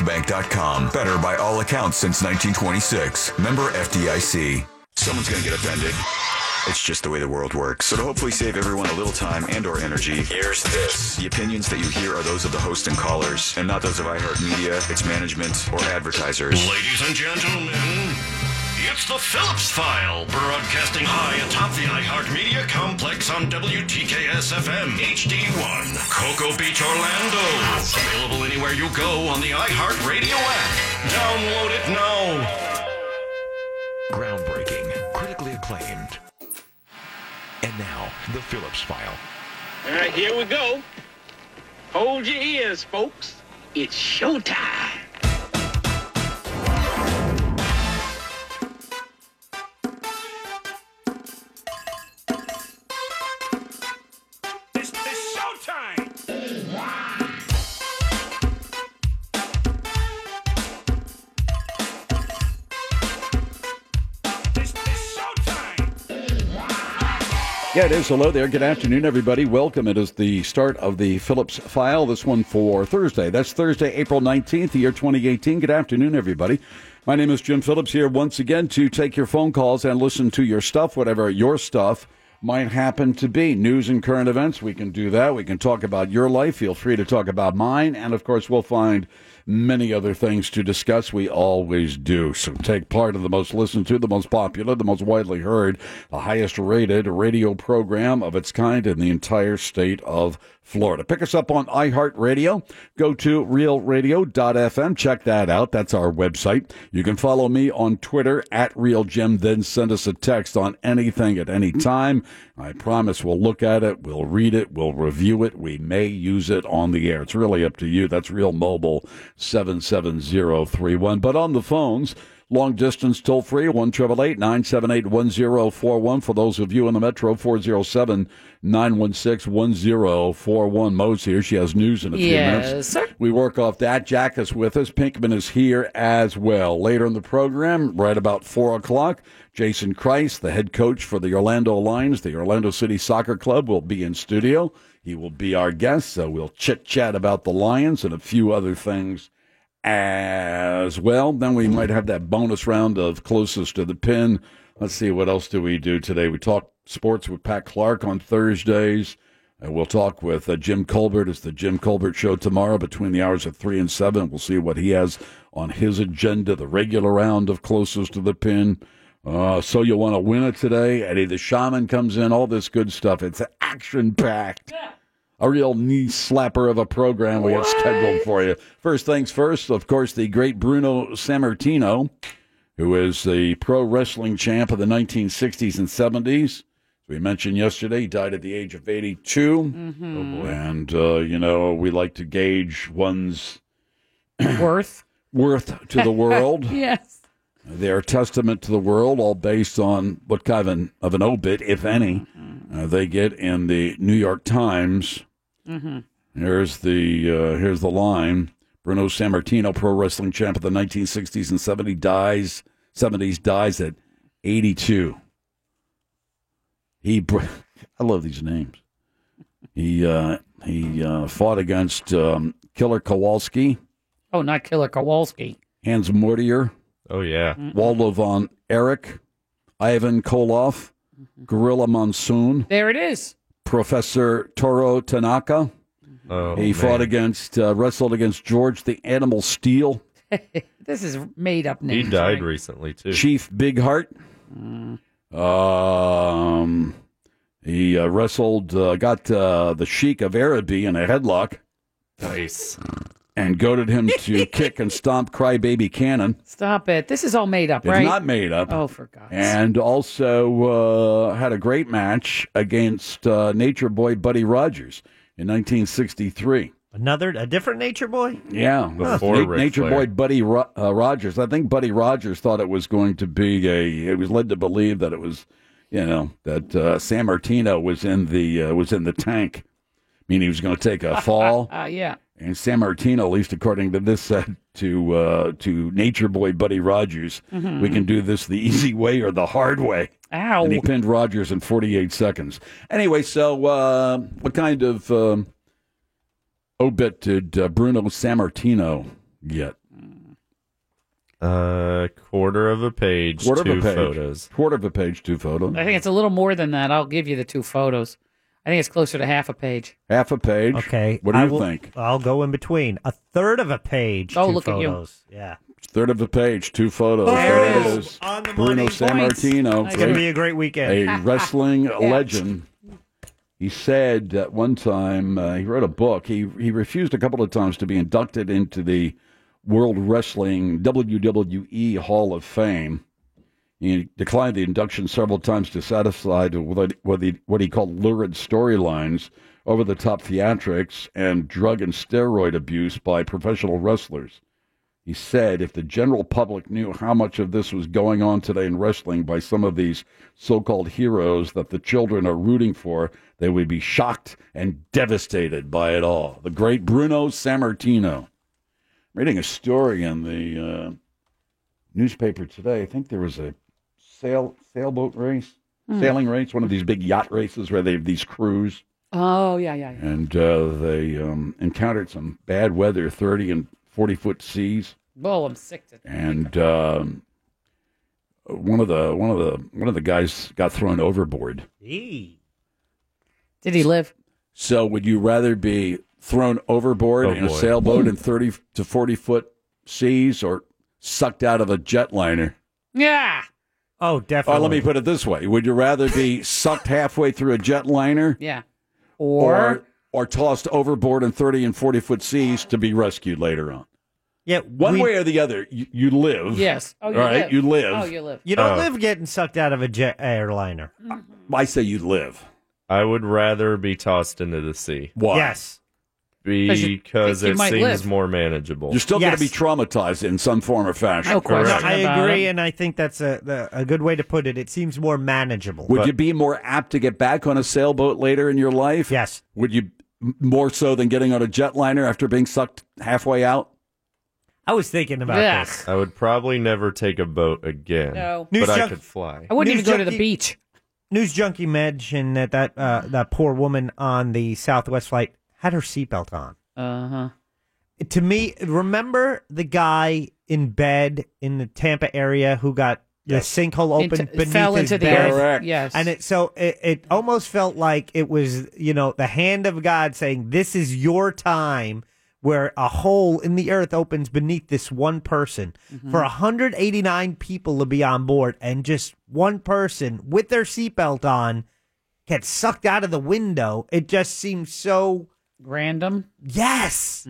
Seacoastbank.com. Better by all accounts since 1926. Member FDIC. Someone's going to get offended. It's just the way the world works. So to hopefully save everyone a little time and or energy, here's this. The opinions that you hear are those of the host and callers, and not those of iHeartMedia, its management, or advertisers. Ladies and gentlemen, it's the Phillips File, broadcasting high atop the iHeartMedia complex on WTKS FM HD1, Cocoa Beach, Orlando. Available anywhere you go on the iHeartRadio app. Download it now. Groundbreaking, critically acclaimed. And now, the Phillips File. All right, here we go. Hold your ears, folks. It's showtime. It's, it's showtime! It's, it's showtime! Yeah, it is. Hello there. Good afternoon, everybody. Welcome. It is the start of the Phillips File. This one for Thursday. That's Thursday, April 19th, the year 2018. Good afternoon, everybody. My name is Jim Phillips here once again to take your phone calls and listen to your stuff, whatever your stuff might happen to be. News and current events, we can do that. We can talk about your life. Feel free to talk about mine. And of course, we'll find many other things to discuss. We always do. So take part of the most listened to, the most popular, the most widely heard, the highest rated radio program of its kind in the entire state of Florida. Pick us up on iHeartRadio. Go to realradio.fm. Check that out. That's our website. You can follow me on Twitter at RealJim. Then send us a text on anything at any time. I promise we'll look at it. We'll read it. We'll review it. We may use it on the air. It's really up to you. That's Real Mobile 77031. But on the phones, Long distance toll free, 1 978 1041. For those of you in the metro, 407 916 1041. Mo's here. She has news in a few Yes, minutes. sir. We work off that. Jack is with us. Pinkman is here as well. Later in the program, right about 4 o'clock, Jason Christ, the head coach for the Orlando Lions, the Orlando City Soccer Club, will be in studio. He will be our guest, so we'll chit chat about the Lions and a few other things as well. Then we might have that bonus round of closest to the pin. Let's see, what else do we do today? We talk sports with Pat Clark on Thursdays. And we'll talk with uh, Jim Colbert. It's the Jim Colbert Show tomorrow between the hours of 3 and 7. We'll see what he has on his agenda, the regular round of closest to the pin. Uh, so you want to win it today. Eddie the Shaman comes in, all this good stuff. It's action packed a real knee slapper of a program we have scheduled for you. First things first, of course, the great Bruno Sammartino, who is the pro wrestling champ of the 1960s and 70s. We mentioned yesterday he died at the age of 82. Hmm. And, uh, you know, we like to gauge one's worth worth to the world. yes. their testament to the world, all based on what kind of an, of an obit, if any, uh, they get in the New York Times. Here's the uh, here's the line: Bruno Sammartino, pro wrestling champ of the 1960s and 70s, dies 70s dies at 82. He, br- I love these names. He uh, he uh, fought against um, Killer Kowalski, Oh, not Killer Kowalski. Hans Mortier. Oh yeah. Waldo von Erich, Ivan Koloff, Gorilla Monsoon, There it is. Professor Toro Tanaka. Oh, he fought against, uh, wrestled against George the Animal Steel, This is made up He names. died right? recently too. Chief Big Heart. Um, he uh, wrestled, uh, got uh, the Sheik of Araby in a headlock Nice. and goaded him to kick and stomp Crybaby Cannon. Stop it. This is all made up, It's right? not made up. oh, for God's sake. and also uh, had a great match against uh, Nature Boy Buddy Rogers in 1963. Another, a different nature boy? Yeah, Before Na- Ric Nature Flair. Boy Buddy Ro- uh, Rogers. I think Buddy Rogers thought it was going to be a. It was led to believe that it was, you know, that uh, San Martino was in the uh, was in the tank, meaning he was going to take a fall. Uh, yeah. And San Martino, at least according to this, said to uh, to Nature Boy Buddy Rogers, Mm-hmm. "We can do this the easy way or the hard way." Ow. And he pinned Rogers in 48 seconds. Anyway, so uh, oh, what kind of um, obit did uh, Bruno Sammartino yet. Uh, quarter of a page, Quarter two of a page. photos. Quarter of a page, two photos. I think it's a little more than that. I'll give you the two photos. I think it's closer to half a page. Half a page. Okay. What do I you will- think? I'll go in between. A third of a page. Oh, two look at you. photos. at you. Yeah. Third of a page, two photos. Boom! There it is. On the Bruno money. San Points. Martino. Nice. It's going to be a great weekend. a wrestling legend. He said at one time uh, he wrote a book. He he refused a couple of times to be inducted into the World Wrestling WWE Hall of Fame. He declined the induction several times, dissatisfied with what- what he, what he called lurid storylines, over the top theatrics, and drug and steroid abuse by professional wrestlers. He said if the general public knew how much of this was going on today in wrestling by some of these so called heroes that the children are rooting for, they would be shocked and devastated by it all. The great Bruno Sammartino. Reading a story in the uh, newspaper today, I think there was a sail sailboat race, Hmm. sailing race, one of these big yacht races where they have these crews Oh yeah, yeah. yeah. and uh, they um, encountered some bad weather, 30 and 40 foot seas Well, I'm sick to. and um, one of the one of the one of the guys got thrown overboard. Eee. Did he live? So, would you rather be thrown overboard Oh, in a boy. sailboat in thirty to forty foot seas, or sucked out of a jetliner? Yeah. Oh, Or definitely. let me put it this way: Would you rather be sucked halfway through a jetliner, Yeah. or or tossed overboard in thirty and forty foot seas to be rescued later on? yeah, One we- way or the other, you, you live. yes. Oh, All you right, live. you live. Oh, you live. You don't Oh. live getting sucked out of a jet airliner. Mm-hmm. I say you live. I would rather be tossed into the sea Why? Yes. you because think you it might seems live. more manageable. You're still going Yes. to be traumatized in some form or fashion. No No, question I about agree, it. and I think that's a the, a good way to put it. It seems more manageable. Would But- you be more apt to get back on a sailboat later in your life? yes. Would you m- more so than getting on a jetliner after being sucked halfway out? I was thinking about Yeah. this. I would probably never take a boat again. No. but News I junk- could fly. I wouldn't News even go to the junkie- beach. News junkie mentioned that that uh, that poor woman on the Southwest flight had her seatbelt on. Uh huh. To me, remember the guy in bed in the Tampa area who got the sinkhole open Into- beneath fell his into the bed? earth. Correct. Yes. And it so it, it almost felt like it was, you know, the hand of God saying, This is your time where a hole in the earth opens beneath this one person Mm-hmm. for 189 people to be on board and just one person with their seatbelt on gets sucked out of the window. It just seems so random. Mm-hmm. yes.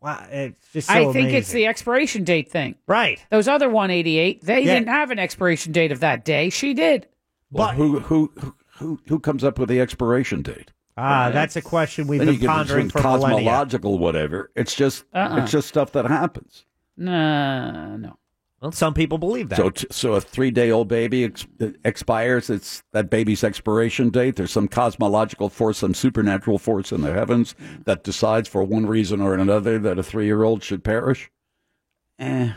Wow, it's just so I think it's amazing. the expiration date thing. right. Those other 188, they Yeah. didn't have an expiration date of that day. She did. Well, who who who- who who comes up with the expiration date? Ah, that's a question we've Then been you can- pondering for millennia. cosmological whatever. It's just Uh-uh. it's just stuff that happens. No, no. Well, some people believe that. So t- so a three day old baby ex- uh, expires. It's that baby's expiration date. There's some cosmological force, some supernatural force in the heavens that decides for one reason or another that a three year old should perish. Eh,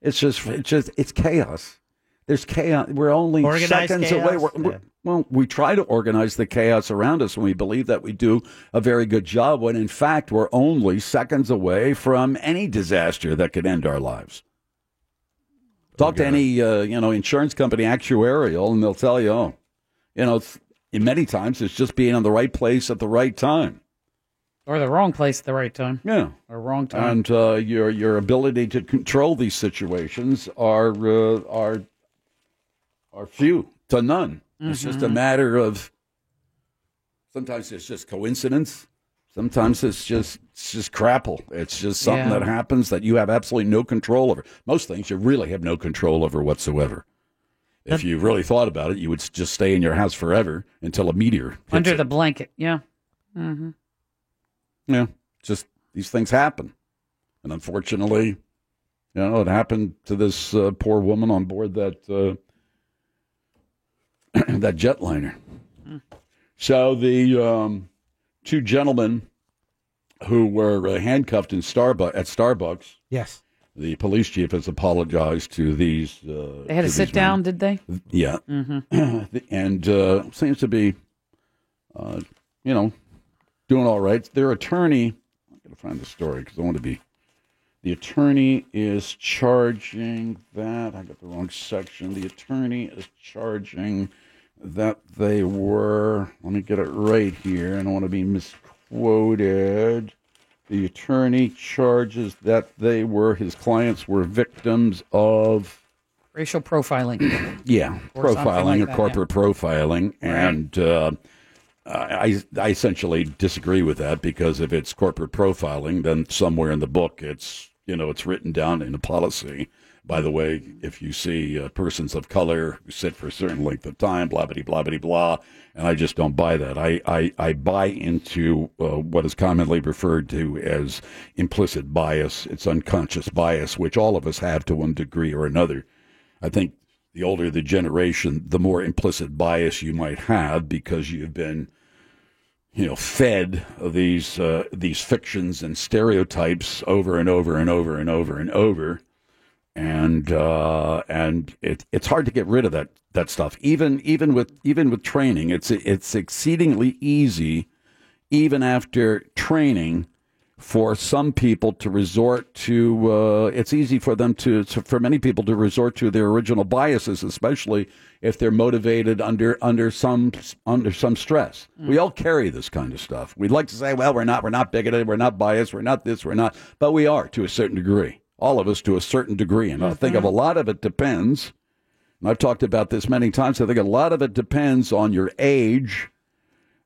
it's just it's just it's chaos. There's chaos. We're only Organized seconds chaos? away. We're- we're- Yeah. well, we try to organize the chaos around us, and we believe that we do a very good job. When in fact, we're only seconds away from any disaster that could end our lives. Talk to any uh, you know insurance company actuarial, and they'll tell you, oh, you know, it's, and many times it's just being in the right place at the right time. Or the wrong place at the right time. Yeah, Or wrong Uh-huh. time. and uh, your your ability to control these situations are uh, are are few to none. It's just a Mm-hmm. matter of sometimes it's just coincidence. Sometimes it's just it's just crapple. It's just something Yeah. that happens that you have absolutely no control over. Most things you really have no control over whatsoever. If you really thought about it, you would s- just stay in your house forever until a meteor hits Under it. the blanket. Yeah. Mm-hmm. Yeah, just these things happen, and unfortunately, you know, it happened to this uh, poor woman on board that uh, that jetliner. Hmm. So the um, two gentlemen who were uh, handcuffed in Starbucks at Starbucks, yes. the police chief has apologized to these. Uh, They to had to these sit men. down, did they? Yeah. and uh, seems to be, uh, you know, doing all right. Their attorney, I'm going to find the story because I want to be The attorney is charging that. I got the wrong section. The attorney is charging that they were. Let me get it right here. I don't want to be misquoted. The attorney charges that they were, his clients were victims of. Racial profiling. Yeah, Or something profiling like or that, corporate profiling, and uh, I I essentially disagree with that because if it's corporate profiling, then somewhere in the book it's you know it's written down in a policy. By the way, if you see uh, persons of color who sit for a certain length of time, blah blah blah blah blah, and I just don't buy that. I I, I buy into uh, what is commonly referred to as implicit bias. It's unconscious bias, which all of us have to one degree or another. I think the older the generation, the more implicit bias you might have because you've been, you know, fed these uh, these fictions and stereotypes over and over and over and over and over, and uh, and it, it's hard to get rid of that that stuff. Even even with even with training, it's it's exceedingly easy, even after training for some people to resort to uh, it's easy for them to, to for many people to resort to their original biases especially if they're motivated under under some under some stress we all carry this kind of stuff we'd like to say well we're not we're not bigoted we're not biased we're not this we're not but we are to a certain degree all of us to a certain degree and i think of a lot of it depends and i've talked about this many times i think a lot of it depends on your age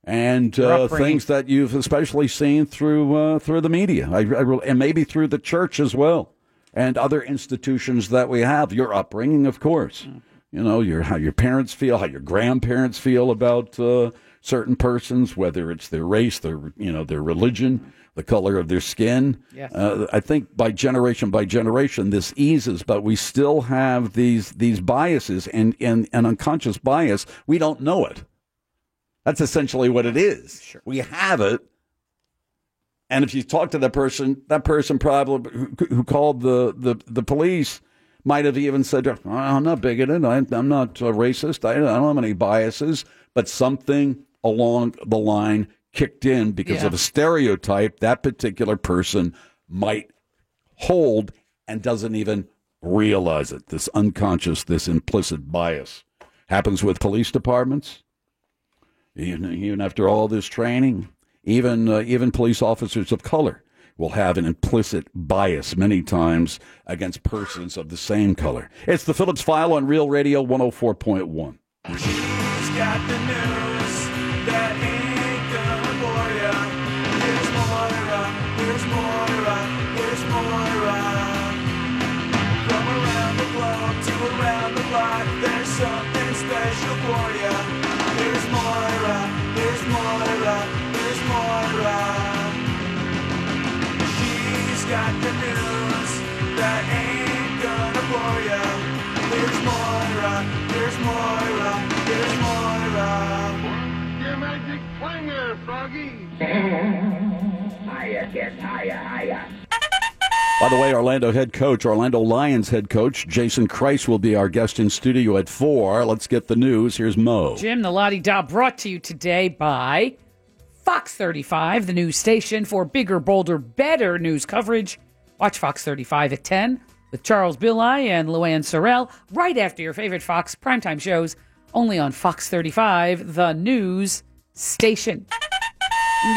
and Your uh, upbringing. things that you've especially seen through uh, through the media, I, I really, and maybe through the church as well, and other institutions that we have. Your upbringing, of course, you know your how your parents feel, how your grandparents feel about uh, certain persons, whether it's their race, their you know their religion, the color of their skin. Yes. Uh, I think by generation by generation this eases, but we still have these these biases and and an unconscious bias. We don't know it. That's essentially what it is. We have it. And if you talk to that person, that person probably who, who called the, the, the police might have even said, "Oh, I'm not bigoted. I, I'm not uh, racist. I, I don't have any biases. But something along the line kicked in because Yeah. of a stereotype that particular person might hold and doesn't even realize it. This unconscious, this implicit bias happens with police departments even, even after all this training, even uh, even police officers of color will have an implicit bias many times against persons of the same color. It's the Phillips File on Real Radio 104.1. He's got the news that ain't gonna bore ya. Here's Moira, here's Moira, here's Moira. From around the globe to around the block, there's something special for ya. Here's Moira, here's Moira, here's Moira. She's got the news that ain't gonna bore ya. Here's Moira, here's Moira, here's Moira. Your magic twanger, Froggy. Higher, kids, higher, higher. By the way, Orlando head coach, Orlando Lions head coach Jason Christ will be our guest in studio at 4. Let's get the news. Here's Mo. Jim, the Lottie Da brought to you today by Fox 35, the news station for bigger, bolder, better news coverage. Watch Fox 35 at 10 with Charles Billeye and Luann Sorrell right after your favorite Fox primetime shows, only on Fox 35, the news station.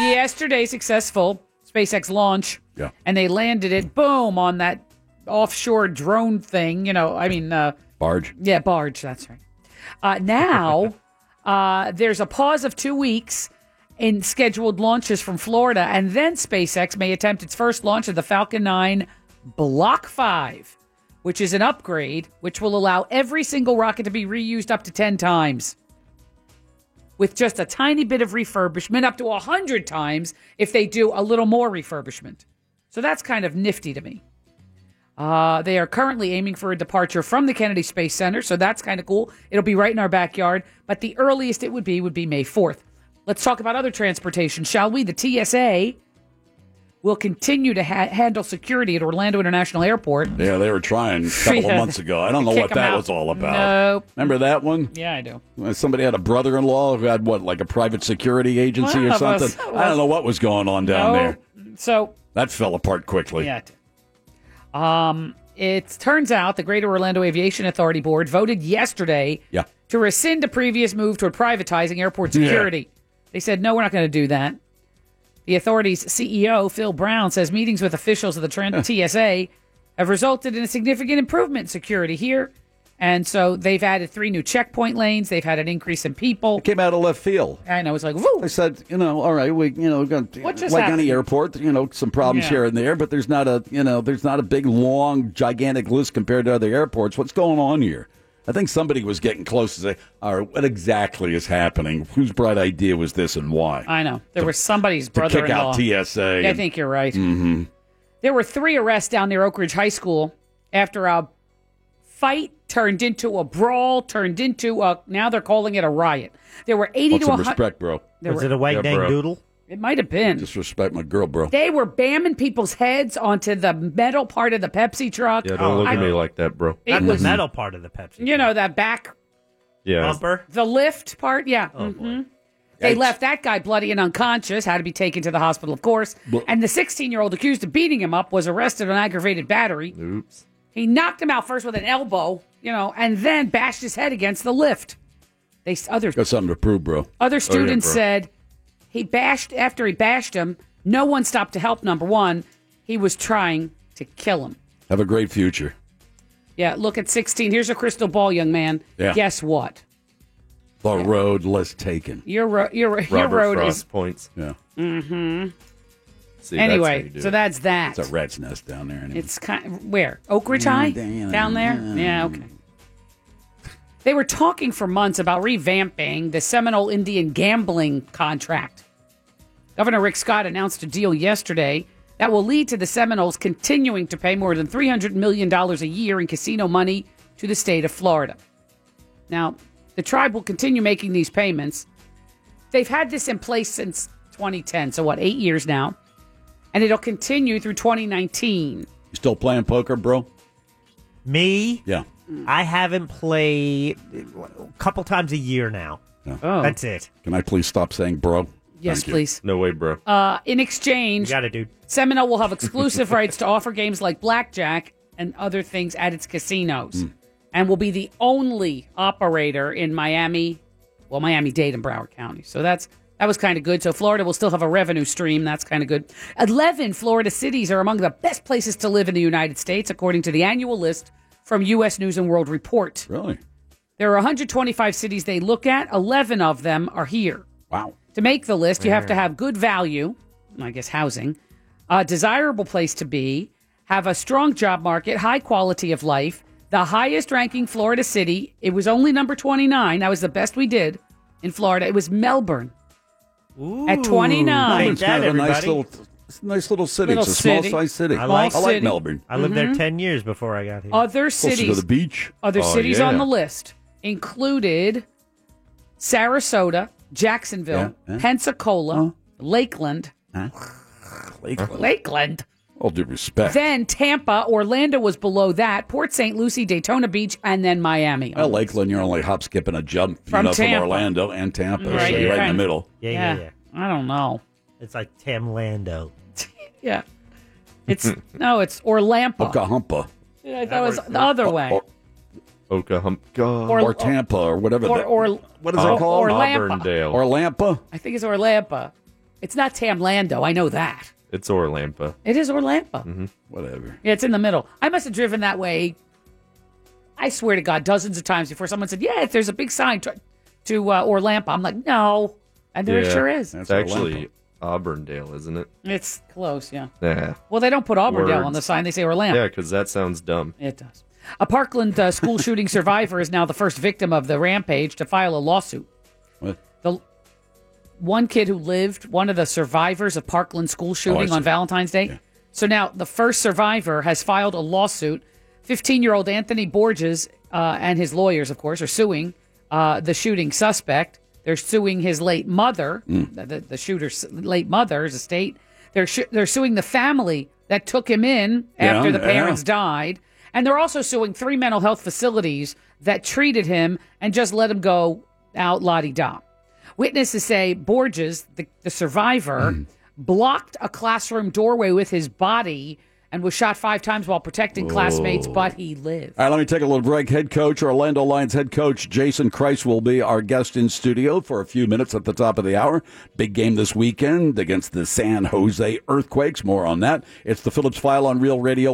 Yesterday, successful SpaceX launch. Yeah. And they landed it, boom, on that offshore drone thing. You know, I mean, uh, Barge. yeah, barge. That's right. Uh, now uh, there's a pause of two weeks in scheduled launches from Florida, and then SpaceX may attempt its first launch of the Falcon 9 Block 5, which is an upgrade which will allow every single rocket to be reused up to 10 times. With just a tiny bit of refurbishment, up to 100 times if they do a little more refurbishment. So that's kind of nifty to me. Uh, they are currently aiming for a departure from the Kennedy Space Center, so that's kind of cool. It'll be right in our backyard, but the earliest it would be would be May 4th. Let's talk about other transportation, shall we? The TSA will continue to ha- handle security at Orlando International Airport. Yeah, they were trying a couple Yeah. of months ago. I don't know Kick what 'em that out. was all about. Nope. Remember that one? Uh, Yeah, I do. Somebody had a brother-in-law who had what, like a private security agency One or of us something. I don't know what was going on down No. there. So That fell apart quickly. Yeah. it did. Um, it turns out the Greater Orlando Aviation Authority Board voted yesterday Yeah. to rescind a previous move toward privatizing airport Yeah. security. They said, no, we're not going to do that. The authority's CEO, Phil Brown, says meetings with officials of the Trent TSA have resulted in a significant improvement in security here. And so they've added three new checkpoint lanes. They've had an increase in people. It came out of left field. And I was like, woo. I said, you know, all right, we, you know, we're gonna, What just like happened? any airport, you know, some problems Yeah. here and there, but there's not a, you know, there's not a big, long, gigantic list compared to other airports. What's going on here? I think somebody was getting close to say, all right, what exactly is happening? Whose bright idea was this and why? I know. There was somebody's to brother kick in law. out TSA. I think you're right. hmm There were three arrests down near Oak Ridge High School after a fight turned into a brawl, turned into a now they're calling it a riot. There were 80 Want to some 100. respect, bro. There Was were- it a white Yeah, dang bro. doodle? It might have been. Just respect my girl, bro. They were bamming people's heads onto the metal part of the Pepsi truck. Yeah, don't look Oh, I- at me like that, bro. Mm-hmm. It Not the was- metal part of the Pepsi. You know, that back Yeah. The lift part, yeah. Oh, Mhm. They Yikes. left that guy bloody and unconscious, had to be taken to the hospital, of course. Bl- and the 16 year old accused of beating him up was arrested on aggravated battery. Oops. He knocked him out first with an elbow, you know, and then bashed his head against the lift. They other Got something to prove, Oh, bro. other students said. said he bashed after he bashed him. No one stopped to help. Number one, he was trying to kill him. Have a great future. Yeah, look at 16. Here's a crystal ball, young man. Yeah. Guess what? The road less taken. Your ro- your your road is points. Yeah. Mm-hmm. See, that's how anyway, you do so it. that's that. It's a rat's nest down there. Anyway. It's kind where Oak Ridge High Mm, down there. mm. Yeah, okay. They were talking for months about revamping the Seminole Indian gambling contract. Governor Rick Scott announced a deal yesterday that will lead to the Seminoles continuing to pay more than $300 million a year in casino money to the state of Florida. Now, the tribe will continue making these payments. They've had this in place since 2010, so what, eight years now? And it'll continue through 2019. You still playing poker, bro? Me? Yeah. I haven't played a couple times a year now. Oh. That's it. Can I please stop saying bro? Yes, Thank you. please. No way, bro. Uh, in exchange, got it, dude. Seminole will have exclusive rights to offer games like blackjack and other things at its casinos, and will be the only operator in Miami, well, Miami Dade and Broward County. So that's that was kind of good. So Florida will still have a revenue stream. That's kind of good. Eleven Florida cities are among the best places to live in the United States, according to the annual list from U.S. News and World Report. Really? There are 125 cities they look at. 11 of them are here. Wow. To make the list, you have to Yeah. have good value, I guess housing, a desirable place to be, have a strong job market, high quality of life, the highest ranking Florida city. It was only number 29. That was the best we did in Florida. It was Melbourne. At 29. Melbourne's kind of a nice little, it's a nice little city. Little it's a small city. size city. I like- I like city. Melbourne. Mm-hmm. I lived there Mhm. 10 years before I got here. Other Closer cities to the beach. Other Oh, cities on yeah. the list included Sarasota, Jacksonville, Yeah, yeah. Pensacola, Lakeland, Huh? Lakeland. Lakeland. All due respect. Then Tampa, Orlando was below that, Port St. Lucie, Daytona Beach, and then Miami. well, Lakeland, you're only hop, skip, and a jump. From you know, Tampa. from Orlando and Tampa. so Right, you're right yeah. in the middle. Yeah, yeah, Yeah. yeah, I don't know. It's like Tamlando. Yeah. It's no, it's Oh, Orlampa. Oklahoma. Yeah, that was the other way. Or, Okahumpka. Or- Or, Tampa or whatever. or, that- what is it called? Or Lampa. Auburndale. Or Lampa? I think it's Orlampa. It's not Tamlando. I know that. It's Orlampa. It is Orlampa. Mm-hmm. Whatever. Yeah, it's in the middle. I must have driven that way. I swear to God, dozens of times before someone said, "Yeah, there's a big sign to, to uh, Orlampa." I'm like, "No," and there it sure is. It's actually Auburndale, isn't it? It's close, yeah. Nah. Well, they don't put Auburndale on Words. the sign; they say Orlando. Yeah, because that sounds dumb. It does. A Parkland uh, school shooting survivor is now the first victim of the rampage to file a lawsuit. What? The one kid who lived, one of the survivors of Parkland school shooting see. on Valentine's Day. So now the first survivor has filed a lawsuit. 15 year old Anthony Borges uh, and his lawyers, of course, are suing uh, the shooting suspect. They're suing his late mother, Mm. the, the, the shooter's late mother's estate. They're, shu- they're suing the family that took him in after Yeah, the yeah. parents died. And they're also suing three mental health facilities that treated him and just let him go out la di da. Witnesses say Borges, the, the survivor, blocked a classroom doorway with his body and was shot five times while protecting classmates, Whoa. but he lived. All right, let me take a little break. Head coach, Orlando Lions head coach Jason Christ will be our guest in studio for a few minutes at the top of the hour. Big game this weekend against the San Jose Earthquakes. More on that. It's the Phillips File on Real Radio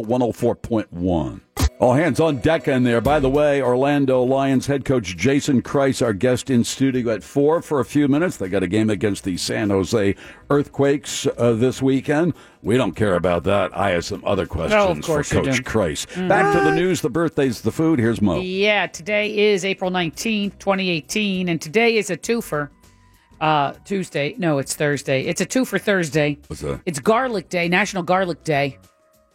104.1. All hands on deck in there. By the way, Orlando Lions head coach Jason Christ, our guest in studio at four for a few minutes. They got a game against the San Jose Earthquakes uh, this weekend. We don't care about that. I have some other questions course for you Mm. Coach do. Christ. Back to the news, the birthdays, the food. Here's Mo. Yeah, today is April 19th, 2018, and today is a twofer. Uh, Tuesday. No, it's Thursday. It's a two for Thursday. What's that? It's Garlic Day, National Garlic Day.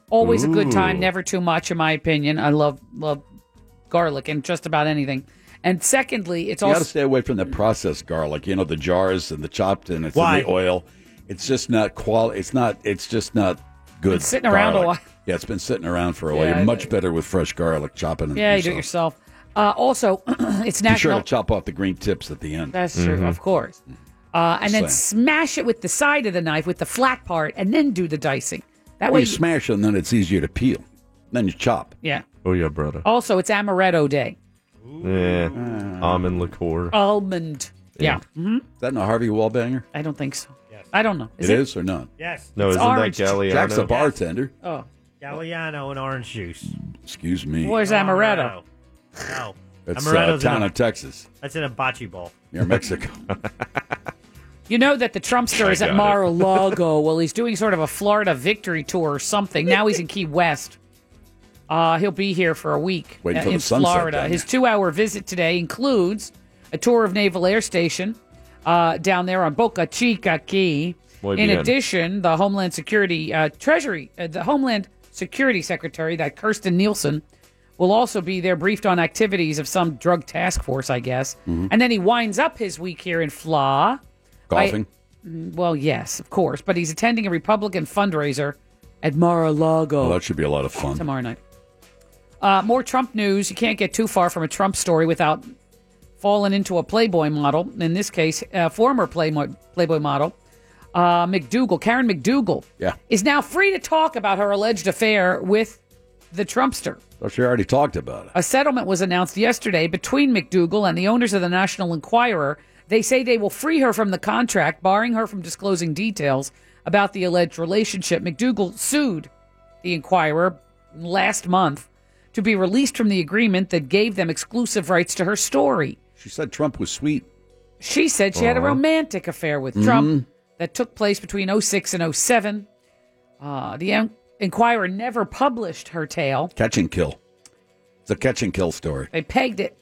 Always a good time, Ooh. never too much, in my opinion. I love love garlic and just about anything. And secondly, it's you got also to stay away from the processed garlic. You know the jars and the chopped and it's Why? in the oil. It's just not quality. It's not. It's just not good. It's sitting around a garlic. while. Yeah, it's been sitting around for a while. Yeah, You're it- much better with fresh garlic chopping. yeah, you do it yourself. Uh, also, it's Be sure National. to chop off the green tips at the end. That's true, Mhm. of course. Mm-hmm. Uh, and then Same. smash it with the side of the knife, with the flat part, and then do the dicing. That Well, way, you you- smash it, and then it's easier to peel. Then you chop. yeah. Oh yeah, brother. Also, it's amaretto day. Yeah. Almond liqueur. Almond. Yeah. Mhm. Ah. Is that in a Harvey Wallbanger? Oh, I don't think so. I don't know. it is or not? Yes. No, It's isn't orange. that Galliano? Jack's a bartender. Oh. Galliano and orange juice. Excuse me. Where's amaretto? No. That's uh, Amaretto's in town a- of Texas That's in a bocce ball. near Mexico. You know that the Trumpster I is at got it. Mar-a-Lago. well, he's doing sort of a Florida victory tour or something. Now he's in Key West. Uh, he'll be here for a week Waiting uh, for the in sunset Florida. down His two-hour visit today includes a tour of Naval Air Station uh, down there on Boca Chica Key. Muy in bien. addition, the Homeland Security uh, Treasury, uh, the Homeland Security Secretary, that Kirsten Nielsen, will also be there, briefed on activities of some drug task force, I guess. Mhm. And then he winds up his week here in Fla. by- Golfing? Mm, well, yes, of course, but he's attending a Republican fundraiser at Mar-a-Lago. Well, that should be a lot of fun. Tomorrow night. Uh, more Trump news. You can't get too far from a Trump story without falling into a Playboy model. In this case, a former Playboy, Playboy model, uh, McDougal, Karen McDougal, Yeah. is now free to talk about her alleged affair with the Trumpster. Well, she already talked about it. A settlement was announced yesterday between McDougal and the owners of the National Enquirer. They say they will free her from the contract, barring her from disclosing details about the alleged relationship. McDougal sued the Enquirer last month to be released from the agreement that gave them exclusive rights to her story. She said Trump was sweet. She said she had a Uh-huh. romantic affair with Mhm. Trump that took place between 06 and 07. Uh, the En- Enquirer never published her tale. Catch and kill. It's a catch and kill story. They pegged it.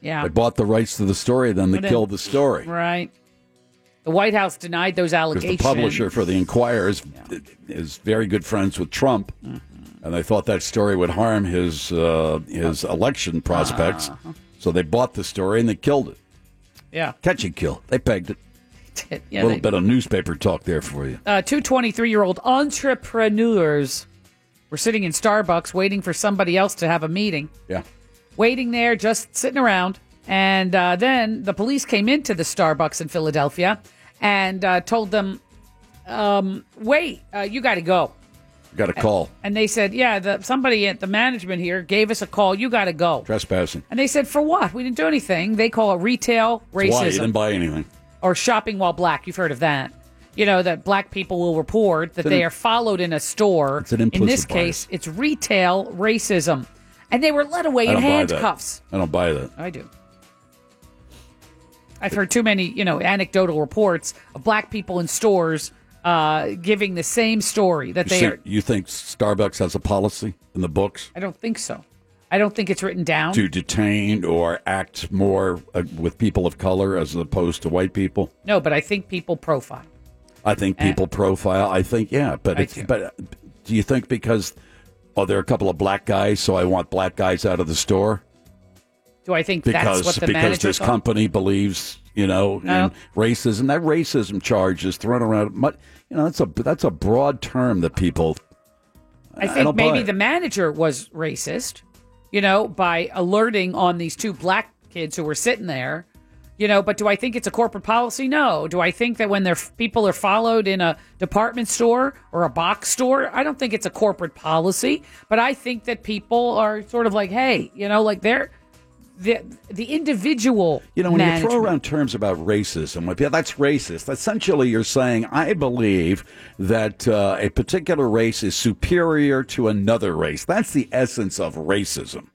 Yeah. They bought the rights to the story, then they But then- killed the story. Right. The White House denied Because those the allegations. publisher for the Enquirer is, is very good friends with Trump, Mm-hmm. and they thought that story would harm his uh, his election prospects. Uh-huh. So they bought the story and they killed it. Yeah. Catch and kill. They pegged it. a yeah, little they- bit of newspaper talk there for you. Uh, two 23 year old entrepreneurs were sitting in Starbucks waiting for somebody else to have a meeting, Yeah. waiting there, just sitting around. And uh, then the police came into the Starbucks in Philadelphia and uh, told them, um, wait, uh, you got to go. Got a call. And they said, yeah, the, somebody at the management here gave us a call. You got to go. Trespassing. And they said, for what? We didn't do anything. They call it retail That's Why? You racism. didn't buy anything. or shopping while black. You've heard of that. You know, that black people will report It's that an- they are followed in a store. It's an in this implicit case, it's retail racism. And they were led away I in don't buy that. handcuffs. Oh, I don't buy that. I do. I've heard too many, you know, anecdotal reports of black people in stores uh, giving the same story that You, they think- are. you think Starbucks has a policy in the books? I don't think so. I don't think it's written down. to detain or act more uh, with people of color as opposed to white people. No, but I think people profile. I think people profile. I think yeah, but Eh. I it's, do. but uh, do you think because oh there are a couple of black guys, so I want black guys out of the store Do I think because that's what the because manager this thought? Oh. company believes you know in No. racism. That racism charge is thrown around. mu- You know that's a that's a broad term that people. I think don't buy maybe it. the manager was racist, you know, by alerting on these two black kids who were sitting there You know, but do I think it's a corporate policy? No. Do I think that when their people are followed in a department store or a box store, I don't think it's a corporate policy. But I think that people are sort of like, hey, you know, like they're the the individual. You know, when management. you throw around terms about racism, like, yeah, that's racist. Essentially, you're saying, I believe that uh, a particular race is superior to another race. That's the essence of racism.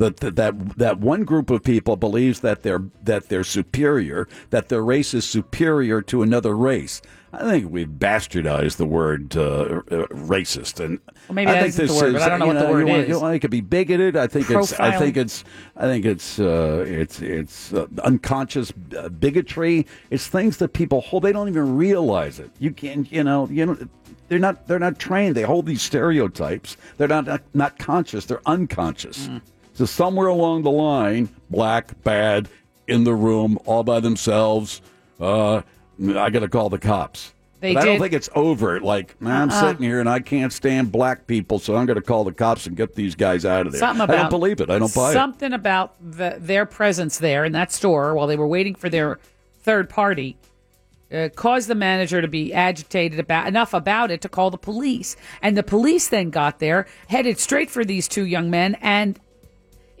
That, that that that one group of people believes that they're that they're superior, that their race is superior to another race. I think we've bastardized the word uh, uh, racist, and Well, maybe I that think isn't the this word, but I don't know you what the word you want- is. you want- it could be bigoted. I think it's I Profiling. think it's I think it's uh, it's it's uh, unconscious uh, bigotry. It's things that people hold. They don't even realize it. You can you know you know they're not they're not trained. They hold these stereotypes. They're not not, not conscious. They're unconscious. Mm. So somewhere along the line, black bad in the room all by themselves. Uh, I got to call the cops. They But I don't did- think it's overt. Like "Nah, I'm Uh-uh. sitting here and I can't stand black people, so I'm going to call the cops and get these guys out of there. Something about I don't believe it. I don't buy it. Something about the, their presence there in that store while they were waiting for their third party uh, caused the manager to be agitated about enough about it to call the police. And the police then got there, headed straight for these two young men, and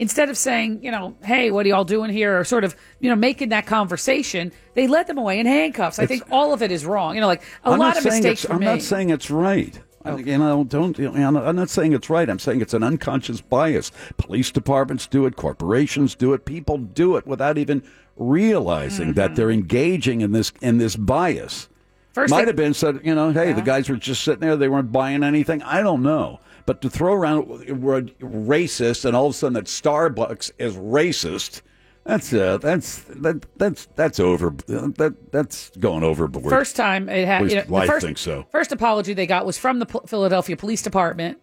instead of saying, you know, hey, what are y'all doing here, or sort of, you know, making that conversation, they led them away in handcuffs. I It's- think all of it is wrong. You know, like a I'm lot not of saying mistakes it's- were I'm made. Oh. not saying it's right. I think, you know, don't. You know, I'm not- I'm not saying it's right. I'm saying it's an unconscious bias. Police departments do it. Corporations do it. People do it without even realizing that they're engaging in this in this bias. Mm-hmm. First Might they- have been said, you know, hey, the guys were just sitting there. They weren't buying anything. I don't know. But to throw around the word racist and all of a sudden that Starbucks is racist, that's uh, that's that, that's that's over. That that's going overboard. First time it At had. least You know, the I first, think so. First apology they got was from the P- Philadelphia Police Department.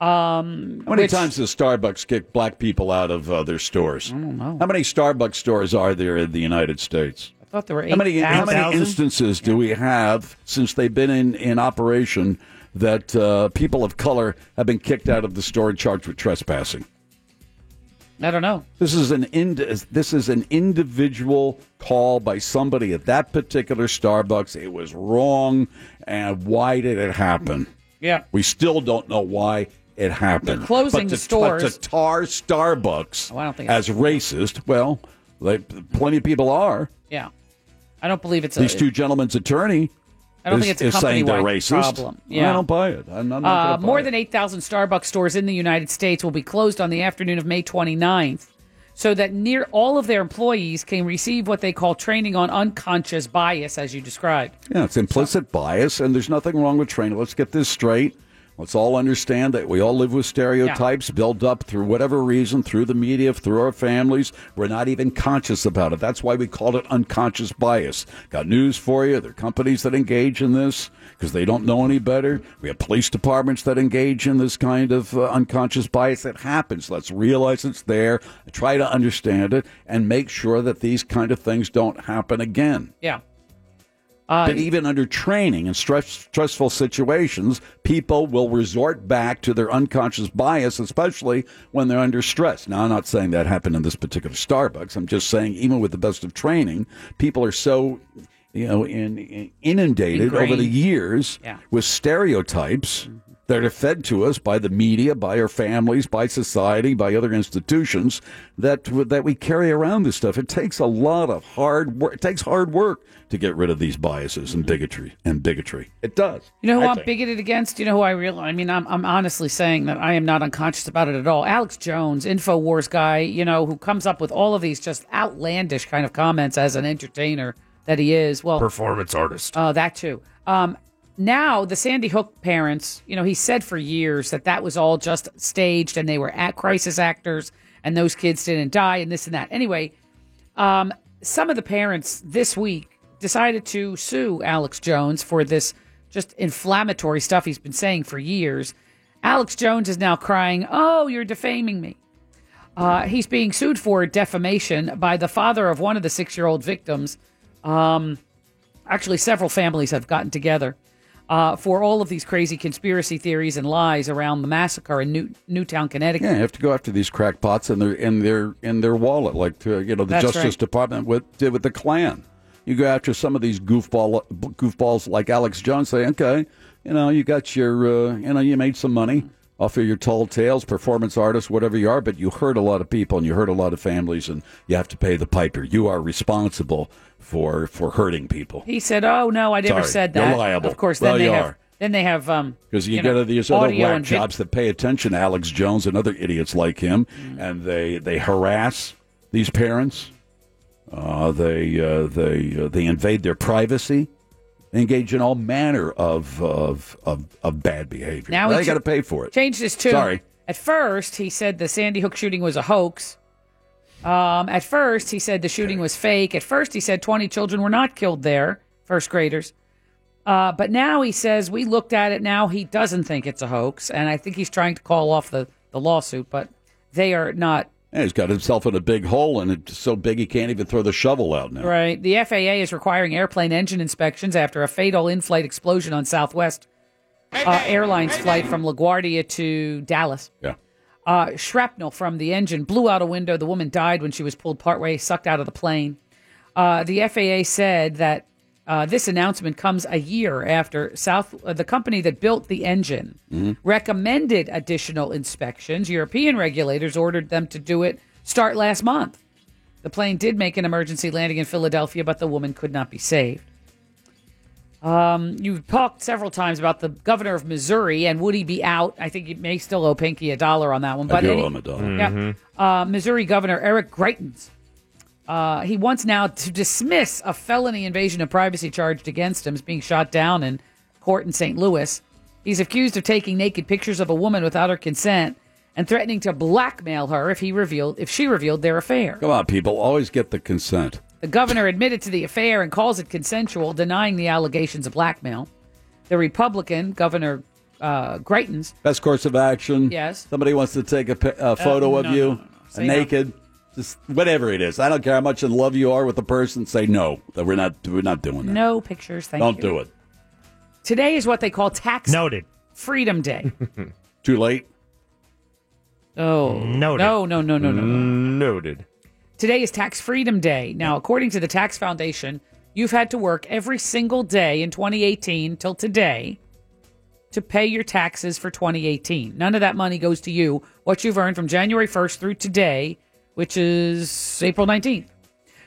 Um, How many which- times does Starbucks kick black people out of uh, their stores? I don't know. How many Starbucks stores are there in the United States? I thought there were How many, how 8,000? many instances do we have since they've been in, in operation that uh, people of color have been kicked out of the store and charged with trespassing? I don't know. This is an ind- this is an individual call by somebody at that particular Starbucks. It was wrong, and why did it happen? Yeah. We still don't know why it happened. They're closing but the to- but stores. Oh, to tar Starbucks I don't think as racist. Well, they, plenty of people are. Yeah, I don't believe it's a, These two gentlemen's attorney. I don't is, think it's a is saying they're company-wide racist. problem. Yeah. I don't buy it. I'm not, I'm not Uh, gonna buy more it. than 8,000 Starbucks stores in the United States will be closed on the afternoon of May 29th so that near all of their employees can receive what they call training on unconscious bias, as you described. Yeah, it's implicit bias, and there's nothing wrong with training. Let's get this straight. Let's all understand that we all live with stereotypes built up through whatever reason, through the media, through our families. We're not even conscious about it. That's why we called it unconscious bias. Got news for you. There are companies that engage in this because they don't know any better. We have police departments that engage in this kind of uh, unconscious bias that happens. Let's realize it's there, try to understand it, and make sure that these kind of things don't happen again Yeah. Uh, but even under training and stress, stressful situations, people will resort back to their unconscious bias, especially when they're under stress. Now, I'm not saying that happened in this particular Starbucks. I'm just saying, even with the best of training, people are so, you know, in, in- inundated over the Ingrained. years Yeah. with stereotypes that are fed to us by the media, by our families, by society, by other institutions that that we carry around this stuff. It takes a lot of hard work. It takes hard work to get rid of these biases and bigotry and bigotry. It does. You know who I I'm think. bigoted against? You know who I real? I mean, I'm, I'm honestly saying that I am not unconscious about it at all. Alex Jones, InfoWars guy, you know, who comes up with all of these just outlandish kind of comments as an entertainer that he is. Oh. Well, Performance artist. Oh, that too. Um, now the Sandy Hook parents, you know, he said for years that that was all just staged and they were at crisis actors and those kids didn't die and this and that. Anyway, um, some of the parents this week decided to sue Alex Jones for this just inflammatory stuff he's been saying for years. Alex Jones is now crying, "Oh, you're defaming me." Uh, he's being sued for defamation by the father of one of the six year old victims. Um, actually, several families have gotten together. uh, for all of these crazy conspiracy theories and lies around the massacre in New- Newtown, Connecticut. Yeah, you have to go after these crackpots and their in their in their wallet, like to, you know the That's Justice right. Department with, did with the Klan. You go after some of these goofball goofballs like Alex Jones. Say, okay, you know you got your uh, you know you made some money off of your tall tales, performance artist, whatever you are, but you hurt a lot of people and you hurt a lot of families, and you have to pay the piper. You are responsible for for hurting people He said, "Oh no, I never Sorry, said you're that." liable. Of course, Well, then you they have are. then they have um Because you, you get know, thig- these other audio whack and vid- jobs that pay attention to Alex Jones and other idiots like him, Mm. and they, they harass these parents. Uh, they uh, they uh, they invade their privacy, engage in all manner of of of, of bad behavior. Now they he got to ch- pay for it. Changed his tune. Sorry. At first, he said the Sandy Hook shooting was a hoax. Um, at first, he said the shooting was fake. At first, he said 20 children were not killed there, first graders. Uh, but now he says we looked at it. Now he doesn't think it's a hoax, and I think he's trying to call off the, the lawsuit. But they are not Yeah, he's got himself in a big hole, and it's so big he can't even throw the shovel out now. Right. The FAA is requiring airplane engine inspections after a fatal in flight explosion on Southwest uh, Airlines flight from LaGuardia to Dallas. Yeah. Uh, shrapnel from the engine blew out a window. The woman died when she was pulled partway, sucked out of the plane. Uh, the FAA said that uh, this announcement comes a year after South, uh, the company that built the engine, recommended additional inspections. European regulators ordered them to do it start last month. The plane did make an emergency landing in Philadelphia, but the woman could not be saved. Um, you've talked several times about the governor of Missouri, and would he be out? I think you may still owe Pinky a dollar on that one. I But do any- owe him a dollar. Yeah. Mhm. Uh, Missouri Governor Eric Greitens. Uh, he wants now to dismiss a felony invasion of privacy charged against him as being shot down in court in St. Louis. He's accused of taking naked pictures of a woman without her consent and threatening to blackmail her if he revealed if she revealed their affair. Come on, people, always get the consent. The governor admitted to the affair and calls it consensual, denying the allegations of blackmail. The Republican, Governor uh, Greitens, Best course of action. Yes. Uh, Somebody wants to take a, pi- a photo no, of no, you no, no. Say no. naked, just whatever it is. I don't care how much in love you are with the person. Say no. That we're not. We're not doing that. no pictures, thank don't you. do it. Today is what they call tax Noted. freedom day. Too late. Oh Noted. no, no, no, no, no, Noted. Today is Tax Freedom Day. Now, according to the Tax Foundation, you've had to work every single day in 2018 till today to pay your taxes for 2018. None of that money goes to you. What you've earned from January 1st through today, which is April 19th.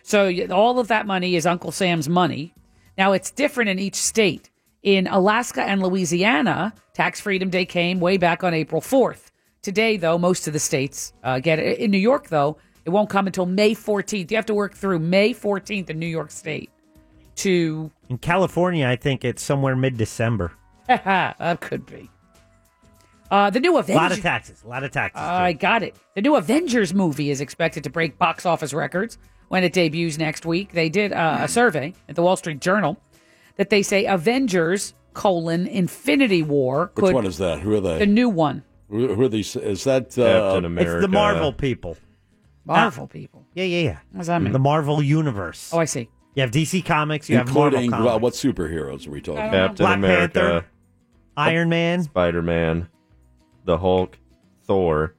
So y- all of that money is Uncle Sam's money. Now it's different in each state. In Alaska and Louisiana, Tax Freedom Day came way back on April 4th. Today, though, most of the states uh, get it. In New York, though, it won't come until May 14th. You have to work through May 14th in New York State to. In California, I think it's somewhere mid December. that could be. Uh, the new A Avengers. lot of taxes. A lot of taxes. I got it. The new Avengers movie is expected to break box office records when it debuts next week. They did uh, Hmm. a survey at the Wall Street Journal that they say Avengers colon Infinity War could Which one is that? Who are they? the new one who who are these? Is that uh, Captain It's America. the Marvel people. Marvel people. Ah. Yeah, yeah, yeah. What does that mean? The Marvel universe. Oh, I see. You have DC Comics. You have Marvel Including Comics. well, what superheroes are we talking? about? Captain Black America. Panther. Iron Man. Spider Man. The Hulk. Thor.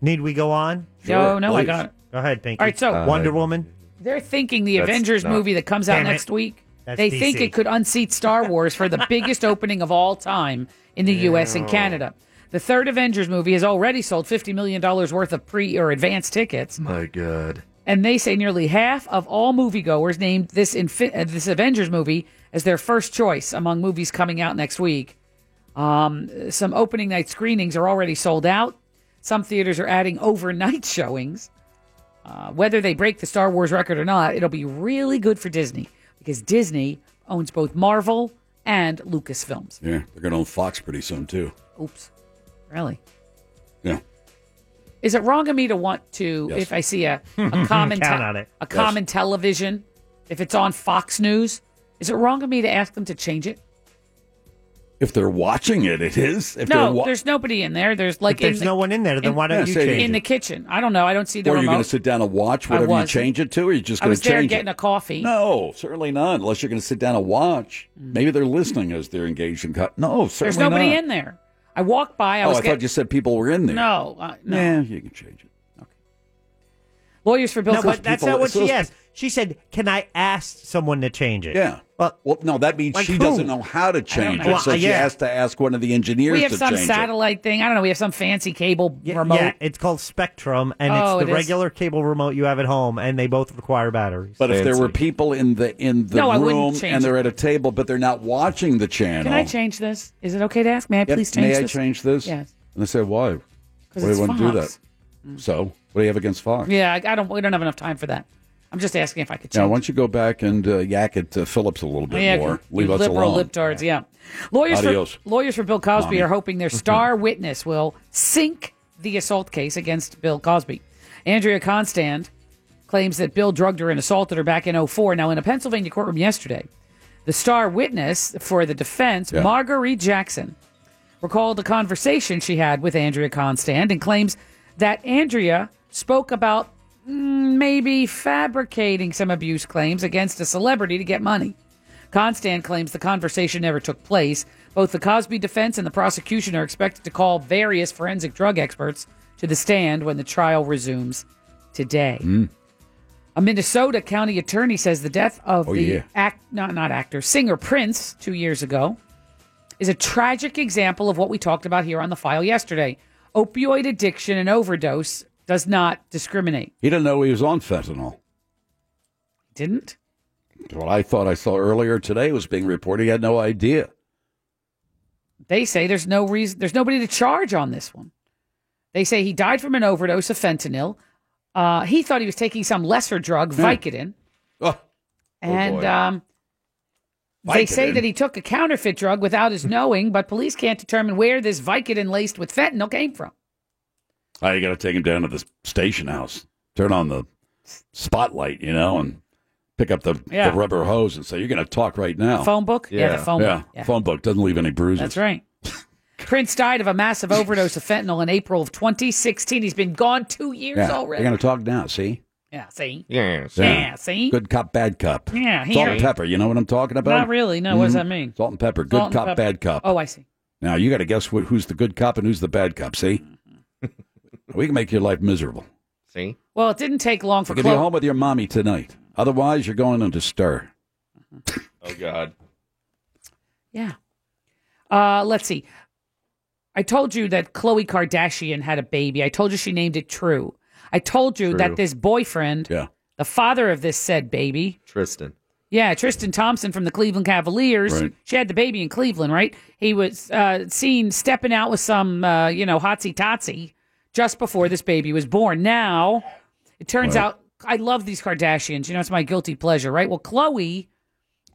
Need we go on? No, Sure, no, I please. Uh, got it. Go ahead, Pinky. All right, so- Wonder Woman. They're thinking the That's Avengers not- movie that comes out Damn it. next week. That's they think DC. it could unseat Star Wars for the biggest opening of all time in the U.S. and Canada. The third Avengers movie has already sold $50 million worth of pre or advance tickets. My God. and they say nearly half of all moviegoers named this infi- uh, this Avengers movie as their first choice among movies coming out next week. Um, some opening night screenings are already sold out. Some theaters are adding overnight showings. Uh, whether they break the Star Wars record or not, it'll be really good for Disney because Disney owns both Marvel and Lucasfilms. Yeah, they're going to own Fox pretty soon too. Oops, really? Yeah. Is it wrong of me to want to Yes. if I see a, a common Count on it. a common television if it's on Fox News? Is it wrong of me to ask them to change it? If they're watching it, it is. If no, they're wa- there's nobody in there. There's like there's in the, no one in there, then why don't Yeah, you say change in it. the kitchen? I don't know. I don't see the or remote. you're going to sit down and watch I whatever you wasn't. change it to, or you're just I going was to there change getting it? a coffee. Mm. No, certainly not. Unless you're going to sit down and watch. Maybe they're listening as they're engaged in. Co- no, certainly there's nobody not. in there. I walked by. I oh, was I getting, thought you said people were in there. No, uh, no. Yeah, you can change it. Lawyers for Bill. No, but that's not what she People- asked. She said, "Can I ask someone to change it?" Yeah. Well, no, that means Like she who? doesn't know how to change it, know. so Well, she yeah. has to ask one of the engineers we have to some change it. satellite thing. I don't know. We have some fancy cable remote. Yeah, it's called Spectrum, and Oh, it's the it is. regular cable remote you have at home, and they both require batteries. But if there were people in the in the No, I wouldn't room change and they're at it. a table, but they're not watching the channel, Can I change this? Is it okay to ask? May I Yep, please change may this? I change this? Yes. And they say, why? Why do it's you want to do that? Fox. So, what do you have against Fox? Yeah, I, I don't. We don't have enough time for that. I'm just asking if I could change. Oh, Now, why don't you go back and uh, yak at uh, Phillips a little bit Yeah, more? you Leave us liberal alone. libtards. Yeah, lawyers Adios. for lawyers for Bill Cosby Mommy. are hoping their star witness will sink the assault case against Bill Cosby. Andrea Constand claims that Bill drugged her and assaulted her back in 04. Now, in a Pennsylvania courtroom yesterday, the star witness for the defense, Yeah. Marguerite Jackson, recalled a conversation she had with Andrea Constand and claims that Andrea spoke about mm, maybe fabricating some abuse claims against a celebrity to get money. Constant claims the conversation never took place. Both the Cosby defense and the prosecution are expected to call various forensic drug experts to the stand when the trial resumes today. Mm. A Minnesota county attorney says the death of Oh, the yeah. act not not actor singer Prince 2 years ago is a tragic example of what we talked about here on the file yesterday. Opioid addiction and overdose does not discriminate. He didn't know he was on fentanyl. Didn't? What I thought I saw earlier today was being reported. He had no idea. They say there's no reason, there's nobody to charge on this one. They say he died from an overdose of fentanyl. Uh, he thought he was taking some lesser drug, Yeah. Vicodin, Hmm. Oh, and boy. um, they say Vicodin? that he took a counterfeit drug without his knowing. But police can't determine where this Vicodin laced with fentanyl came from. I got to take him down to the station house, turn on the spotlight, you know, and pick up the, Yeah. the rubber hose and say, "You're going to talk right now." Phone book? Yeah, the phone book. Yeah. phone book doesn't leave any bruises. That's right. Prince died of a massive overdose of fentanyl in April of 2016. He's been gone two years yeah. already. You're going to talk now. See? Yeah, see, Yeah. Yeah, see? Good cop, bad cop. Yeah, Salt here- and pepper. You know what I'm talking about? Mm-hmm. Not really, no, what does that mean? Salt and pepper. Good Salt and cop, pepper. bad cop. Oh, I see. Now you got to guess wh- who's the good cop and who's the bad cop. See? Mm-hmm. we can make your life miserable. See? Well, it didn't take long for We're going Chloe. be home with your mommy tonight. Otherwise, you're going into stir. Oh God. Yeah. Uh, let's see. I told you that Khloe Kardashian had a baby. I told you she named it True. I told you True. that this boyfriend, yeah. the father of this said baby, Tristan. yeah, Tristan Thompson from the Cleveland Cavaliers. Right. She had the baby in Cleveland, right? He was uh, seen stepping out with some, uh, you know, hotsy totsy just before this baby was born. Now, it turns Right. out I love these Kardashians. You know, it's my guilty pleasure, right? Well, Chloe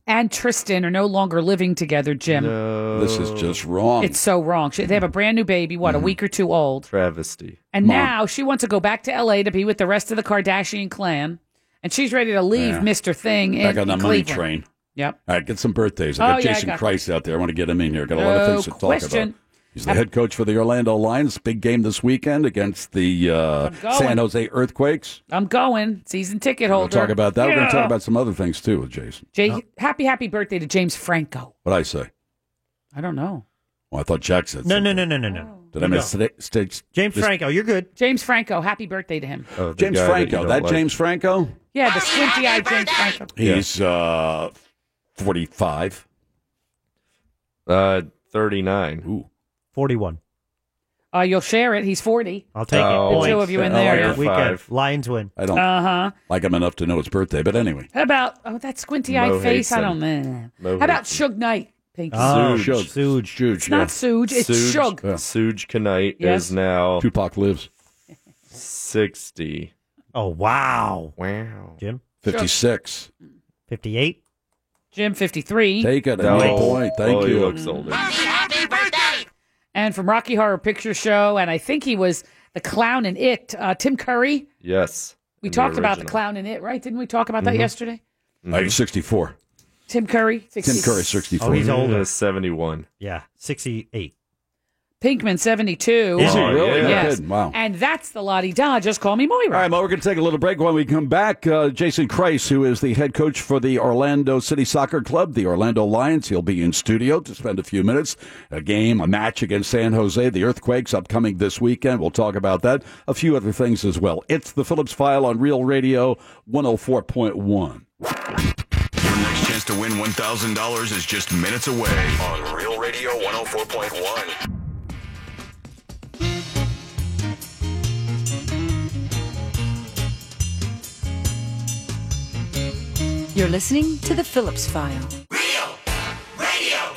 and Tristan are no longer living together, Jim. This is just wrong. Mm-hmm. It's so wrong. She, they have a brand new baby, what, a week or two old? Travesty. And now she wants to go back to LA to be with the rest of the Kardashian clan. And she's ready to leave Yeah. Mr. Thing in, Back on the in money Cleveland. train. Yep. All right, get some birthdays. I Oh, got yeah, I Jason got- Christ out there. I want to get him in here. Got a lot No of things to talk question. about. He's the head coach for the Orlando Lions. Big game this weekend against the uh, going. San Jose Earthquakes. I'm going. Season ticket We'll holder. talk about that. We're going to Yeah. talk about some other things too with Jason. Jay, happy happy birthday to James Franco. What I say? I don't know. Oh. Well, I thought Jack said. No, something. no, no, no, no, no. Did I No. miss sta- stage? James this- Franco, you're good. James Franco, happy birthday to him. Oh, the James guy that you Franco. don't That, like. James Franco. Yeah, the squinty eyed James Franco. He's uh, forty-five. Uh, thirty-nine. Ooh. Forty-one. Uh, you'll share it. He's 40. I'll take Oh, it. The two of you in there. Good yeah. Weekend. Lions win. I don't Uh-huh. like him enough to know it's birthday, but anyway. How about, oh, that squinty Mo eyed face? hates I him. don't know. Mo How about hates Suge Knight, Pinky? Ah, Suge. Suge. It's not Suge, it's Suge. Yeah. Suge Knight Yes. is now Tupac lives sixty. Oh wow! Wow. Jim. Fifty-six. Fifty-eight. Jim, 53. Take it. No. point. Thank oh, you. He looks older. And from Rocky Horror Picture Show, and I think he was the clown in it, uh, Tim Curry. Yes. We in talked about the original. Mm-hmm. clown in it, right? Didn't we talk about that Mhm. yesterday? Uh, he's sixty-four. Tim Curry, Tim 60. Curry, Oh, 64. Uh, 71. Yeah, 68. Pinkman, 72. Is he Oh, really? No Yes. kidding. Wow. And that's the Lottie Da. Just call me Moira. All right, Mo, we're going to take a little break. When we come back, uh, Jason Kreis, who is the head coach for the Orlando City Soccer Club, the Orlando Lions, he'll be in studio to spend a few minutes. A game, a match against San Jose, the Earthquakes upcoming this weekend. We'll talk about that. A few other things as well. It's the Phillips File on Real Radio 104.1. Your next chance to win $1,000 is just minutes away on Real Radio 104.1. You're listening to The Phillips File. Radio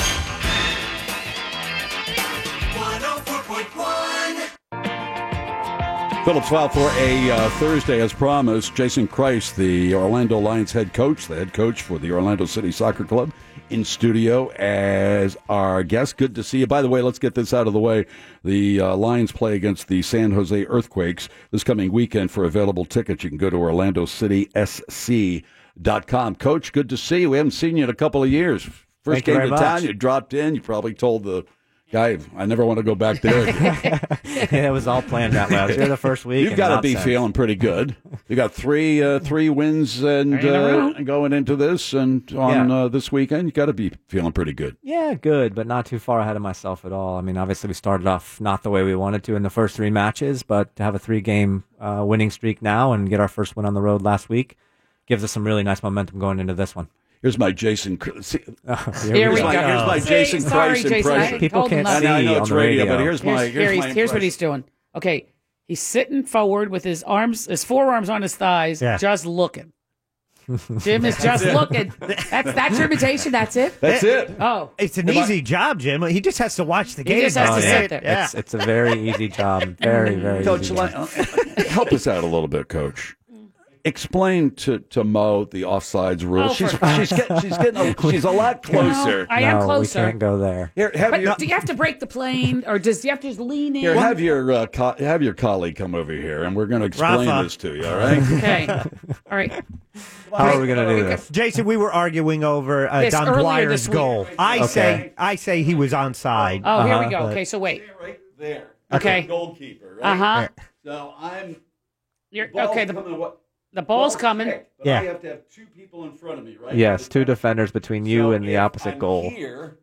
104.1. Phillips file for a uh, Thursday, as promised. Jason Christ, the Orlando Lions head coach, the head coach for the Orlando City Soccer Club, in studio as our guest. Good to see you. By the way, let's get this out of the way. The uh, Lions play against the San Jose Earthquakes this coming weekend. For available tickets, you can go to OrlandoCitySC.com. Coach, good to see you. We haven't seen you in a couple of years. First Thank you game very to town, much. you dropped in. You probably told the guy, "I never want to go back there." again." it was all planned out loud. You're the first week. You've and got to not be since. feeling pretty good. You got three uh, three wins and Three in a uh, row. going into this and on uh, this weekend, you got to be feeling pretty good. Yeah, good, but not too far ahead of myself at all. I mean, obviously, we started off not the way we wanted to in the first three matches, but to have a three game uh, winning streak now and get our first win on the road last week gives us some really nice momentum going into this one. Oh, Here's my Jason. Cr- See, here here's we my, go. Here's my See, Jason sorry, Christ Jason, I impression. hadn't People told him I can't that. know, I know see it's on the radio, radio. but here's my Here's, here here's, he's- my here's what impression. he's doing. Okay, he's sitting forward with his arms, his forearms on his thighs, Yeah. just looking. Jim is just looking. That's that's your imitation. That's it. Oh, It's an Am I- easy job, Jim. He just has to watch the He game. just has That's to sit it. there. Yeah. It's, it's a very easy job. Very, very Coach, easy. let- job. help us out a little bit, Coach. Explain to, to Mo the offsides rule. Oh, she's for she's, God's get, she's getting a, she's a lot No, closer. I am closer. go there. Here, have but your, do you have to break the plane, or does you have to just lean in? Here, have your uh, co- have your colleague come over here, and we're going to explain Rafa. this to you. All right? Okay. All right. How are we going to do this? Jason, we were arguing over uh, This earlier Don Dwyer's this week. goal. I Okay. say, I say he was Uh-huh. onside. Oh, Uh-huh. here we go. But- Okay, so wait. Right there. Okay. Goalkeeper. Uh huh. So I'm. You're, ball's okay. The, coming, what- the ball's coming. But I have to have two people in front of me, right? Yes, two defenders between you and the opposite I'm goal. Here,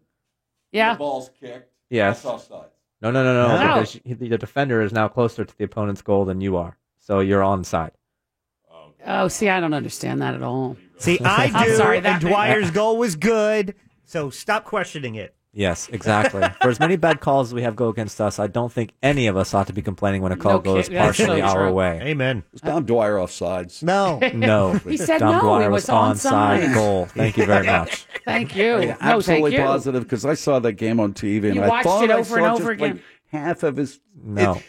yeah. The ball's kicked. Yes. That's offside. No, no, no, no. No. Because you- the defender is now closer to the opponent's goal than you are, so you're onside. Oh, see, I don't understand that at all. See, I do. I'm sorry. and That Dwyer's goal was good. So stop questioning it. Yes, exactly. For as many bad calls as we have go against us, I don't think any of us ought to be complaining when a call No goes kidding. That's so partially our true. way. Amen. Was Dom Dwyer offsides? No. No, He said Dom no, Dwyer it was was onside. onside goal. Thank you very much. Thank you. Yeah, no, thank absolutely you. positive because I saw that game on TV and You I watched thought it I over and saw over just, like, again. half of his. No. It-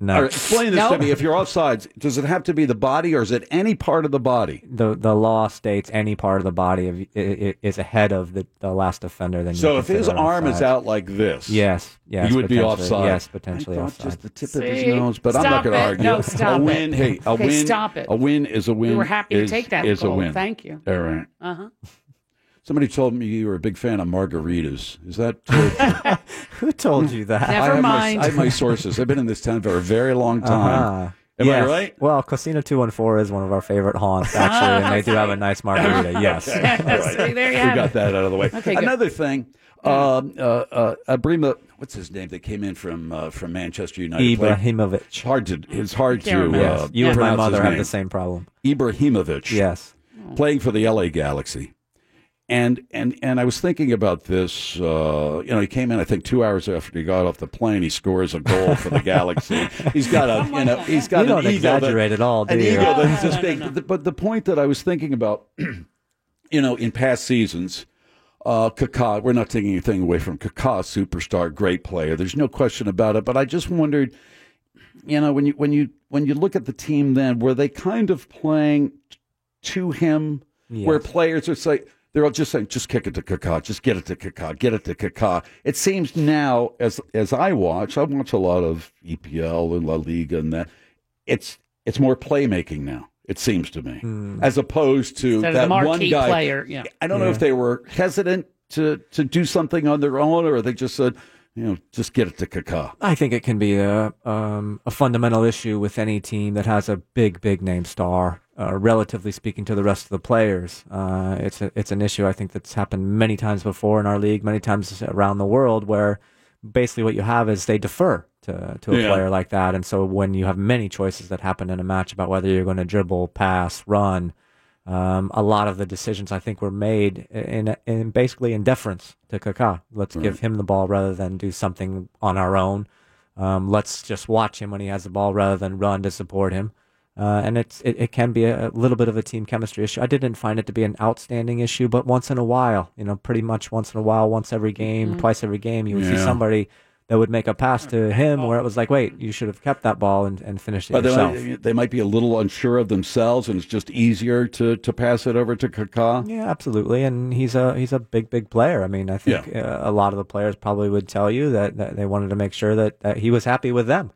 No. All right, explain this to Nope. me. If you're offsides, does it have to be the body or is it any part of the body? The the law states any part of the body of, i- i- is ahead of the, the last offender. Then you So if his consider arm is offside. out like this, Yes, yes, you would be potentially. offside. Yes, potentially I thought offside. Just the tip of his See? nose, but I'm not Stop going to it. argue. No, stop a it. win, hey, a Okay, win, stop it. a win is a win. were happy to is- take that Is a goal. win. Thank you. All right. Uh huh. Somebody told me you were a big fan of margaritas. Is that true? Who told you that? I Never have my- mind. I have my sources. I've been in this town for a very long time. Uh-huh. Am Yes. I right? Well, Casino 214 is one of our favorite haunts, actually, and they do have a nice margarita. Yes. Oh, See, there you we have got it. that out of the way. Okay, good. Another thing, um, uh, uh, Abrima, what's his name that came in from uh, from Manchester United? played- Ibrahimovic. Hard to, it's hard Can't to. remember. Uh, Yes. You and my pronounce his mother have name. the same problem. Ibrahimovic. Yes. Playing for the LA Galaxy. And and and I was thinking about this. Uh, you know, he came in. I think two hours after he got off the plane, he scores a goal for the Galaxy. He's got a you know he's got You an don't ego that- exaggerate at all, do an you? ego that's just big. But the- But the point that I was thinking about, you know, in past seasons, uh, Kaká. We're not taking anything away from Kaká, superstar, great player. There's no question about it. But I just wondered you know when you when you when you look at the team then were they kind of playing t- to him where players are saying they're all just saying just kick it to Kaká just get it to Kaká get it to Kaká it seems now as as I watch I E watch a lot of EPL and La Liga and that it's it's more playmaking now It seems to me, as opposed to Instead of the that one marquee guy. player, yeah. I don't know if Yeah. they were hesitant to to do something on their own, or they just said, you know, just get it to Kaká. I think it can be a um, a fundamental issue with any team that has a big, big name star, uh, relatively speaking to the rest of the players. Uh, it's a, it's an issue I think that's happened many times before in our league, many times around the world, where basically what you have is they defer to to a Yeah. player like that, and so when you have many choices that happen in a match about whether you're going to dribble, pass, run. Um, a lot of the decisions I think were made in, in basically in deference to Kaká. Let's give Right. him the ball rather than do something on our own. Um, let's just watch him when he has the ball rather than run to support him. Uh, and it's it, it can be a, a little bit of a team chemistry issue. I didn't find it to be an outstanding issue, but once in a while, you know, pretty much once in a while, once every game, Mhm. twice every game, you would see Yeah. somebody that would make a pass to him where it was like, wait, you should have kept that ball and, and finished it But they yourself. might, they might be a little unsure of themselves, and it's just easier to, to pass it over to Kaká. Yeah, absolutely. And he's a he's a big big player. I mean, I think uh, a lot of the players probably would tell you that, that they wanted to make sure that, that he was happy with them.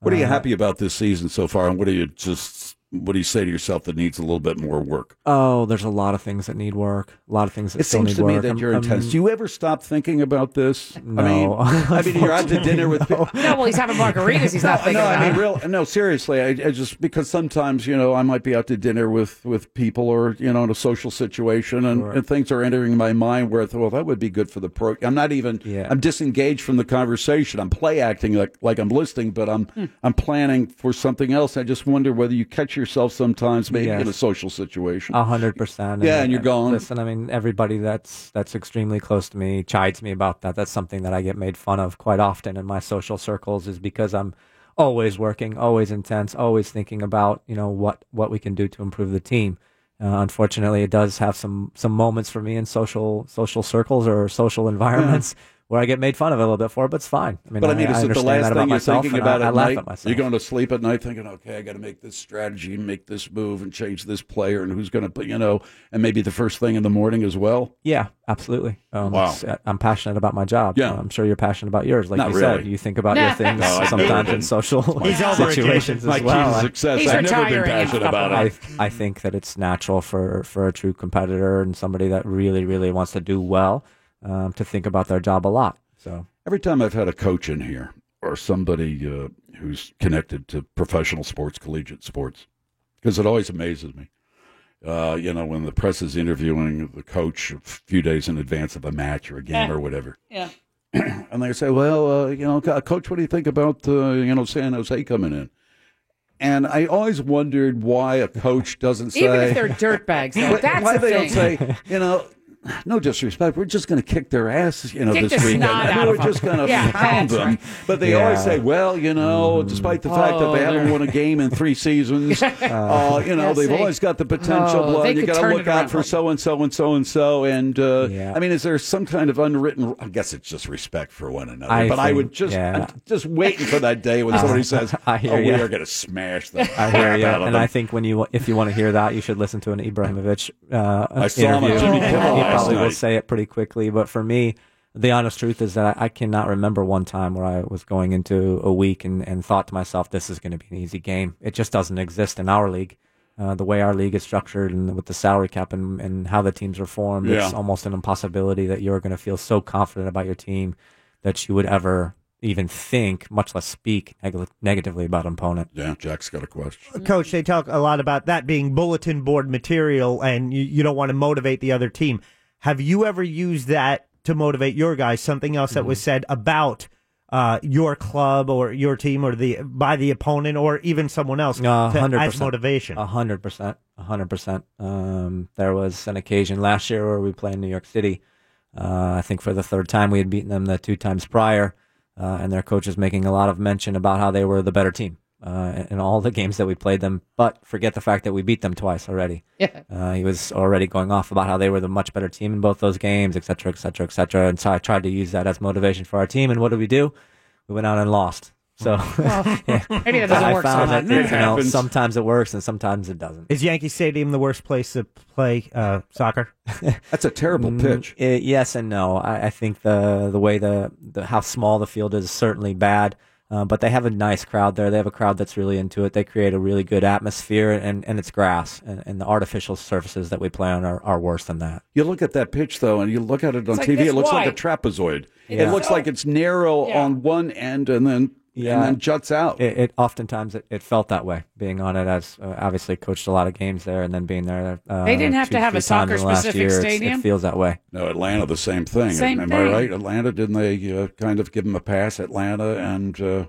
What are you Uh, happy about this season so far, and what do you just what do you say to yourself that needs a little bit more work? Oh, there's a lot of things that need work. A lot of things that It still seems need to me work. that I'm- you're Um, I'm- intense. Do you ever stop thinking about this? I mean, No. I mean, you're out to dinner with people. No, well, he's having margaritas. He's not no, thinking no, about I mean, it. real, no, seriously. I, I just because sometimes you know I might be out to dinner with with people or you know in a social situation and, Sure. and things are entering my mind where I thought, well that would be good for the pro. I'm not even. I'm disengaged from the conversation. I'm play acting like like I'm listening, but I'm Hmm. I'm planning for something else. I just wonder whether you catch yourself sometimes maybe Yes. in a social situation. A hundred percent. Yeah, and you're gone. Listen, I mean, everybody that's that's extremely close to me chides me about that. That's something that I get made fun of quite often in my social circles, is because I'm always working, always intense, always thinking about you know what what we can do to improve the team. Uh, unfortunately, it does have some some moments for me in social social circles or social environments. Where I get made fun of a little bit for, it, but it's fine. I mean, but I mean, I, is it the understand last that thing about you're myself, thinking and I- about I at laugh night? at myself. You're going to sleep at night thinking, okay, I got to make this strategy and make this move and change this player and who's going to, you know, and maybe the first thing in the morning as well. Yeah, absolutely. Um, Wow. it's- I'm passionate about my job. Yeah. I'm sure you're passionate about yours. Like Not you said, really. you think about your things No, I've never sometimes been- in social He's over it, situations Jason. My as key well. to I- success. He's I've never been retiring in a passionate couple about it. I, I think that it's natural for, for a true competitor and somebody that really, really wants to do well um, to think about their job a lot. So Every time I've had a coach in here or somebody uh, who's connected to professional sports, collegiate sports, because it always amazes me. Uh, you know, when the press is interviewing the coach a few days in advance of a match or a game Yeah. or whatever, Yeah. and they say, "Well, uh, you know, co- coach, what do you think about uh, you know San Jose coming in?" And I always wondered why a coach doesn't say, Even if they're dirtbags, though, But that's why the they thing. don't say, you know. No disrespect. We're just going to kick their ass, you know, Kick this the weekend. snot I mean, out we're of 'em. just going to Yeah, pound that's them. right. But they always Yeah. say, "Well, you know, Mm-hmm. despite the fact that Oh, they haven't they're- won a game in three seasons, uh, you know, Yeah, they've see. always got the potential. Oh, blah, they and you could got turn to look it around out for so and so and so and so." And uh, Yeah. I mean, is there some kind of unwritten? I guess it's just respect for one another. I but I think- would just, yeah. I'm just waiting for that day when Uh, somebody says, I hear "Oh, we ya. are going to smash them." I hear you, out of and them. I think when you if you want to hear that, you should listen to an Ibrahimovic uh, I saw him on interview. Jimmy Kimmel he last probably will night. say it pretty quickly. But for me, the honest truth is that I cannot remember one time where I was going into a week and, and thought to myself, "This is going to be an easy game." It just doesn't exist in our league. Uh, the way our league is structured and with the salary cap and, and how the teams are formed, it's Yeah. almost an impossibility that you're going to feel so confident about your team that you would ever even think, much less speak neg- negatively about an opponent. Yeah, Jack's got a question. Coach, they talk a lot about that being bulletin board material and you, you don't want to motivate the other team. Have you ever used that to motivate your guys? Something else that was Mm-hmm. said about uh, your club or your team or the by the opponent or even someone else No, to, hundred as motivation? A hundred percent, a hundred percent. Um, There was an occasion last year where we played in New York City. Uh, I think for the third time we had beaten them the two times prior, uh, and their coach was making a lot of mention about how they were the better team uh, in all the games that we played them. But forget the fact that we beat them twice already. Yeah. Uh, he was already going off about how they were the much better team in both those games, et cetera, et cetera, et cetera. And so I tried to use that as motivation for our team. And what did we do? We went out and lost. So maybe that doesn't I work found sometimes. that, It you know, happens. sometimes it works and sometimes it doesn't. Is Yankee Stadium the worst place to play uh, soccer? That's a terrible pitch. yes and no. I, I think the the way the, the how small the field is is certainly bad. Uh, but they have a nice crowd there. They have a crowd that's really into it. They create a really good atmosphere, and, and it's grass, and, and the artificial surfaces that we play on are, are worse than that. You look at that pitch though, and you look at it on It's like TV. this it looks like a wide. trapezoid. It Yeah. looks like it's narrow Yeah. on one end, and then and then juts out. It, it oftentimes it, it felt that way being on it. As uh, obviously coached a lot of games there, and then being there. Uh, They didn't have two, to have three a soccer times in the last specific year, it's- stadium? It feels that way. No, Atlanta, the same thing. Same Am I thing. right? Atlanta, didn't they uh, kind of give them a pass? Atlanta and uh,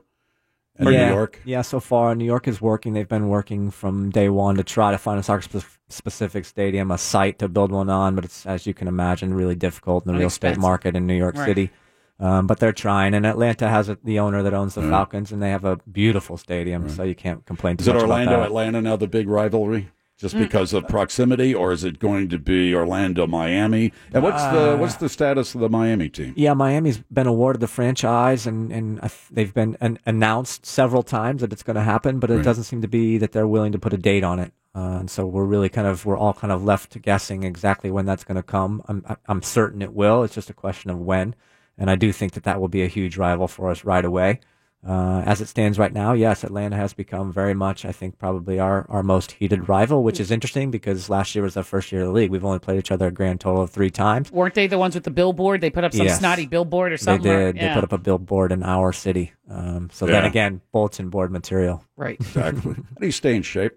and yeah. New York. Yeah, so far New York is working. They've been working from day one to try to find a soccer spe- specific stadium, a site to build one on. But it's as you can imagine, really difficult in the And real estate expensive. market in New York Right. City. Um, but they're trying, and Atlanta has a, the owner that owns the Right. Falcons, and they have a beautiful stadium, so you can't complain too Is it much Orlando, about that. Atlanta now the big rivalry? Just Mm. because of proximity, or is it going to be Orlando, Miami? And what's the Uh, what's the status of the Miami team? Yeah, Miami's been awarded the franchise, and and I th- they've been an- announced several times that it's going to happen, but it Right. doesn't seem to be that they're willing to put a date on it. Uh, and so we're really kind of we're all kind of left guessing exactly when that's going to come. I'm I- I'm certain it will. It's just a question of when, and I do think that that will be a huge rival for us right away. Uh, as it stands right now, yes, Atlanta has become very much, I think, probably our, our most heated rival, which is interesting because last year was the first year of the league. We've only played each other a grand total of three times. Weren't they the ones with the billboard? They put up some Yes. snotty billboard or something. They or- did. yeah. They put up a billboard in our city. Um, so then Yeah. again, bulletin board material. Right. Exactly. How do you stay in shape?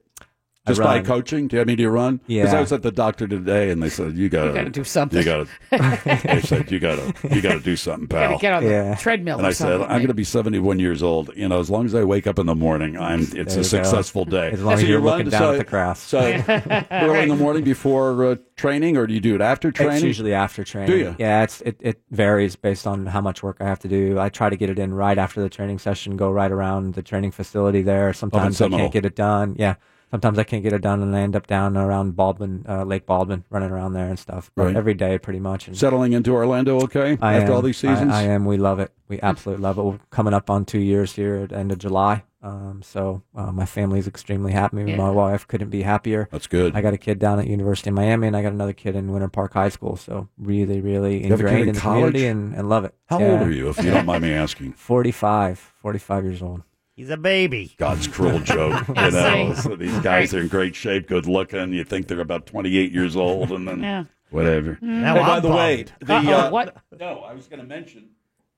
I Just by run. coaching? Do you, I mean, do you run? Because I Yeah. was at the doctor today, and they said you got gotta do something. You got to. they said you got to. You got to do something, pal. Gotta get on the Yeah. treadmill And or I said something, I'm going to be 71 years old. You know, as long as I wake up in the morning, I'm. It's There a you go. successful day. As long as So you you're run- looking down so- at the grass. So early in the morning before uh, training, or do you do it after training? It's usually after training. Do you? Yeah, it's it, it varies based on how much work I have to do. I try to get it in right after the training session, go right around the training facility there. Sometimes I Seminole. can't get it done. Yeah. Sometimes I can't get it done and I end up down around Baldwin, uh, Lake Baldwin, running around there and stuff. But Right. every day pretty much. And Settling into Orlando, okay? I after am. all these seasons, I, I am. We love it. We absolutely love it. We're coming up on two years here at end of July. Um, so uh, my family's extremely happy. Yeah. My wife couldn't be happier. That's good. I got a kid down at University of Miami, and I got another kid in Winter Park High School. So really, really You have a kid in ingrained in the community college? and, and love it. How Yeah. old are you, if you don't mind me asking? 45, 45 years old. He's a baby. God's cruel joke. You I know, see. so these guys are in great shape, good looking. You think they're about 28 years old, and then Yeah. Mm-hmm. whatever. Now Hey, by I'm the way, bummed. the Uh-oh, uh, what? No, I was going to mention.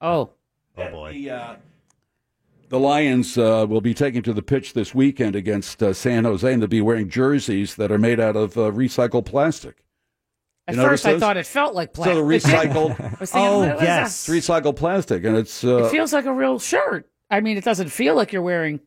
Oh. Oh boy. The, uh, the Lions uh, will be taking to the pitch this weekend against uh, San Jose, and they'll be wearing jerseys that are made out of uh, recycled plastic. At You notice first, I this? thought it felt like So plastic. the Oh, recycled. I was Oh, thinking, what is that? it's recycled plastic, and it's uh, it feels like a real shirt. I mean, it doesn't feel like you're wearing.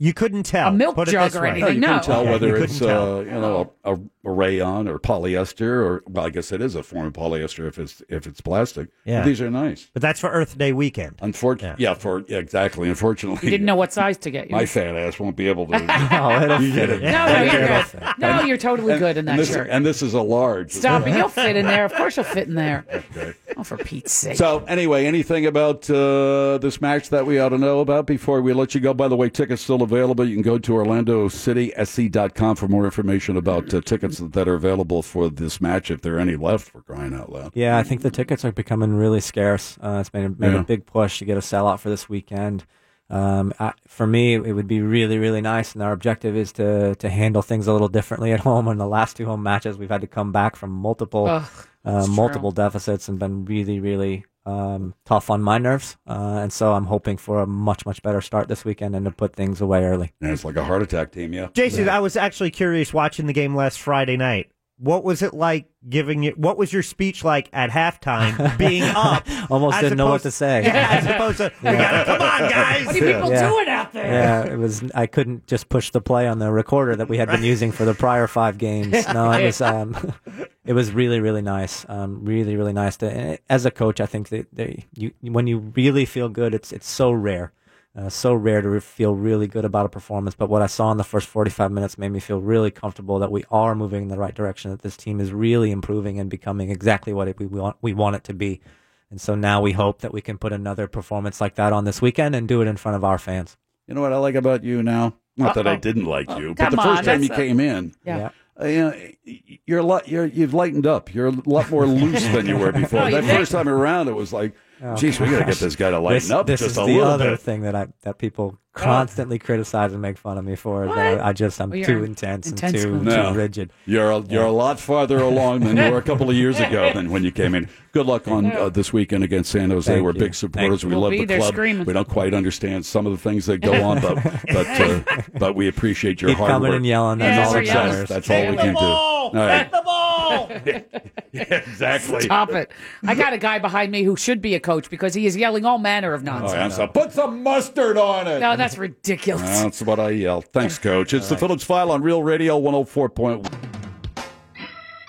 You couldn't tell a milk Put it jug this or way. anything. you no, can tell Yeah, whether you it's couldn't Uh, you know a, a, a rayon or polyester or well, I guess it is a form of polyester if it's if it's plastic. But Yeah. these are nice. But that's for Earth Day weekend. Unfortunately, yeah. for yeah, exactly. Unfortunately, you didn't know what size to get. You my fat ass won't be able to. no, it'll you fit. get it. No, no, you're good. No, you're totally good in that and this, shirt. And this is a large. Stop it. You'll fit in there. Of course, you'll fit in there. Oh, for Pete's sake. So anyway, anything about uh, this match that we ought to know about before we let you go? By the way, tickets still available. You can go to orlandocitysc.com for more information about uh, tickets that are available for this match, if there are any left. For crying out loud! Yeah, I think the tickets are becoming really scarce. Uh, it's made, a- made Yeah. a big push to get a sellout for this weekend. Um, I, for me, it would be really, really nice, and our objective is to to handle things a little differently at home. In the last two home matches, we've had to come back from multiple Ugh, uh, it's multiple deficits and been really, really um, tough on my nerves. Uh, and so I'm hoping for a much, much better start this weekend and to put things away early. And it's like a heart attack team, yeah. Jason, I was actually curious watching the game last Friday night. What was it like giving you? What was your speech like at halftime? Being up, Almost as didn't know what opposed- to say. Yeah, as opposed to we gotta, come on, guys. What are you people doing out there? Yeah, it was. I couldn't just push the play on the recorder that we had been using for the prior five games. No, it was. Um, it was really, really nice. Um, really, really nice. To, and as a coach, I think that they, you, when you really feel good, it's it's so rare, uh, so rare to feel really good about a performance. But what I saw in the first forty-five minutes made me feel really comfortable that we are moving in the right direction. That this team is really improving and becoming exactly what it, we want we want it to be. And so now we hope that we can put another performance like that on this weekend and do it in front of our fans. You know what I like about you now? Not that I Uh-oh. Oh, didn't like you, but come the first on, time you that's a- came in, Yeah. uh, you know, you're a lot. You're, you've lightened up. You're a lot more loose than you were before. Oh, you that think? first time around, it was like Oh, Jeez, we got to gosh. get this guy to lighten This- up This just is a the little other bit. Uh, thing that I that people constantly criticize and make fun of me for. is That I, I just I'm Well, you're too in- intense, intense and too, mode. No. too rigid. You're a, you're a lot farther along than you were a couple of years ago than when you came in. Good luck on uh, this weekend against San Jose. Thank we're you. big supporters. Thank you. We We'll love be the there club. screaming. We don't quite understand some of the things that go on, but but uh, but we appreciate your Keep hard coming work and yelling. That's your all that success. matters. That's all we can do. All right, the ball. exactly. Stop it. I got a guy behind me who should be a coach because he is yelling all manner of All nonsense. right, Oh, I'm so put some mustard on it. No, that's ridiculous. That's what I yell. Thanks, Coach. It's the Phillips File on Real Radio 104.1.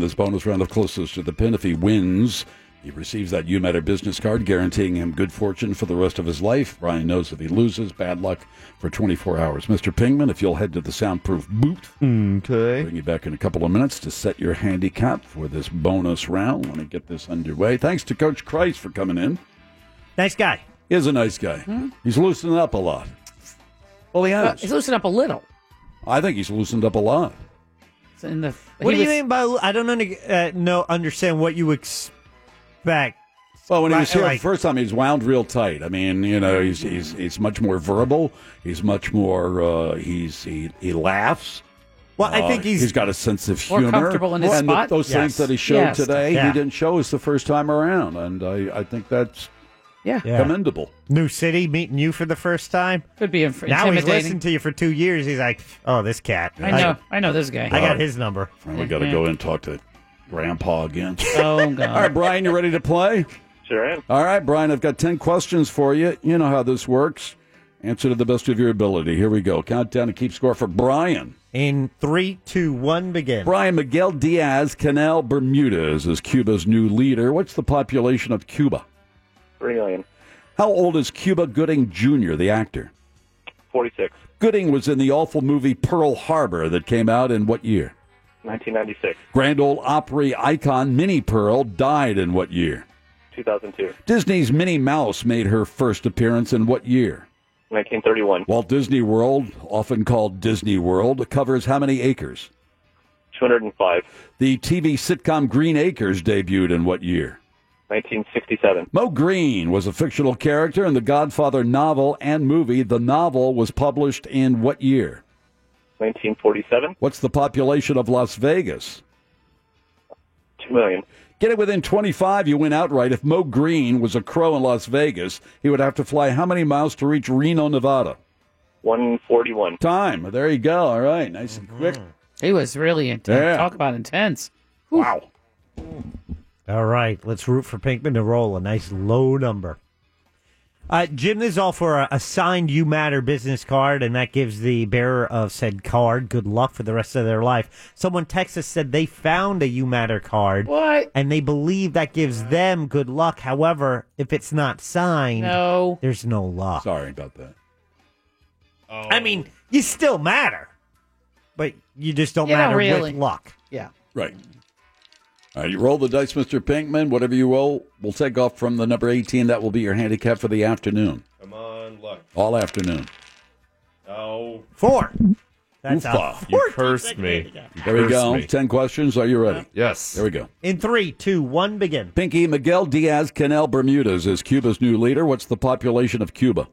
this bonus round of closest to the pin. If he wins, he receives that You Matter business card, guaranteeing him good fortune for the rest of his life. Brian knows if he loses, bad luck for 24 hours. Mr. Pinkman, if you'll head to the soundproof booth, okay. bring you back in a couple of minutes to set your handicap for this bonus round. Let me get this underway. Thanks to Coach Christ for coming in. Nice guy. Hmm? He is a nice guy. He's loosening up a lot. Well, he Uh, has. he's loosened up a little. I think he's loosened up a lot. It's in the- What he do you was- mean by I don't under, uh, no understand what you expect? Well, when he was Right, here like- the first time, he's wound real tight. I mean, you know, he's he's he's much more verbal. He's much more. Uh, he's he he laughs. Uh, Well, I think he's- he's got a sense of More humor. comfortable in his and the- spot. those Yes. things that he showed Yes. today, Yeah. he didn't show us the first time around, and I I think that's yeah, commendable. New city, meeting you for the first time. Could be Now he's intimidating. listened to you for two years. He's like, oh, this cat. I know. I know this guy. I got his number. And we got to go in and talk to Grandpa again. Oh God! All right, Brian, you ready to play? Sure am. All right, Brian, I've got 10 questions for you. You know how this works. Answer to the best of your ability. Here we go. Countdown and keep score for Brian. In three, two, one, begin. Brian Miguel Diaz Canal Bermudez is Cuba's new leader. What's the population of Cuba? Three million. How old is Cuba Gooding Jr., the actor? 46. Gooding was in the awful movie Pearl Harbor that came out in what year? 1996. Grand Ole Opry icon Minnie Pearl died in what year? 2002. Disney's Minnie Mouse made her first appearance in what year? 1931. Walt Disney World, often called Disney World, covers how many acres? 205. The TV sitcom Green Acres debuted in what year? 1967. Mo Green was a fictional character in the Godfather novel and movie. The novel was published in what year? 1947. What's the population of Las Vegas? 2 million. Get it within 25, you win outright. If Mo Green was a crow in Las Vegas, he would have to fly how many miles to reach Reno, Nevada? 141. Time. There you go. All right. Nice and quick. He was really intense. Yeah. Talk about intense. Wow. All right, let's root for Pinkman to roll a nice low number. Uh, Jim, this is all for a, a signed You Matter business card, and that gives the bearer of said card good luck for the rest of their life. Someone Texas said they found a You Matter card. What? And they believe that gives them good luck. However, if it's not signed, No. there's no luck. Sorry about that. I mean, you still matter, but you just don't Yeah, matter really. with luck. Yeah. Right. All right, you roll the dice, Mr. Pinkman. Whatever you roll, we'll take off from the number 18. That will be your handicap for the afternoon, Come on, luck. all afternoon. No. Four. That's Oh. Oofah. You cursed me. There we Cursed go. me. 10 questions. Are you ready? Yes. There we go. In three, two, one, begin. Pinky Miguel Diaz Canel Bermudez is Cuba's new leader. What's the population of Cuba?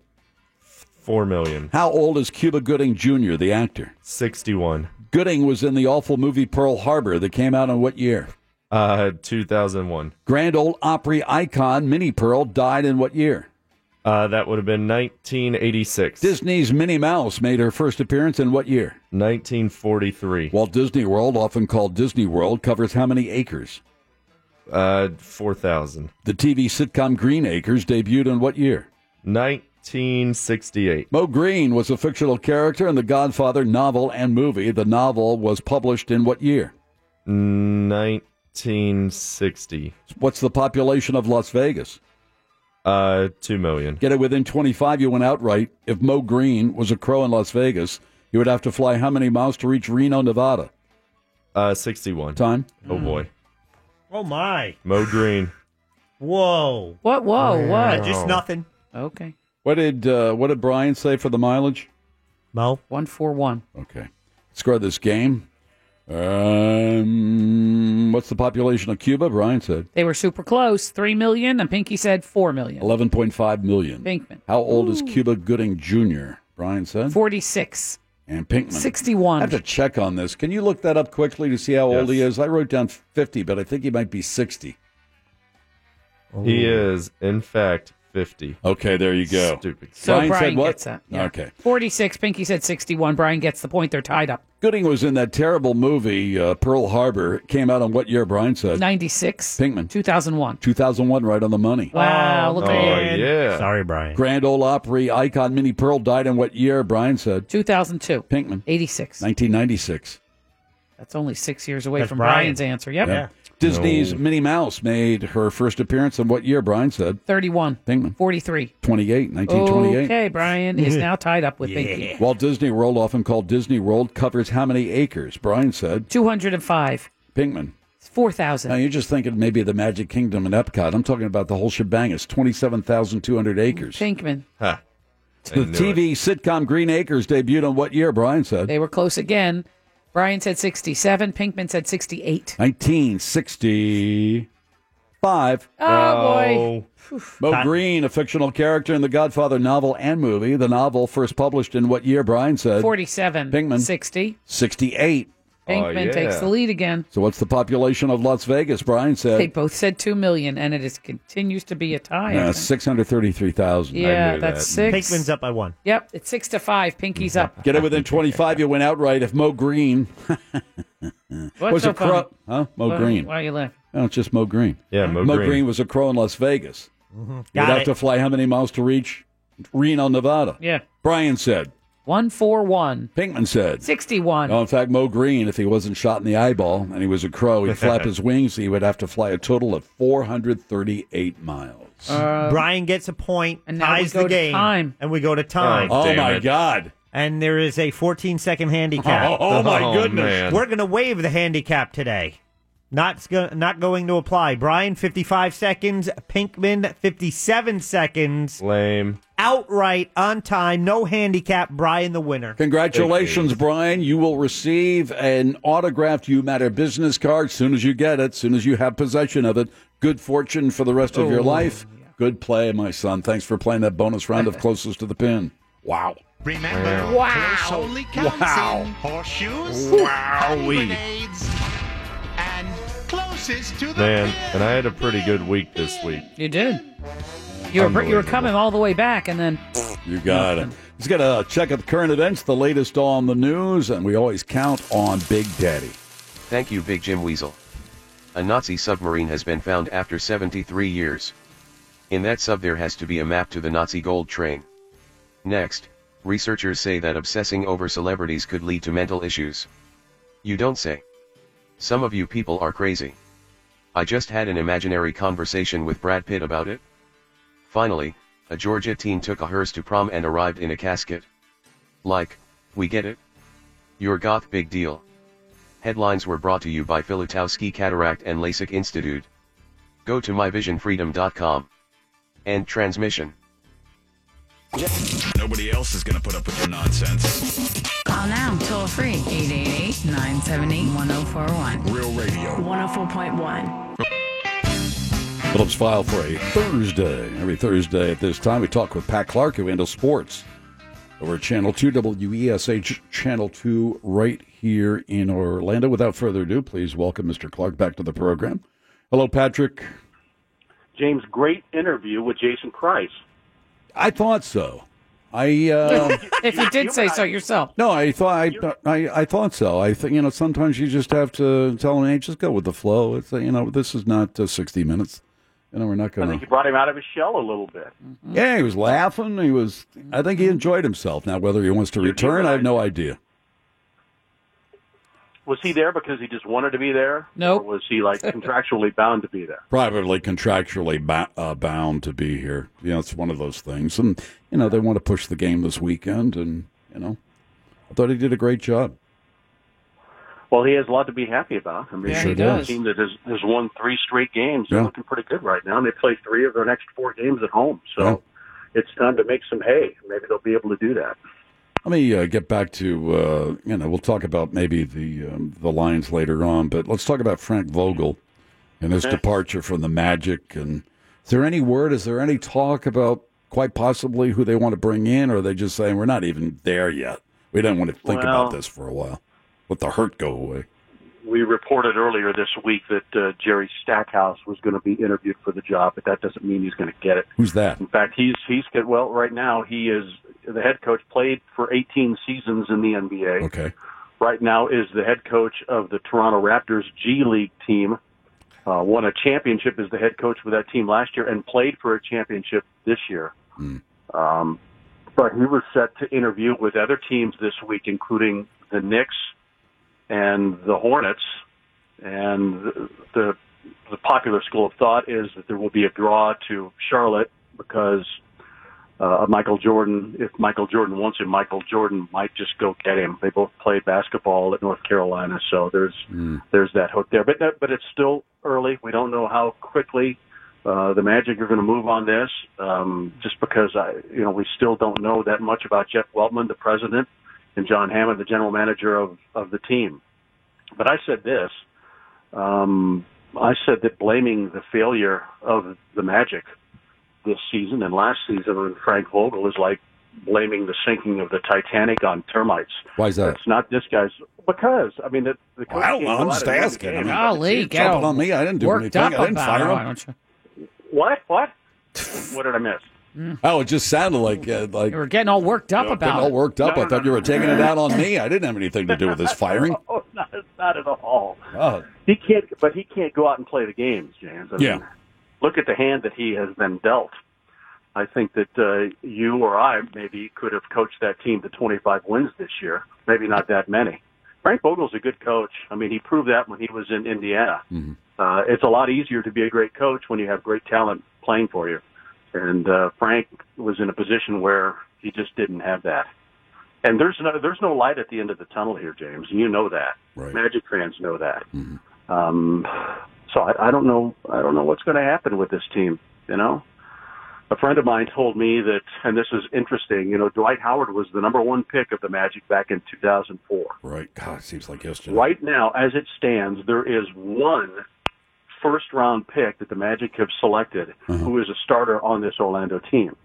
Four million. How old is Cuba Gooding Jr., the actor? 61. Gooding was in the awful movie Pearl Harbor that came out in what year? Uh, 2001. Grand Old Opry icon Minnie Pearl died in what year? Uh, that would have been 1986. Disney's Minnie Mouse made her first appearance in what year? 1943. Walt Disney World, often called Disney World, covers how many acres? Uh, 4,000. The TV sitcom Green Acres debuted in what year? 1968. Mo Green was a fictional character in the Godfather novel and movie. The novel was published in what year? 1960. What's the population of Las Vegas? Uh, two million. Get it within 25, you went outright. If Mo Green was a crow in Las Vegas, you would have to fly how many miles to reach Reno, Nevada? Uh, sixty-one. Time? Oh boy, Oh my! Mo Green. Whoa! What? Whoa! What? Just nothing. Okay. What did uh, what did Brian say for the mileage? Mo one four one. Okay, score this game. Um, what's the population of Cuba? Brian said They were super close, three million, and Pinky said four million. eleven point five million. Pinkman. How old is Ooh. Cuba Gooding Jr.? Brian said Forty-six. And Pinkman 61. I have to check on this. Can you look that up quickly to see how old he is? I wrote down fifty, but I think he might be sixty. He is, in fact, fifty. Okay, there you go. Stupid. So Brian Brian said what? gets that. yeah. Okay. Forty-six. Pinky said sixty-one. Brian gets the point. They're tied up. Gooding was in that terrible movie uh, Pearl Harbor. It came out on what year? Brian said Ninety-six. Pinkman. Two thousand one. Two thousand one, right on the money. Oh, Oh, Wow. look at man. yeah. Sorry, Brian. Grand Ole Opry icon Minnie Pearl died in what year? Brian said 2002. Pinkman. 86. 1996. That's only six years away That's from Brian. Brian's answer. Yep. Disney's Minnie Mouse made her first appearance in what year? Brian said 31. Pinkman. 43. 28. 1928. Okay, Brian is now tied up with Pinky. Walt Disney World, often called Disney World, covers how many acres? Brian said 205. Pinkman. Four Now thousand. you're just thinking maybe the Magic Kingdom and Epcot. I'm talking about the whole shebang. It's 27,200 acres. Pinkman. Huh. The TV sitcom Green Acres debuted on what year? Brian said They were close again. Brian said 67. Pinkman said 68. 1965. Oh, boy. Mo Green, a fictional character in the Godfather novel and movie. The novel first published in what year? Brian said 47. Pinkman. Oh, 60. 68. Pinkman takes the lead again. So what's the population of Las Vegas? Brian They said both said 2 million, and it is, continues to be a tie. I uh, think. 633,000. Yeah, that's six. Pinkman's up by one. Yep, it's 6 to 5. Pinky's up. Mm-hmm. Get it within 25, you went outright. If Mo Green What's was so a crow. funny? Oh, Huh? Mo Why- Green. Why you laughing? No, it's just Mo Green. Yeah, Mo Green. was a crow in Las Vegas. You'd Mm-hmm. Got have it. to fly how many miles to reach Reno, Nevada? Yeah. Brian said. 141. Pinkman Oh. said. 61. No, in fact, Mo Green, if he wasn't shot in the eyeball and he was a crow, he'd flap his wings. He would have to fly a total of 438 miles. Brian gets a point, and now we ties go the to game, time. and we go to time. Oh, damn my it. God! And there is a 14 second handicap. Oh, my Oh, goodness. man. We're going to waive the handicap today. Not s- go- not going to apply. Brian 55 seconds, Pinkman 57 seconds. Lame. Outright on time, no handicap. Brian the winner. Congratulations, Brian. You will receive an autographed You Matter business card soon as you get it, soon as you have possession of it. Good fortune for the rest of your Oh, life. Good play, my son. Thanks for playing that bonus round of closest to the pin. Wow. Remember, Wow. close only counts Wow. in horseshoes, Whew. hand Wowee. grenades, and closest to the Man, and I had a pretty good week this week. You did. You were, you were coming all the way back, and then You got it. Let's get a check of current events, the latest on the news, and we always count on Big Daddy. Thank you, Big Jim Weasel. A Nazi submarine has been found after 73 years. In that sub, there has to be a map to the Nazi gold train. Next, researchers say that obsessing over celebrities could lead to mental issues. You don't say. Some of you people are crazy. I just had an imaginary conversation with Brad Pitt about it. Finally, a Georgia teen took a hearse to prom and arrived in a casket. Like, we get it? Your goth big deal. Headlines were brought to you by Filutowski Cataract and LASIK Institute. Go to myvisionfreedom.com. End transmission. Nobody else is going to put up with your nonsense. Call now, toll free, 888 970 1041. Real radio. 104.1. Phillips File for a Thursday. Every Thursday at this time, we talk with Pat Clark, who handles sports over at Channel 2, WESH Channel 2, right here in Orlando. Without further ado, please welcome Mr. Clark back to the program. Hello, Patrick. James, great interview with Jason Christ. I thought so. I uh, if you did say so yourself, no, I thought I, I I thought so. I think you know sometimes you just have to tell them, hey, just go with the flow. It's uh, you know this is not uh, sixty minutes. You know we're not I going think to. you brought him out of his shell a little bit. Mm-hmm. Yeah, he was laughing. He was. I think he enjoyed himself. Now whether he wants to return, I have no idea. Was he there because he just wanted to be there? No. Or was he like contractually bound to be there? privately contractually ba- uh, bound to be here. You know, it's one of those things, and you know they want to push the game this weekend, and you know, I thought he did a great job. Well, he has a lot to be happy about. I mean, Yeah, he he's a does. team that has, has won three straight games. They're Yeah. looking pretty good right now, and they play three of their next four games at home. So it's time to make some hay. Maybe they'll be able to do that. Let me uh, get back to uh, you know we'll talk about maybe the um, the Lions later on, but let's talk about Frank Vogel and his Yeah. departure from the Magic. And is there any word? Is there any talk about quite possibly who they want to bring in, or are they just saying we're not even there yet? We don't want to think Well- about this for a while. Let the hurt go away. We reported earlier this week that uh, Jerry Stackhouse was going to be interviewed for the job, but that doesn't mean he's going to get it. Who's that? In fact, he's he's good. Well, right now he is the head coach. Played for 18 seasons in the NBA. Okay. Right now is the head coach of the Toronto Raptors G League team. Uh, won a championship as the head coach for that team last year and played for a championship this year. Hmm. Um, but he was set to interview with other teams this week, including the Knicks and the Hornets. And the, the the popular school of thought is that there will be a draw to Charlotte because uh, Michael Jordan, if Michael Jordan wants him, Michael Jordan might just go get him. They both played basketball at North Carolina, so there's Mm. there's that hook there. But that, but it's still early. We don't know how quickly uh, the Magic are going to move on this, um, just because I you know we still don't know that much about Jeff Weltman, the president, and John Hammond, the general manager of of the team. But I said this. Um, I said that blaming the failure of the Magic this season and last season on Frank Vogel is like blaming the sinking of the Titanic on termites. Why is that? It's not this guy's because I mean the, the coach I don't can't know. go I'm out just and win the asking. I game. mean, Golly, you're get jumping all on me. I didn't do worked anything. up I didn't about fire it. him. Why don't What? What? what did I miss? Oh, it just sounded like uh, like you were getting all worked up about all it. worked up. No, I no, thought you were taking it out on me. I didn't have anything to do with this firing. Oh, not, not at all. Oh, He can't, but he can't go out and play the games, James. I mean, yeah. look at the hand that he has been dealt. I think that uh, you or I maybe could have coached that team to 25 wins this year. Maybe not that many. Frank Vogel's a good coach. I mean, he proved that when he was in Indiana. Mm-hmm. Uh, it's a lot easier to be a great coach when you have great talent playing for you. And uh, Frank was in a position where he just didn't have that. And there's no there's no light at the end of the tunnel here, James. You know that. Magic fans know that. Um, so I, I don't know. I don't know what's going to happen with this team. You know, a friend of mine told me that, and this is interesting. You know, Dwight Howard was the number one pick of the Magic back in 2004. Right. God, it seems like yesterday. Right now, as it stands, there is one first round pick that the Magic have selected who is a starter on this Orlando team.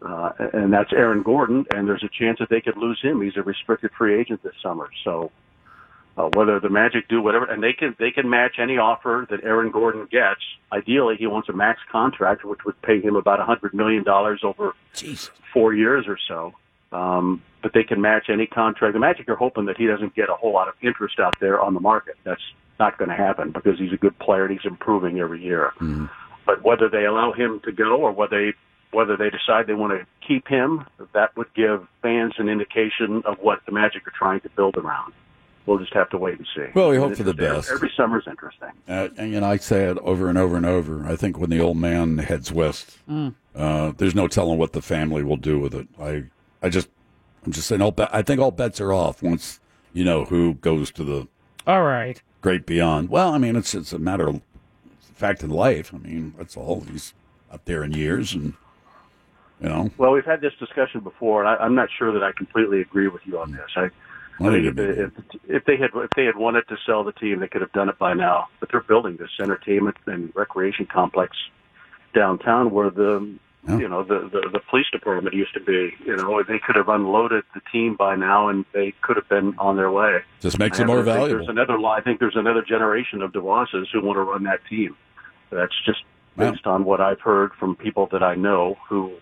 Uh, and that's Aaron Gordon, and there's a chance that they could lose him. He's a restricted free agent this summer. So uh, whether the Magic do whatever, and they can they can match any offer that Aaron Gordon gets. Ideally, he wants a max contract, which would pay him about a hundred million dollars over four years or so. Um, but they can match any contract. The Magic are hoping that he doesn't get a whole lot of interest out there on the market. That's not going to happen because he's a good player and he's improving every year. Mm-hmm. But whether they allow him to go or whether they whether they decide they want to keep him, that would give fans an indication of what the Magic are trying to build around. We'll just have to wait and see. Well, we hope for the Every- best. Every summer's interesting. Uh, and you know, I say it over and over and over. I think when the old man heads west, Mm. uh, there's no telling what the family will do with it. I, I just, I'm just saying. All bet, I think all bets are off once you know who goes to the All right. great beyond. Well, I mean, it's it's a matter of fact in life. I mean, that's all. He's up there in years, and you know, Well, we've had this discussion before, and I, I'm not sure that I completely agree with you on this. I, I Well, think you if, if, if they had if they had wanted to sell the team, they could have done it by now. But they're building this entertainment and recreation complex downtown where the you know the, the the police department used to be. You know, they could have unloaded the team by now, and they could have been on their way. Just makes it I more think valuable. There's another. li- I think there's another generation of DeWasses who want to run that team. That's just based on what I've heard from people that I know who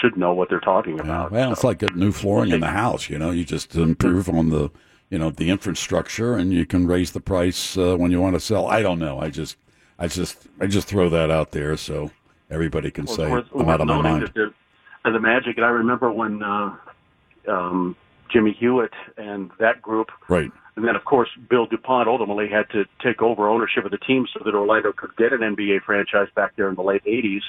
should know what they're talking about. Well, it's like getting new flooring in the house. You know, you just improve on the, you know, the infrastructure, and you can raise the price uh, when you want to sell. I don't know. I just, I just, I just throw that out there so everybody can Well, say it's worth- I'm out worth of my noting mind. that the- And the Magic, and I remember when uh, um, Jimmy Hewitt and that group Right. And then, of course, Bill DuPont ultimately had to take over ownership of the team so that Orlando could get an NBA franchise back there in the late '80s.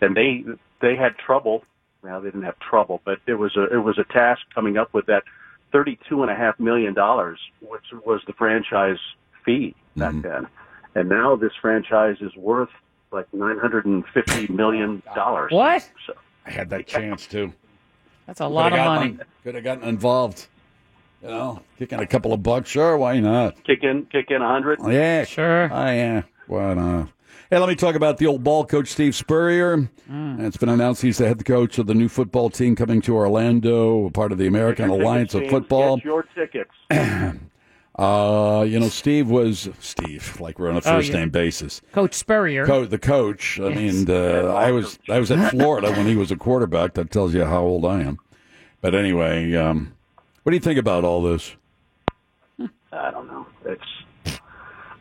And they they had trouble. Now they didn't have trouble, but it was a it was a task coming up with that thirty-two and a half million dollars, which was the franchise fee back then. And now this franchise is worth like nine hundred and fifty million dollars. What? I had that chance too. That's a lot of money. Could have gotten involved. You know, kicking a couple of bucks. Sure, why not? Kick in, kick in a hundred. Yeah, sure. I am. Why not? Hey, let me talk about the old ball coach, Steve Spurrier. Mm. It's been announced he's the head coach of the new football team coming to Orlando, part of the American Alliance of James, Football. Get your tickets. Uh, you know, Steve was Steve, like we're on a Oh, yeah. first name basis. Coach Spurrier. Co- the coach. I Yes. mean, uh, I was I was at Florida when he was a quarterback. That tells you how old I am. But anyway, um, what do you think about all this? I don't know. It's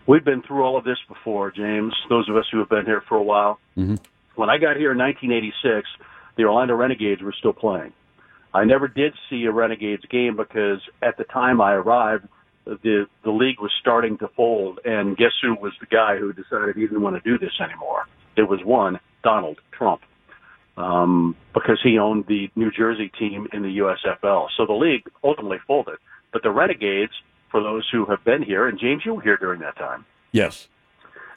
we've been through all of this before, James. Those of us who have been here for a while. Mm-hmm. When I got here in 1986, the Orlando Renegades were still playing. I never did see a Renegades game because at the time I arrived, the the league was starting to fold, and guess who was the guy who decided he didn't want to do this anymore? It was one Donald Trump, um, because he owned the New Jersey team in the USFL. So the league ultimately folded, but the Renegades, for those who have been here, and James, you were here during that time Yes.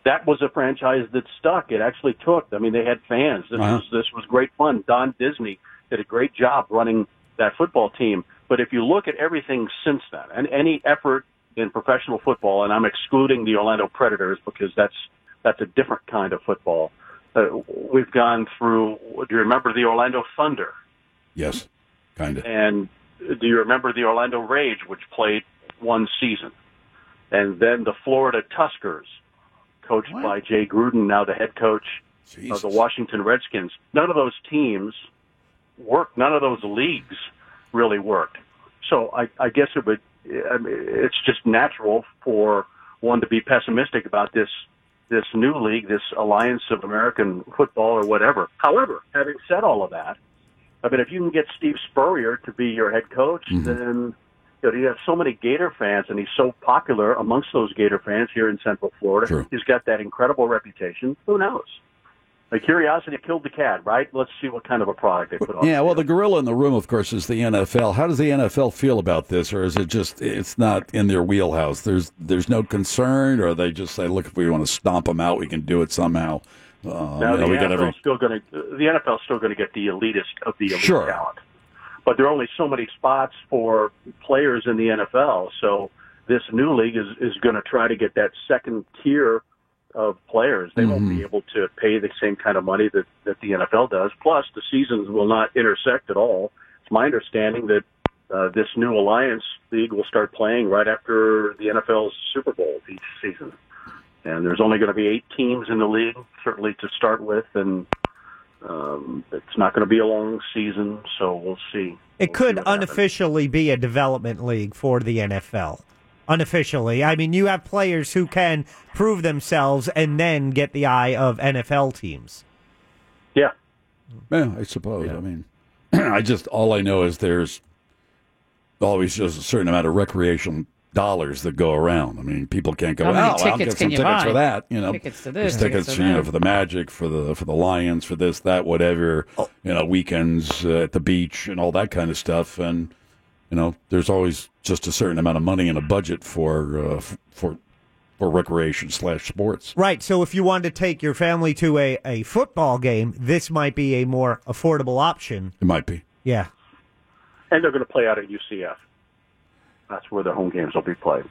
that was a franchise that stuck. It actually took. I mean, they had fans. This Uh-huh. was this was great fun. Don Disney did a great job running that football team. But if you look at everything since then, and any effort in professional football, and I'm excluding the Orlando Predators because that's that's a different kind of football. Uh, we've gone through. Do you remember the Orlando Thunder? Yes, kind of. And do you remember the Orlando Rage, which played one season? And then the Florida Tuskers, coached by Jay Gruden, now the head coach of the Washington Redskins. None of those teams worked. None of those leagues really worked. So I, I guess it would. I mean, it's just natural for one to be pessimistic about this this new league, this Alliance of American Football, or whatever. However, having said all of that, I mean, if you can get Steve Spurrier to be your head coach, Mm-hmm. then you know you have so many Gator fans, and he's so popular amongst those Gator fans here in Central Florida. He's got that incredible reputation. Who knows? The curiosity killed the cat, right? Let's see what kind of a product they put on. Yeah, well, the gorilla in the room, of course, is the NFL. How does the NFL feel about this, or is it just it's not in their wheelhouse? There's there's no concern, or they just say, look, if we want to stomp them out, we can do it somehow. Um, Now you know, the we got NFL's every still going to the NFL's still going to get the elitist of the elite Sure. talent, but there are only so many spots for players in the NFL. So this new league is is going to try to get that second tier of players. They won't be able to pay the same kind of money that that the NFL does. Plus, the seasons will not intersect at all. It's my understanding that. Uh, this new alliance league will start playing right after the NFL's Super Bowl each season and there's only going to be eight teams in the league, certainly to start with, and um, it's not going to be a long season, so we'll see. It could unofficially be a development league for the NFL. Unofficially. I mean, you have players who can prove themselves and then get the eye of NFL teams. Yeah. Yeah, I suppose. I mean, I just all I know is there's always just a certain amount of recreational dollars that go around. I mean, people can't go. How "Oh, many well, I'll tickets get can some you tickets buy? for that. You know, Tickets to There's this, tickets, tickets to you know, that. for the Magic, for the for the Lions, for this, that, whatever. You know, weekends uh, at the beach and all that kind of stuff. And you know, there's always just a certain amount of money in a budget for uh, f- for for recreation slash sports. Right. So if you want to take your family to a, a football game, this might be a more affordable option. It might be. Yeah. And they're going to play out at UCF. That's where their home games will be played.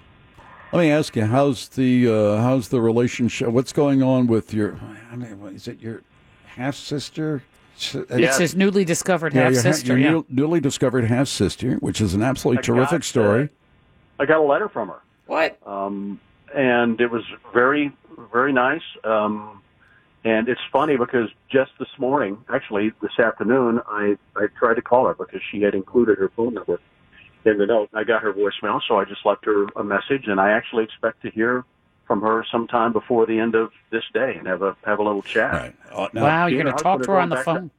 Let me ask you, how's the uh, how's the relationship? What's going on with your? I mean, what, is it your uh, half sister? It's his newly discovered half Your, sister. Yeah. new- newly discovered half sister, which is an absolutely I terrific got, story. I got a letter from her. What? Um, and it was very, very nice. Um, and it's funny because just this morning, actually this afternoon, I, I tried to call her because she had included her phone number in the note. I got her voicemail, so I just left her a message, and I actually expect to hear from her sometime before the end of this day and have a have a little chat. now- Wow, you're She and gonna her talk to her on husband the are going back phone?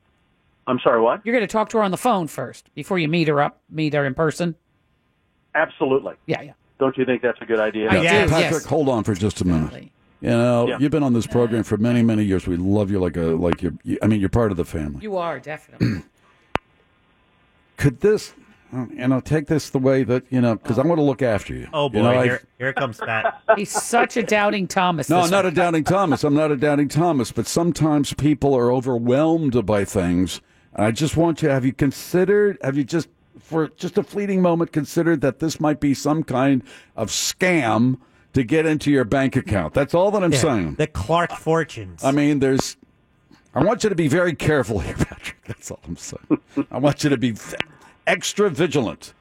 I'm sorry, what? You're going to talk to her on the phone first before you meet her up, meet her in person. Absolutely. Yeah, yeah. Don't you think that's a good idea? Now, Patrick, hold on for just a minute. You know, Yeah. you've been on this program for many, many years. We love you like a like you're. You, I mean, you're part of the family. You are definitely. Could this, you know, take this the way that you know, because I'm going to look after you. Oh You boy, know, I- here, here comes that. He's such a doubting Thomas. no, this I'm not one. a doubting Thomas. I'm not a doubting Thomas. But sometimes people are overwhelmed by things. And I just want you. Have you considered? Have you just for just a fleeting moment considered that this might be some kind of scam to get into your bank account? That's all that I'm Yeah, saying. The Clark fortunes. I mean, there's. I want you to be very careful here, Patrick. That's all I'm saying. I want you to be v- extra vigilant.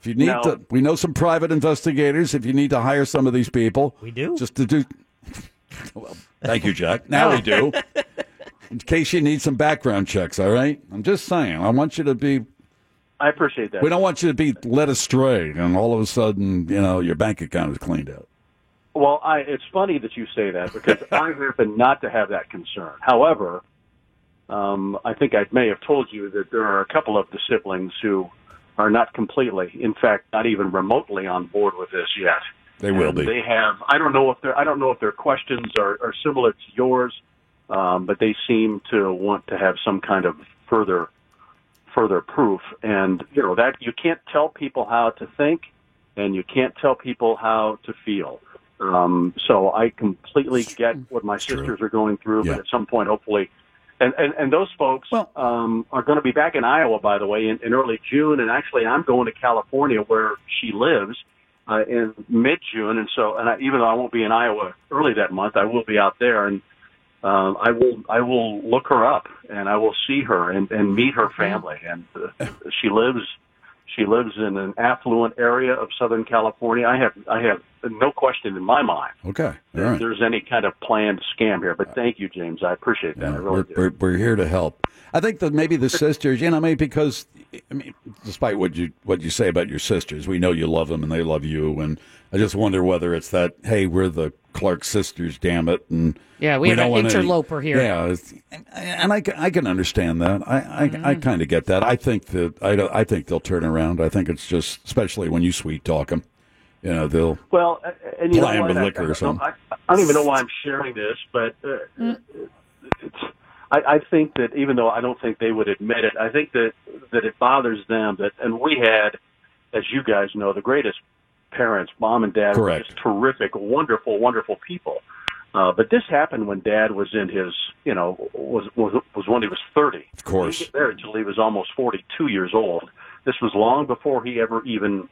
If you need No. to, we know some private investigators. If you need to hire some of these people, we do. Just to do. well, thank you, Jack. Now we do. In case you need some background checks, all right? I'm just saying. I want you to be. I appreciate that. We don't want you to be led astray, and all of a sudden, you know, your bank account is cleaned out. Well, I, it's funny that you say that because I happen not to have that concern. However, um, I think I may have told you that there are a couple of the siblings who are not completely, in fact, not even remotely on board with this yet. They will And be. They have. I don't know if their I don't know if their questions are, are similar to yours, um, but they seem to want to have some kind of further further proof. And you know that you can't tell people how to think, and you can't tell people how to feel. Um, so I completely get what my sisters are going through, but at some point, hopefully. And, and, and those folks um, are going to be back in Iowa, by the way, in, in early June. And actually, I'm going to California, where she lives, uh, in mid June, and so and I, even though I won't be in Iowa early that month, I will be out there, and um, I will I will look her up, and I will see her and, and meet her family, and uh, she lives she lives in an affluent area of Southern California. I have I have no question in my mind Okay. All that right. there's any kind of planned scam here, but thank you, James. I appreciate that. I really we're, do. we're, we're here to help. I think that maybe the sisters, you know, maybe because, I mean, despite what you what you say about your sisters, we know you love them and they love you, and I just wonder whether it's that hey, we're the Clark sisters, damn it, and Yeah, we have don't an want any- interloper here. Yeah, it's- and, and I, ca- I can understand that. I I, Mm-hmm. I kind of get that. I think that I don't- I think they'll turn around. I think it's just especially when you sweet talk them, you know, they'll Well, uh, and you Ply know him what? with I- liquor or I, don't know- something. I, I don't even know why I'm sharing this, but uh, it's, I, I think that even though I don't think they would admit it, I think that that it bothers them that, and we had, as you guys know, the greatest parents, mom and dad, were Correct. just terrific, wonderful, wonderful people. Uh, but this happened when Dad was in his, you know, was was, was when he was thirty. Of course. he didn't get married till he was almost forty-two years old. This was long before he ever even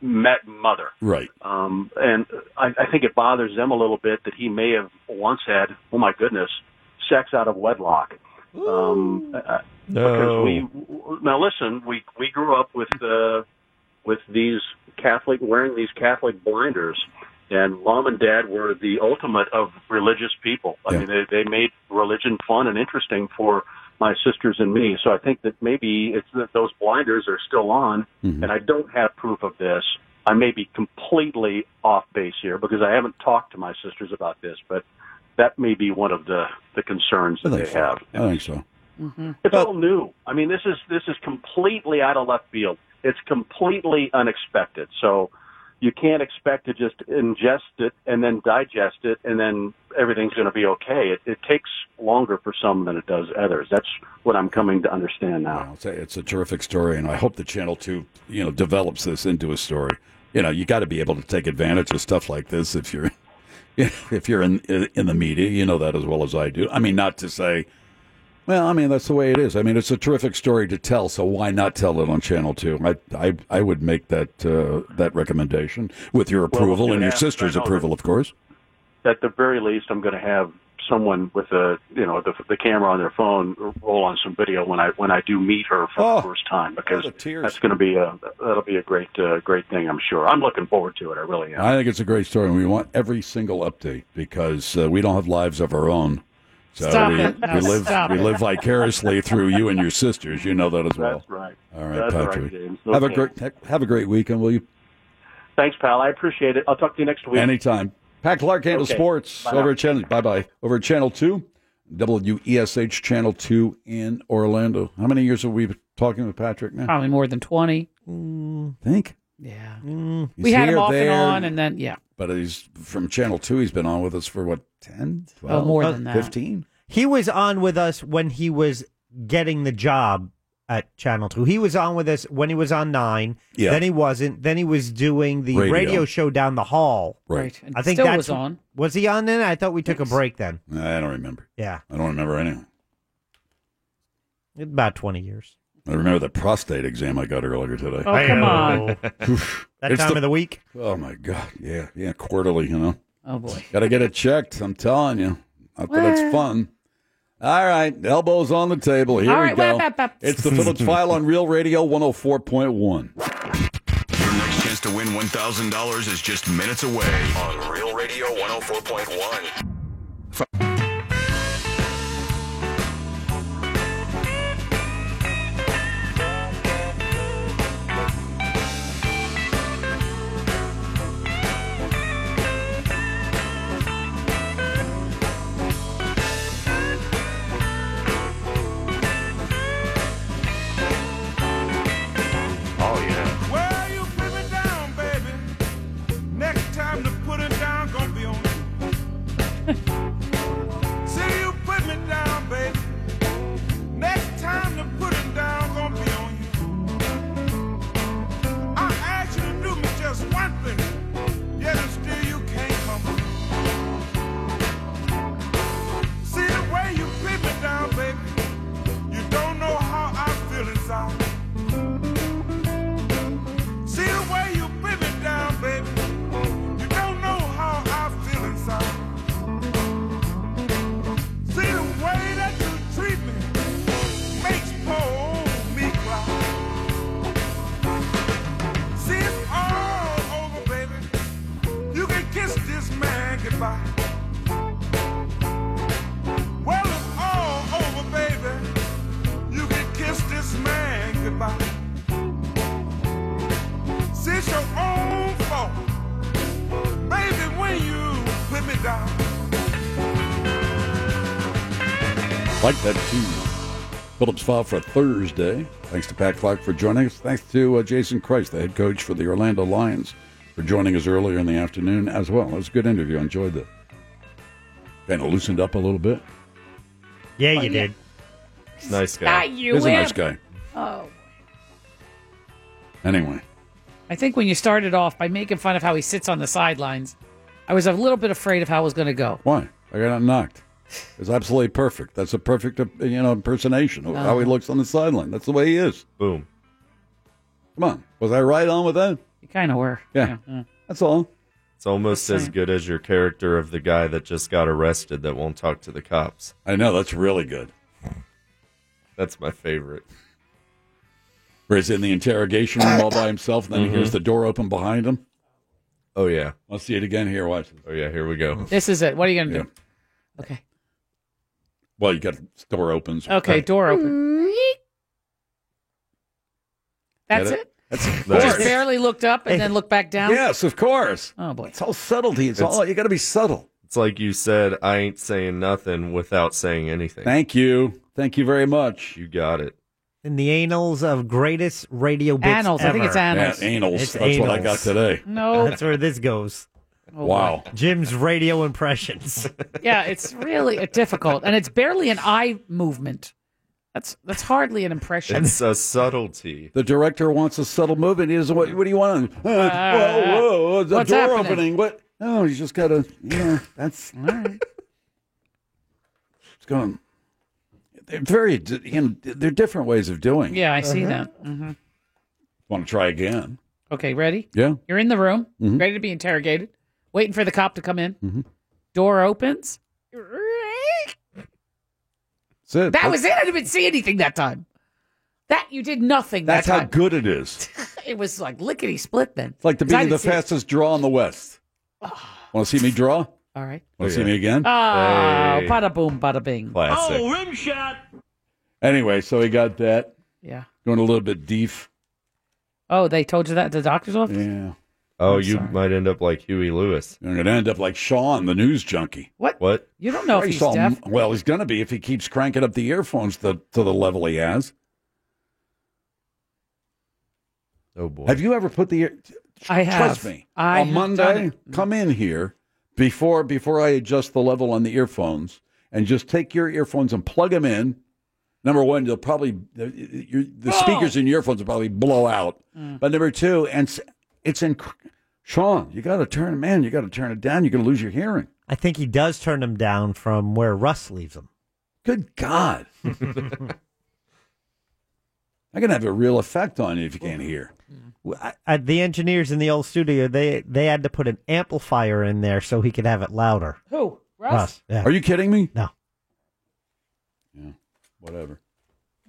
met mother. right. Um, and I, I think it bothers them a little bit that he may have once had, oh my goodness, sex out of wedlock. Mm-hmm. Um, uh, Because we now listen, we we grew up with uh, with these Catholic wearing these Catholic blinders, and mom and dad were the ultimate of religious people. I mean, they they made religion fun and interesting for my sisters and me. So I think that maybe it's that those blinders are still on, and I don't have proof of this. I may be completely off base here because I haven't talked to my sisters about this, but that may be one of the the concerns that I they think so. have. I think so. Mm-hmm. It's all new. I mean, this is this is completely out of left field. It's completely unexpected. So you can't expect to just ingest it and then digest it and then everything's going to be okay. It, it takes longer for some than it does others. That's what I'm coming to understand now. I'll say it's a terrific story, and I hope the Channel Two, you know, develops this into a story. You know, you got to be able to take advantage of stuff like this if you're if you're in in the media. You know that as well as I do. I mean, not to say, well, I mean that's the way it is. I mean, it's a terrific story to tell, so why not tell it on Channel Two? I I, I would make that uh, that recommendation with your approval you and your asked, sister's I know approval, of course. At the very least, I'm going to have someone with a you know the, the camera on their phone roll on some video when I when I do meet her for the first time because that's going to be a that'll be a great uh, great thing. I'm sure. I'm looking forward to it. I really am. I think it's a great story, and we want every single update because uh, we don't have lives of our own. So Stop we, it. No, we live stop we it. live vicariously through you and your sisters. You know that as well. That's right. All right, That's Patrick. James. have a Okay. great ha- have a great weekend, will you? Thanks, pal. I appreciate it. I'll talk to you next week. Anytime. Pat Clark handles Okay. sports Bye now. over at channel. Bye bye. Over at channel two, WESH channel two in Orlando. How many years have we been talking with Patrick now? Probably more than 20. Mm. Think Yeah. He's we had him here, off and there. on, and then, yeah. But he's from Channel 2. He's been on with us for what, 10, Oh, Oh, 12, more than that. 15? He was on with us when he was getting the job at Channel 2. He was on with us when he was on 9. Yeah. Then he wasn't. Then he was doing the Radio. radio, show down the hall. Right. And I think still that's, was on. Was he on then? I thought we took a break then. I don't remember. Yeah. I don't remember anything. About 20 years. I remember the prostate exam I got earlier today. Oh, come on. Oof. That It's time of the week? Oh, my God. Yeah. Yeah. Quarterly, you know. Oh, boy. Got to get it checked. I'm telling you. Not that it's Well. fun. All right. Elbows on the table. Here All we right, go. wap, wap, wap. It's the Phillips File on Real Radio 104.1. Your next chance to win $1,000 is just minutes away on Real Radio 104.1. Oh, yeah. Well, you put me down, baby. Next time to put it down, gonna be on you. See you put me down, baby. Next time to put it down, gonna be on you. I asked you to do me just one thing, yet and still you can't come through. See the way you put me down, baby. You don't know how I feel inside. See the way you bring me down, baby. You don't know how I feel inside. See the way that you treat me makes poor me cry. See it's all over, baby. You can kiss this man goodbye. Well, it's all over, baby. You can kiss this man goodbye. See, it's your own fault. Baby, when you put me down. Like that too. Phillips file for Thursday. Thanks to Pat Clark for joining us. Thanks to uh, Jason Christ, the head coach for the Orlando Lions, for joining us earlier in the afternoon as well. It was a good interview. I enjoyed that. Kind of loosened up a little bit. Yeah, Oh, you yeah. did. Nice Not you, He's a nice Em. guy. Oh. Anyway, I think when you started off by making fun of how he sits on the sidelines, I was a little bit afraid of how it was going to go. why? I got knocked. It's absolutely perfect. That's a perfect, uh, you know, impersonation of how he Uh-huh. looks on the sideline. That's the way he is. Boom. Come on. Was I right on with that? You kind of were. Uh-huh. Yeah. That's all. It's almost as good as your character of the guy that just got arrested that won't talk to the cops. I know, that's really good. That's my favorite. Where he's in the interrogation room all by himself, and then he Mhm. hears the door open behind him. Oh, yeah. Let's see it again here. Watch. Oh, yeah. Here we go. This is it. What are you going to Yeah. do? Okay. Well, you got door opens. Okay, door open. That's Get it? it. That's of Just course. barely looked up and then looked back down. Yes, of course. Oh boy. It's all subtlety. It's, It's- all you got to be subtle. It's like you said, I ain't saying nothing without saying anything. Thank you. Thank you very much. You got it. In the annals of greatest radio bits Annals. I think ever. it's annals. Yeah, annals. That's what I got today. No. That's where this goes. Oh, Wow. Jim's radio impressions. Yeah, it's really difficult, and it's barely an eye movement. That's that's hardly an impression. It's a subtlety. The director wants a subtle movement. He doesn't. What, what do you want? Uh, Uh, whoa, whoa! whoa, The what's door happening? opening. What? No, he's just got to. Yeah, that's. All right. It's going. They're very. di- You know, they're different ways of doing. Yeah, I Uh-huh. see that. hmm Want to try again? Okay, ready? Yeah. You're in the room, Mhm. ready to be interrogated, waiting for the cop to come in. Mhm. Door opens. That's it. That was it. I didn't even see anything that time. That you did nothing. That's that how time. good it is. it was like lickety split. Then It's like the 'Cause I being the didn't see it. fastest draw in the West. Want to see me draw? All right. Want to see me again? Oh, bada boom, bada bing. Classic. Oh, rim shot. Anyway, so he got that. Yeah. Going a little bit deep. Oh, they told you that at the doctor's office. Yeah. Oh, you might end up like Huey Lewis. You're going to end up like Sean, the news junkie. What? What? You don't know if he's deaf. Well, he's going to be if he keeps cranking up the earphones to, to the level he has. Oh boy. Have you ever put the? I have. Trust me. I on have done Monday, it. come in here before before I adjust the level on the earphones, and just take your earphones and plug them in. Number one, they'll probably your, the Oh. speakers in your earphones will probably blow out. Mm. But number two, and s- it's in Sean, you got to turn man, you got to turn it down. You're going to lose your hearing. I think he does turn them down from where Russ leaves them. Good God. that can have a real effect on you if you can't hear. Mm. I, I, the engineers in the old studio, they they had to put an amplifier in there so he could have it louder. Who? Russ? Russ, yeah. Are you kidding me? No. Yeah. Whatever.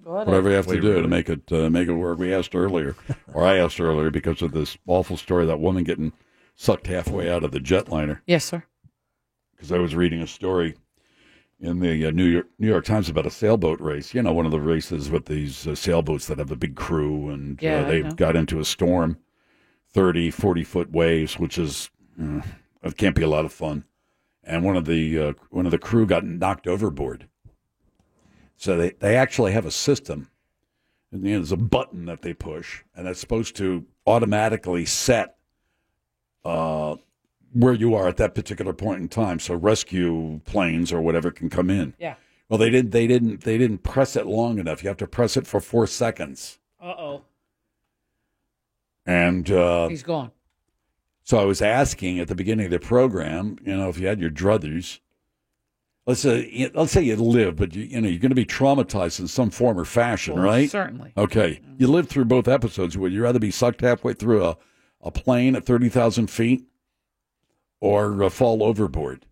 Whatever. Whatever you have to Wait, do really? to make it uh, make it work. We asked earlier, or I asked earlier, because of this awful story of that woman getting sucked halfway out of the jetliner. Yes, sir. Because I was reading a story in the uh, New York New York Times about a sailboat race. You know, one of the races with these uh, sailboats that have a big crew, and Yeah, uh, I they know. got into a storm, 30, 40 foot waves, which is mm, it can't be a lot of fun. And one of the uh, one of the crew got knocked overboard. So they, they actually have a system. And you know, there's a button that they push, and that's supposed to automatically set uh, where you are at that particular point in time. So rescue planes or whatever can come in. Yeah. Well, they didn't. They didn't. They didn't press it long enough. You have to press it for four seconds, Uh oh. and uh, He's gone. So I was asking at the beginning of the program, you know, if you had your druthers, let's say, let's say you live, but you, you know, you're going to be traumatized in some form or fashion, Well, right? certainly. Mm-hmm. Okay. You lived through both episodes. Would you rather be sucked halfway through a, a plane at 30,000 feet or uh, fall overboard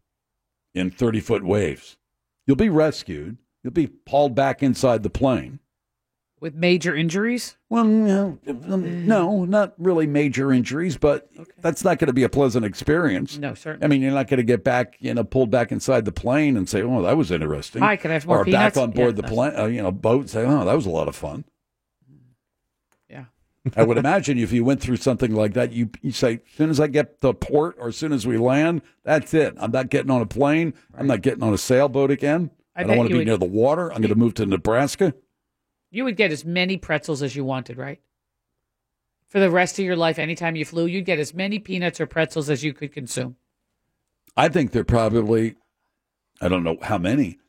in 30 foot waves? You'll be rescued. You'll be hauled back inside the plane. With major injuries? Well, no, um, no, not really major injuries, but that's not going to be a pleasant experience. No, certainly. I mean, you're not going to get back, you know, pulled back inside the plane and say, "Oh, that was interesting." Hi, can I have some or more peanuts? back on board Yeah, the that's- plane, uh, you know, boat, and say, "Oh, that was a lot of fun." Yeah. I would imagine if you went through something like that, you you say, "As soon as I get to port, or as soon as we land, that's it. I'm not getting on a plane. I'm not getting on a sailboat again. I, I bet don't want to you be would- near the water. I'm going to move to Nebraska." You would get as many pretzels as you wanted, right? For the rest of your life, anytime you flew, you'd get as many peanuts or pretzels as you could consume. I think there probably, I don't know how many,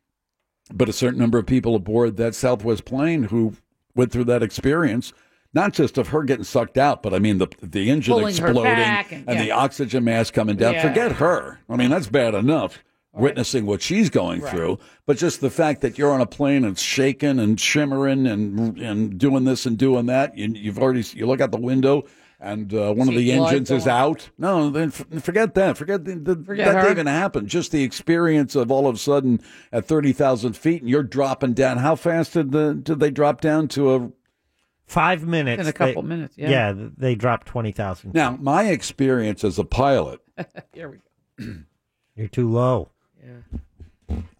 but a certain number of people aboard that Southwest plane who went through that experience, not just of her getting sucked out, but I mean the the engine Pulling her exploding back and, and- the yeah. oxygen mask coming down. Yeah. Forget her. I mean that's bad enough. Witnessing what she's going Right. through, but just the fact that you're on a plane and it's shaking and shimmering and and doing this and doing that, you, you've already you look out the window and uh, one of See the blood engines is going. out. No, then f- forget that. Forget the, the, Forget that her. even happened. Just the experience of all of a sudden at thirty thousand feet, and you're dropping down. How fast did the did they drop down to a five minutes? In a couple minutes, yeah. Yeah, th- they dropped twenty thousand. Now, my experience as a pilot, Here we go. You're too low.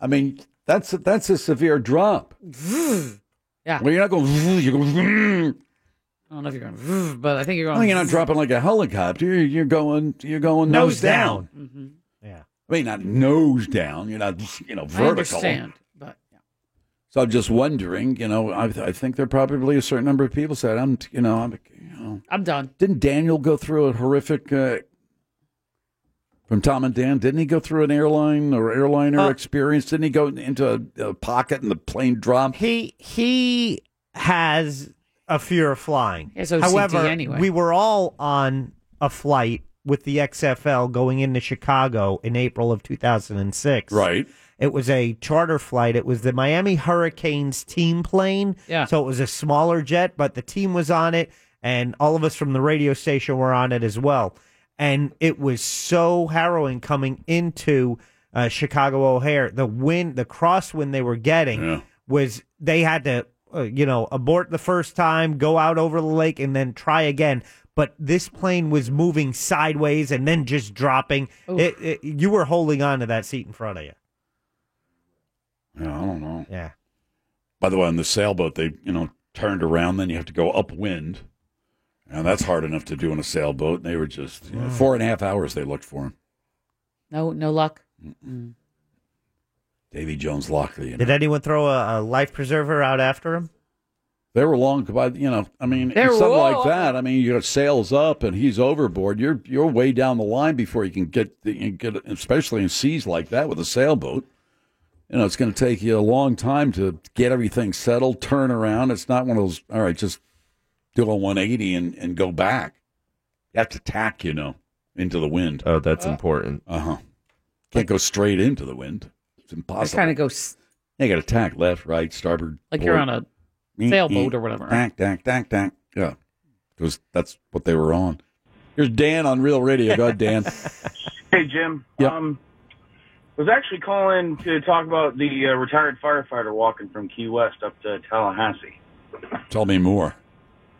I mean, that's a, that's a severe drop. Yeah. Well, you're not going. vroom, You're going. vroom. I don't know if you're going, "Vroom," but I think you're going. No, you're not dropping like a helicopter. You're, you're going. You're going nose, Nose down. down. Mhm. I mean, not nose down. You're not. You know, vertical. I understand, but So I'm just wondering, you know, I, I think there probably a certain number of people said, I'm, you know, I'm, you know, I'm done. Didn't Daniel go through a horrific uh, from Tom and Dan? Didn't he go through an airline or airliner Uh, experience? Didn't he go into a, a pocket and the plane dropped? He he has a fear of flying. He has OCD However, anyway. we were all on a flight with the XFL going into Chicago in April of 2006. Right. It was a charter flight. It was the Miami Hurricanes team plane. Yeah. So it was a smaller jet, but the team was on it, and all of us from the radio station were on it as well. And it was so harrowing coming into uh, Chicago O'Hare. The wind, the crosswind they were getting was they had to, uh, you know, abort the first time, go out over the lake, and then try again. But this plane was moving sideways and then just dropping. It, it, you were holding on to that seat in front of you. Yeah, I don't know. Yeah. By the way, on the sailboat, they you know turned around. Then you have to go upwind, and that's hard enough to do on a sailboat. They were just you know, Mm. Wow. four and a half hours. They looked for him. no, no luck. Davy Jones Lockley. You know. Did anyone throw a, a life preserver out after him? They were long, but you know, I mean, They're something like wrong. that. I mean, your sales up and he's overboard. You're you're way down the line before you can get the, you get, especially in seas like that with a sailboat. You know, it's going to take you a long time to get everything settled, turn around. It's not one of those. All right, just do a one eighty and and go back. You have to tack, you know, into the wind. Oh, that's important. Uh huh. Can't go straight into the wind. It's impossible. kinda goes. You got to tack left, right, starboard. Like you're port. on a Eh, sailboat eh, or whatever. Tack, tack, tack, tack. Yeah, because that's what they were on. Here's Dan on Real Radio. Go ahead, Dan. Hey, Jim. Yep. Um, was actually calling to talk about the uh, retired firefighter walking from Key West up to Tallahassee. Tell me more.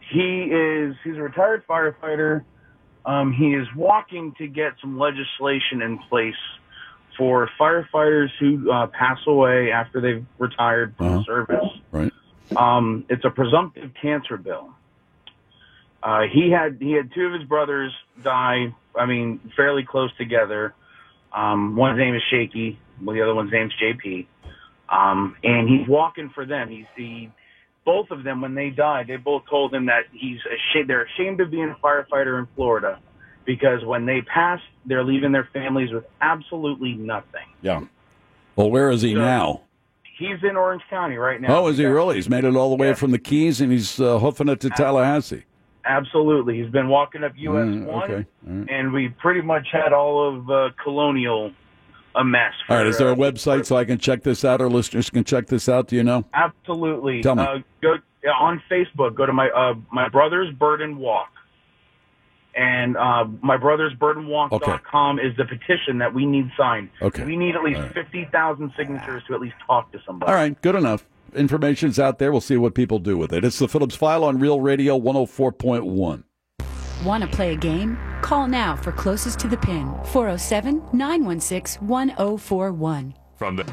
He is he's a retired firefighter. Um, he is walking to get some legislation in place for firefighters who uh, pass away after they've retired from Uh-huh. service. Right. Um, it's a presumptive cancer bill. Uh, he had he had two of his brothers die. I mean, fairly close together. Um, one's name is Shaky. Well, the other one's name's JP. Um, and he's walking for them. He's he, both of them when they died. They both told him that he's ashamed. They're ashamed of being a firefighter in Florida because when they pass, they're leaving their families with absolutely nothing. Yeah. Well, where is he now? He's in Orange County right now. oh, is he really? He's made it all the way from the Keys and he's uh, hoofing it to Tallahassee. Absolutely. He's been walking up US Mm, one, okay. All right. and we pretty much had all of uh, Colonial a mess. All right. Is there a website so I can check this out? Our listeners can check this out. Do you know? Absolutely. Tell me. Uh, go yeah, on Facebook. Go to my uh, my brother's burden walk, and uh, my brother's burden walk Okay. dot com is the petition that we need signed. Okay. We need at least All right. fifty thousand signatures to at least talk to somebody. All right, good enough. Information's out there. We'll see what people do with it. It's the Phillips File on Real Radio 104.1. Want to play a game? Call now for closest to the pin 407 916 1041. From the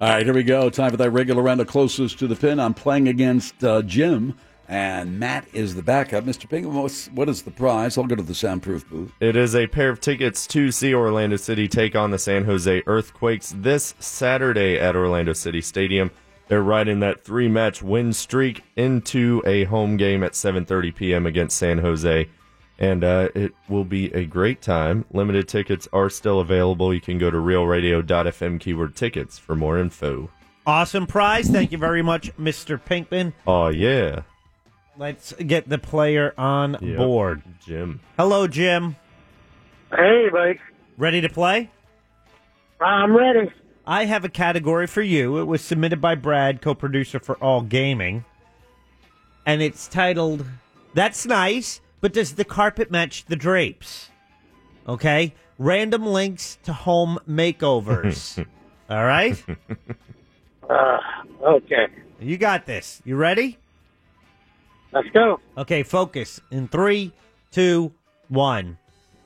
All right, here we go. Time for that regular round of closest to the pin. I'm playing against uh, Jim, and Matt is the backup. Mr. Pingham, what's, what is the prize? I'll go to the soundproof booth. It is a pair of tickets to see Orlando City take on the San Jose Earthquakes this Saturday at Orlando City Stadium. They're riding that three-match win streak into a home game at 7:30 p.m. against San Jose, and uh, it will be a great time. Limited tickets are still available. You can go to RealRadio.fm keyword tickets for more info. Awesome prize. Thank you very much, Mr. Pinkman. Oh yeah, Let's get the player on Yep. board. Jim. Hello, Jim. Hey, Mike. Ready to play? I'm ready. I have a category for you. It was submitted by Brad, co producer for All Gaming. And it's titled, That's Nice, but Does the Carpet Match the Drapes? Okay? Random links to home makeovers. All right? Uh, okay. You got this. You ready? Let's go. Okay, focus in three, two, one.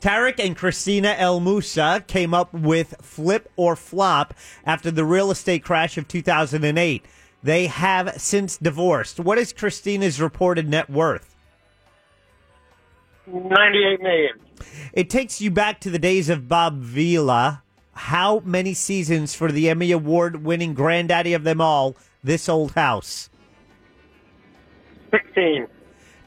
Tarek and Christina El Moussa came up with Flip or Flop after the real estate crash of 2008. They have since divorced. What is Christina's reported net worth? 98 million. It takes you back to the days of Bob Vila. How many seasons for the Emmy Award winning granddaddy of them all, This Old House? 16.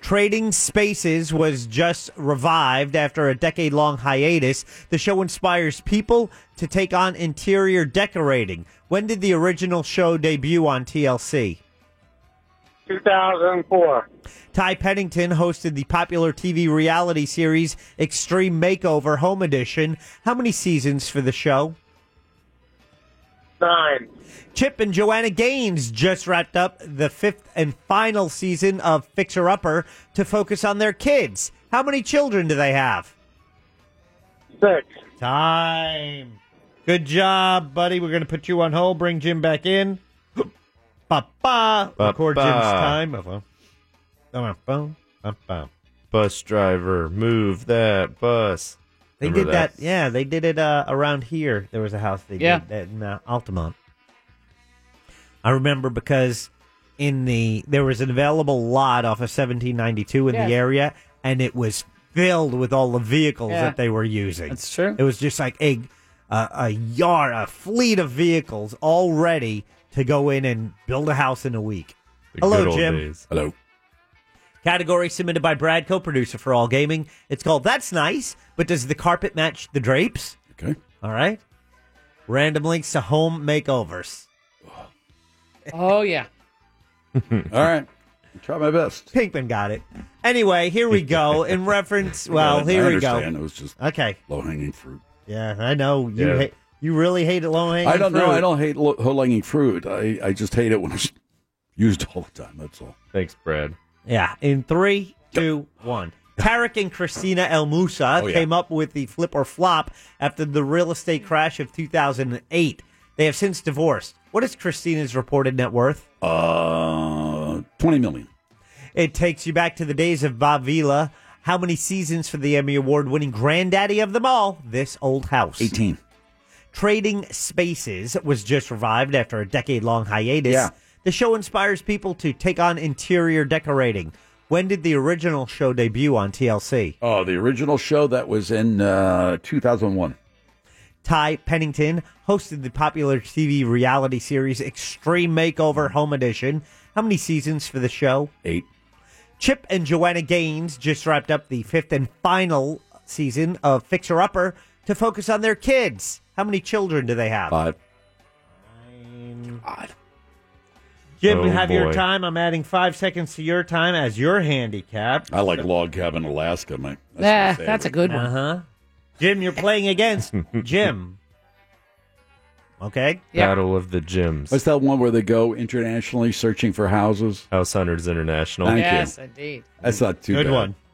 Trading Spaces was just revived after a decade long hiatus. The show inspires people to take on interior decorating. When did the original show debut on TLC? 2004. Ty Pennington hosted the popular TV reality series Extreme Makeover Home Edition. How many seasons for the show? Nine. Chip and Joanna Gaines just wrapped up the fifth and final season of Fixer Upper to focus on their kids. How many children do they have? Six. Time. Good job, buddy. We're going to put you on hold, bring Jim back in. Ba-ba. Record Jim's Ba-ba. time. Bus driver, move that bus. They Remember did that. Yeah, they did it uh, around here. There was a house they Yeah. did that in uh, Altamont. I remember because in the there was an available lot off of 1792 in Yeah. the area, and it was filled with all the vehicles Yeah. that they were using. That's true. It was just like a a, a yard, a fleet of vehicles all ready to go in and build a house in a week. Hello, Jim. Hello. Category submitted by Brad, co-producer for All Gaming. It's called "That's Nice," but does the carpet match the drapes? Okay. All right. Random links to home makeovers. Oh yeah. All right. Try my best. Pinkman got it. Anyway, here we go. In reference, well, I- here I we go. understand. It was just okay. Low hanging fruit. Yeah, I know you. Yeah. hate you really hate it low hanging. I don't know. I don't hate low hanging fruit. I, I just hate it when it's used all the time. That's all. Thanks, Brad. Yeah. In three, two, one. Tarek and Christina El Moussa Oh, yeah. came up with the flip or flop after the real estate crash of 2008. They have since divorced. What is Christina's reported net worth? Uh, 20 million. It takes you back to the days of Bob Vila. How many seasons for the Emmy Award winning granddaddy of them all? This old house. 18. Trading Spaces was just revived after a decade long hiatus. Yeah. The show inspires people to take on interior decorating. When did the original show debut on TLC? Oh, the original show that was in uh, 2001. Ty Pennington hosted the popular TV reality series Extreme Makeover Home Edition. How many seasons for the show? Eight. Chip and Joanna Gaines just wrapped up the fifth and final season of Fixer Upper to focus on their kids. How many children do they have? Five. Jim, Oh, you have your boy. time. I'm adding five seconds to your time as your handicap. I like Log Cabin Alaska, mate. That's, that's a good one. Uh huh. Jim, you're playing against Jim. Okay. Battle of the Gyms. What's that one where they go internationally searching for houses? House Hunters International. Thank yes, you. indeed. That's not too Good bad. one.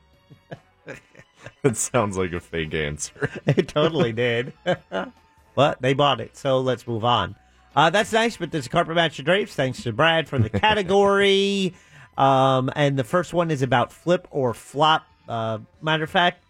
That sounds like a fake answer. It totally did. but they bought it, so let's move on. Uh, that's nice, but there's a carpet match of drapes. Thanks to Brad for the category. um, and the first one is about flip or flop. Uh, matter of fact,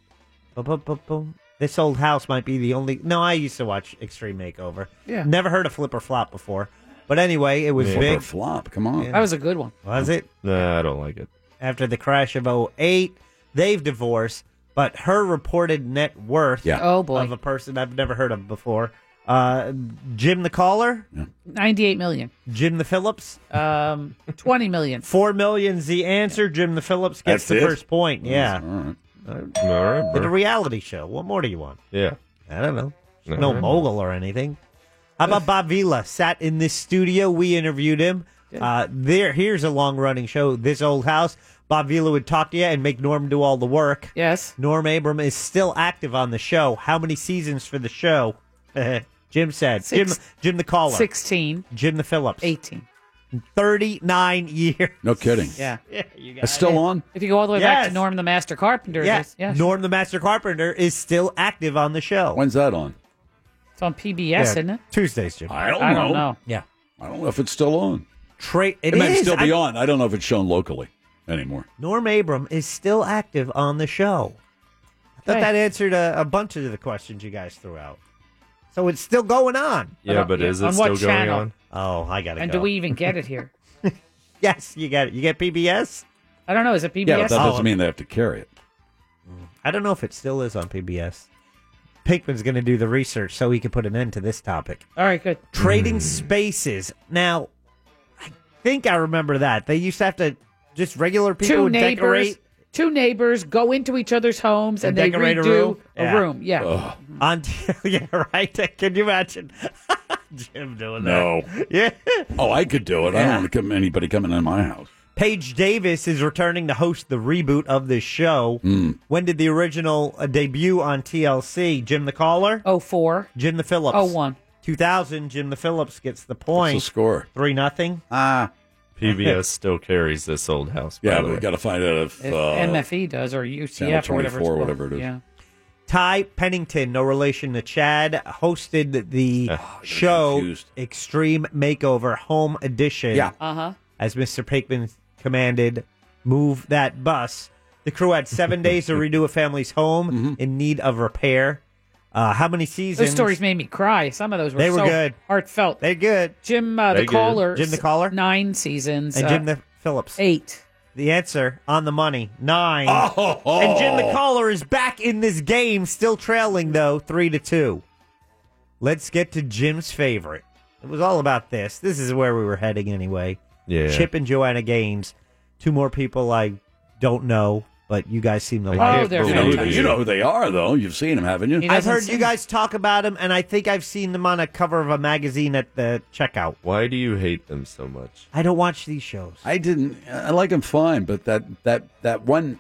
bu- bu- bu- bu- this old house might be the only. No, I used to watch Extreme Makeover. Yeah. Never heard of flip or flop before. But anyway, it was Yeah. Flip big. or flop, come on. That was a good one. Was it? Nah, I don't like it. after the crash of 08. They've divorced, but her reported net worth Yeah. Oh, boy. of a person I've never heard of before. Uh, Jim the caller, Ninety-eight million. Jim the Phillips, Um, twenty million. four million's the answer. Jim the Phillips gets That's the it? first point. Yeah, All right, But bro. a reality show. What more do you want? Yeah. I don't know. All no right. mogul or anything. How about Bob Vila? Sat in this studio. We interviewed him. Uh, there, here's a long running show. This old house. Bob Vila would talk to you and make Norm do all the work. Yes. Norm Abram is still active on the show. How many seasons for the show? Jim said. Six- Jim, Jim the caller. Sixteen. Jim the Phillips. Eighteen. Thirty nine years. No kidding. Yeah. Yeah. You got It's still on? If you go all the way back Yes. to Norm the Master Carpenter, Yeah. there's- yeah. Norm the Master Carpenter is still active on the show. When's that on? it's on PBS, Yeah, isn't it? Tuesdays, Jim. I don't, I know. don't know. Yeah. I don't know if it's still on. Trade. It, It might is. still be I- on. I don't know if it's shown locally anymore. Norm Abram is still active on the show. I thought Okay. that answered a, a bunch of the questions you guys threw out. So it's still going on. Yeah, but is it on still what going channel? on? Oh, I gotta And go. do we even get it here? yes, you got it. You get PBS. I don't know. Is it PBS? Yeah, but that Oh, Mm. doesn't mean they have to carry it. I don't know if it still is on PBS. Pinkman's going to do the research so he can put an end to this topic. All right, good. Hmm. Trading spaces. Now, I think I remember that they used to have to just regular people two would neighbors. decorate. Two neighbors go into each other's homes and, they decorate redo a room. A room. Yeah. On yeah, right. Can you imagine Jim doing No. that? Yeah. Oh, I could do it. I don't want to come, anybody coming in my house. Paige Davis is returning to host the reboot of this show. When did the original uh, debut on TLC? Jim the Caller? Oh four. Jim the Phillips? Oh, one. 2000, Jim the Phillips gets the point. the score? 3 nothing. Ah. PBS still carries this old house. by Yeah, the we way. got to find out if. Uh, If MFE does or UCF or whatever. it's called. Yeah. Ty Pennington, no relation to Chad, hosted the show Extreme Makeover Home Edition. Uh huh. As Mr. Pinkman commanded, move that bus. The crew had seven days to redo a family's home Mm-hmm. in need of repair. Uh, how many seasons? Those stories made me cry. Some of those were They were so good. heartfelt. They're good. Jim uh, the They good. caller. Jim the caller. Nine seasons. And Jim uh, the Phillips. Eight. The answer on the money. Nine. Oh! And Jim the caller is back in this game, still trailing though, three to two. Let's get to Jim's favorite. It was all about this. This is where we were heading anyway. Yeah. Chip and Joanna Gaines. Two more people I don't know, but you guys seem to like. you, know, who- you know who they are, though. You've seen them, haven't you? I've heard you guys talk about them, and I think I've seen them on a cover of a magazine at the checkout. Why do you hate them so much? I don't watch these shows. I didn't. I like them fine, but that that that one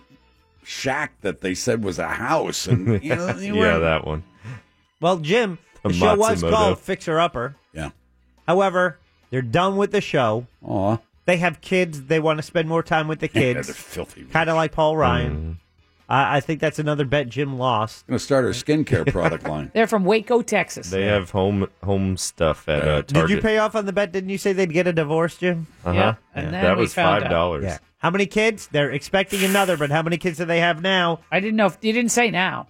shack that they said was a house, and you know, you yeah, weren't- that one. Well, Jim, the A show was Matsumoto. called Fixer Upper. Yeah. However, they're done with the show. Aw. They have kids. They want to spend more time with the Yeah, kids. they're filthy. Kind of like Paul Mm-hmm. Ryan. I, I think that's another bet Jim lost. Going to start our uh, skincare product line. They're from Waco, Texas. They have home home stuff at uh, Target. Did you pay off on the bet? Didn't you say they'd get a divorce, Jim? Uh-huh. Yeah, and Yeah. then That we was found out. $5. How many kids? They're expecting another, but how many kids do they have now? I didn't know. if You didn't say now.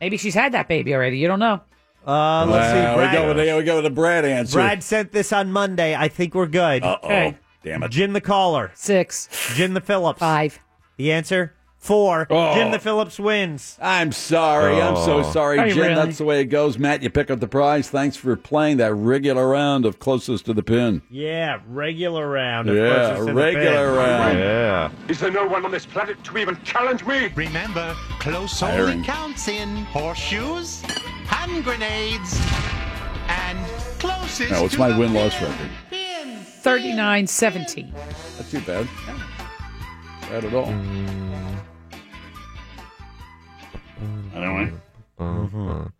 Maybe she's had that baby already. You don't know. Uh, let's see. Wow, Brad, we go with the, we go with the Brad answer. Brad sent this on Monday. I think we're good. Uh-oh. Okay. Damn it. Jim the caller. Six. Jim the Phillips. Five. The answer? Four. Oh. Jim the Phillips wins. I'm sorry. I'm so Oh. sorry, Are you Jim. really? That's the way it goes. Matt, you pick up the prize. Thanks for playing that regular round of closest to the pin. Yeah, regular round. of Yeah, closest to the regular pin. round. Yeah. Is there no one on this planet to even challenge me? Remember, close Hiring. only counts in horseshoes, hand grenades, and closest Now, what's to my the win loss record? 39 17. Not too bad. Bad at all. Anyway.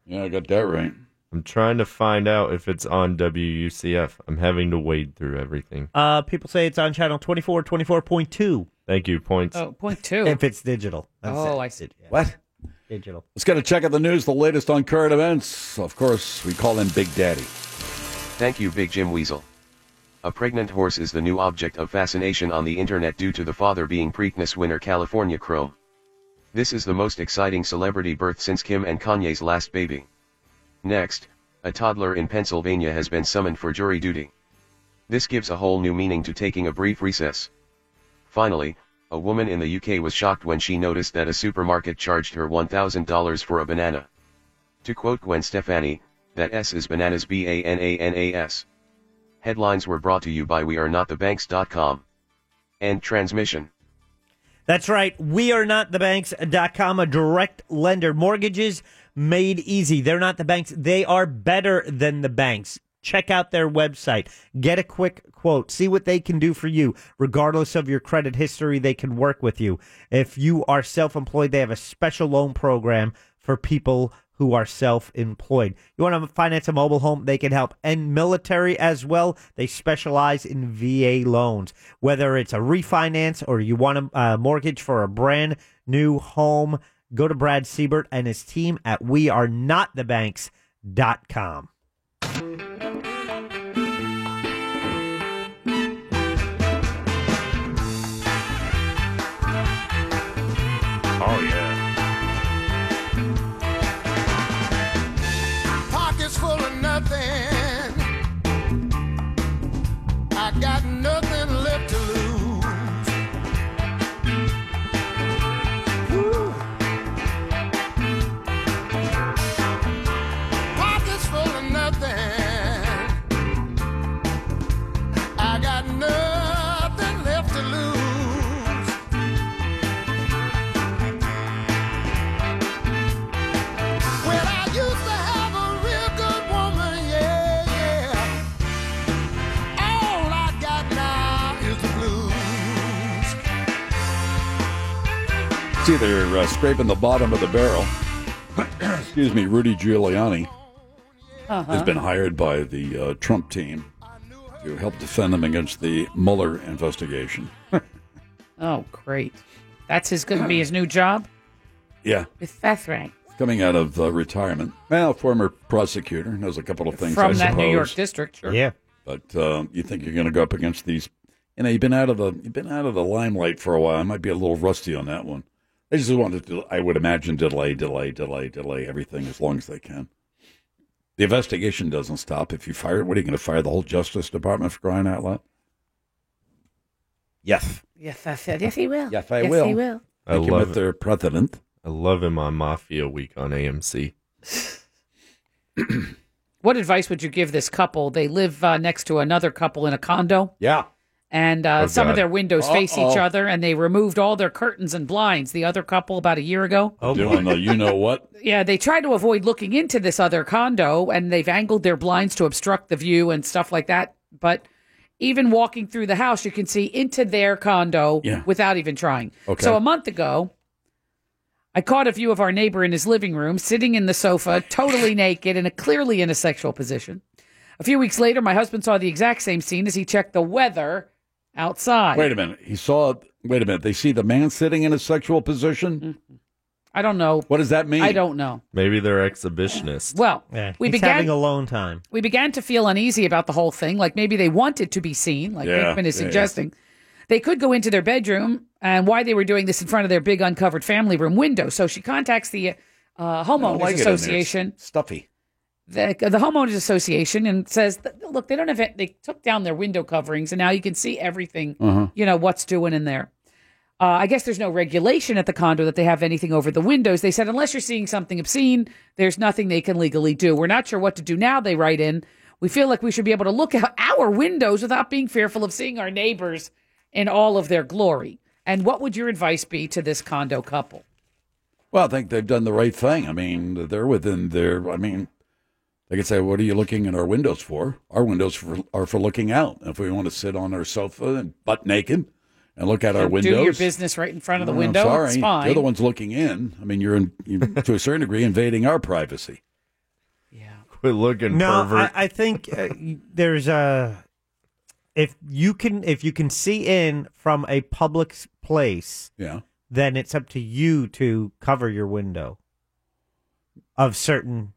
Yeah, I got that right. Uh-huh. I'm trying to find out if it's on WUCF. I'm having to wade through everything. Uh, people say it's on channel 24, 24.2. Thank you, points. Oh, point two. If it's digital. That's oh, it. I see. What? Digital. Let's get a check of the news, the latest on current events. Of course, we call him Big Daddy. Thank you, Big Jim Weasel. A pregnant horse is the new object of fascination on the internet due to the father being Preakness winner California Chrome. This is the most exciting celebrity birth since Kim and Kanye's last baby. Next, a toddler in Pennsylvania has been summoned for jury duty. This gives a whole new meaning to taking a brief recess. Finally, a woman in the UK was shocked when she noticed that a supermarket charged her $1,000 for a banana. To quote Gwen Stefani, that S is bananas B A N A N A S. Headlines were brought to you by wearenotthebanks.com. End transmission. That's right. We are not the banks.com, a direct lender. Mortgages made easy. They're not the banks. They are better than the banks. Check out their website. Get a quick quote. See what they can do for you. Regardless of your credit history, they can work with you. If you are self employed, they have a special loan program for people who are self-employed. You want to finance a mobile home, they can help. And military as well, they specialize in VA loans. Whether it's a refinance or you want a uh, mortgage for a brand new home, go to Brad Siebert and his team at wearenotthebanks.com. Oh, yeah. pockets full of nothing. I got nothing left to lose. Woo. Pockets full of nothing. I got nothing left to lose. Well, I used to have a real good woman, yeah, yeah. All I got now is the blues. It's either uh, scraping the bottom of the barrel. Excuse me, Rudy Giuliani Uh-huh. has been hired by the uh, Trump team to help defend him against the Mueller investigation. Oh, great. That's his going to be his new job Yeah, with Fethrank coming out of uh, retirement. Well, former prosecutor knows a couple of things from I that New suppose. York district. Sure. But um, you think you're going to go up against these You know, you've been out of the you've been out of the limelight for a while. I might be a little rusty on that one. They just wanted to, I would imagine, delay, delay, delay, delay everything as long as they can. The investigation doesn't stop. If you fire, what are you going to fire the whole Justice Department for crying out loud? Yes, Yes, I said. Yes, he will. Yes, I will. He will. I Thank you, love Mr. President. I love him on Mafia Week on AMC. What advice would you give this couple? They live uh, next to another couple in a condo, Yeah. and uh, Oh, some of God. their windows face each Uh-oh. other, and they removed all their curtains and blinds. The other couple about a year ago. doing the you know what? Yeah, they tried to avoid looking into this other condo and they've angled their blinds to obstruct the view and stuff like that. But even walking through the house, you can see into their condo Yeah. without even trying. Okay. So a month ago, I caught a view of our neighbor in his living room, sitting in the sofa, totally naked and clearly in a sexual position. A few weeks later, my husband saw the exact same scene as he checked the weather outside. Wait a minute. He saw. Wait a minute. They see the man sitting in a sexual position. Mm-hmm. I don't know. What does that mean? I don't know. Maybe they're exhibitionists. Well, Yeah, we he's began- having alone time. we began to feel uneasy about the whole thing. Like maybe they wanted to be seen, like Yeah, Pinkman is yeah, yeah. suggesting. They could go into their bedroom and why they were doing this in front of their big uncovered family room window. So she contacts the uh, Oh, I don't Homeowners like it in there. It's Association, stuffy. the, the Homeowners Association, and says, th- look, they don't have it. They took down their window coverings and now you can see everything, Uh-huh. you know, what's doing in there. Uh, I guess there's no regulation at the condo that they have anything over the windows. They said, unless you're seeing something obscene, there's nothing they can legally do. We're not sure what to do now, they write in. We feel like we should be able to look out our windows without being fearful of seeing our neighbors in all of their glory. And what would your advice be to this condo couple? Well, I think they've done the right thing. I mean, they're within their. I mean, they could say, "What are you looking in our windows for? Our windows for, are for looking out. If we want to sit on our sofa and butt naked and look out our Do windows, your business right in front of the No, no, window. I'm sorry, It's fine. you're the ones looking in. I mean, you're, in, you're to a certain degree invading our privacy. Quit looking, No, pervert. I, I think uh, y- there's a if you can if you can see in from a public s- place, yeah, then it's up to you to cover your window of certain.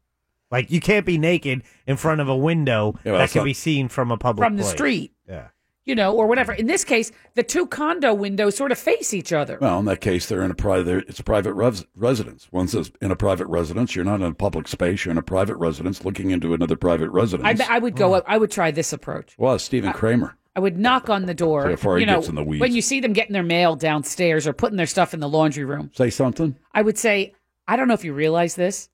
Like you can't be naked in front of a window well, that that's can not- be seen from a public From the place. street. Yeah. you know, or whatever. In this case, the two condo windows sort of face each other. Well, in that case, they're in a private. It's a private res- residence. Once it's in a private residence, you're not in a public space. You're in a private residence, looking into another private residence. I, bet I would Hmm. go. I would try this approach. well, it's Stephen Kramer. I would knock on the door. So before he you know, gets in the weeds. when you see them getting their mail downstairs or putting their stuff in the laundry room, Say something. I would say, I don't know if you realize this,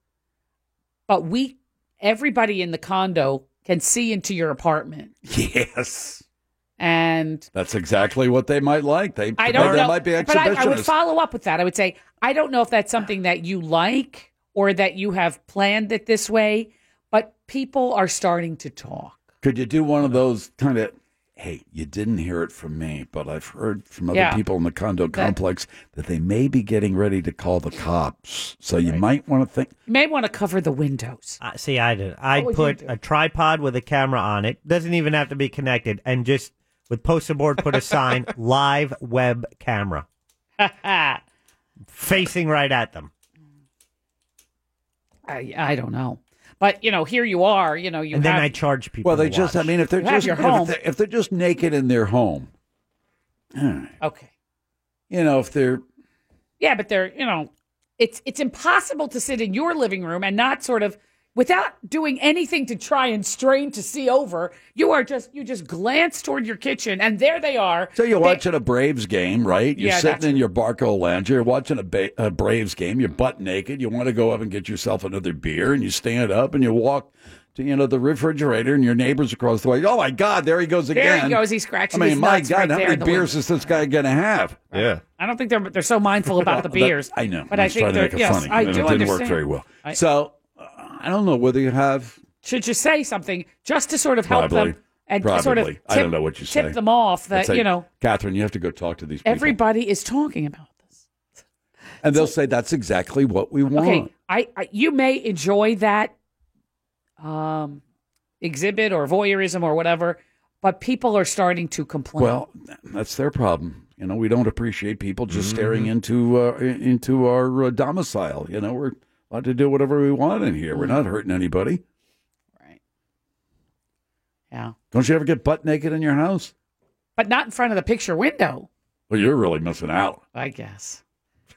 but we, everybody in the condo, can see into your apartment, Yes. and That's exactly what they might like. They, I don't they know. might be but I, exhibitionists. I would follow up with that. I would say, I don't know if that's something that you like or that you have planned it this way, but people are starting to talk. Could you do one of those kind of, hey, you didn't hear it from me, but I've heard from other Yeah. people in the condo That- complex that they may be getting ready to call the cops. So you might want to think. You may want to cover the windows. Uh, see, I did. I would you put a tripod with a camera on it. Doesn't even have to be connected, and just with poster board, put a sign: live web camera, I, facing right at them. I don't know. But, you know, here you are, you know, you and then have- I charge people. Well, they to just, I watch. mean, if they're You have just your if home. they're, if they're just naked in their home, all right. Okay. You know, if they're Yeah, but they're you know, it's it's impossible to sit in your living room and not sort of without doing anything to try and strain to see over. You are just you just glance toward your kitchen and there they are. So you're watching a Braves game, right? You're Yeah, sitting that's- in your Barco lounge. You're watching a, ba- a Braves game. You're butt naked. You want to go up and get yourself another beer, and you stand up and you walk to you know the refrigerator, and your neighbors across the way. Oh my God, there he goes There he again. goes. He's scratching I mean, his my nuts God, right how there many in the beers is this guy going to have? Yeah. I don't think they're they're so mindful about the Well, that- beers. I know, but I I, was think trying to they're make it yes, funny, I and it do didn't work understand. very well. I- So uh, I don't know whether you have should you say something just to sort of help probably, them and probably. sort of tip, I don't know what you tip say. them off that I'd say, you know Catherine, you have to go talk to these people, everybody is talking about. and they'll say that's exactly what we want. Okay, I, I you may enjoy that um, exhibit or voyeurism or whatever, but people are starting to complain. Well, that's their problem. You know, we don't appreciate people just staring into uh, in- into our uh, domicile. You know, we're allowed to do whatever we want in here. We're not hurting anybody. Right. Yeah. Don't you ever get butt naked in your house? but not in front of the picture window, Well, you're really missing out. I guess.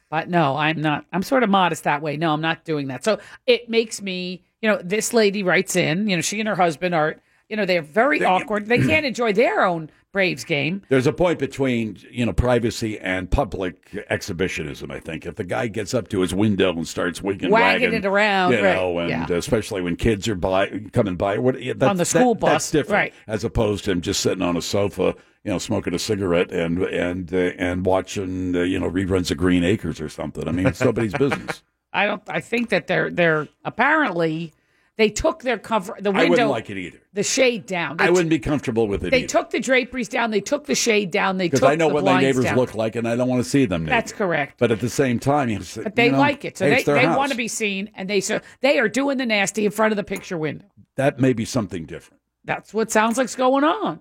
But no, I'm not. I'm sort of modest that way. No, I'm not doing that. So it makes me, you know, this lady writes in, you know, she and her husband are, you know, they're very awkward. They can't enjoy their own Braves game. There's a point between you know privacy and public exhibitionism. I think if the guy gets up to his window and starts winking, Wagging it around, you right, know, and yeah. especially when kids are by coming by, what yeah, On the school bus, that's different, right. As opposed to him just sitting on a sofa, you know, smoking a cigarette and and uh, and watching uh, you know reruns of Green Acres or something. I mean, it's nobody's business. I don't. I think that they're they're apparently they took their cover the I wouldn't window like it either. the shade down. They, I wouldn't be comfortable with it they either took the draperies down. They took the shade down. They because took I know the what my blinds neighbors down. look like, and I don't want to see them. That's naked. correct. But at the same time, you s- But they you know, like it, so hey, they it's their they house. want to be seen, and they so they are doing the nasty in front of the picture window. That may be something different. That's what sounds like's going on.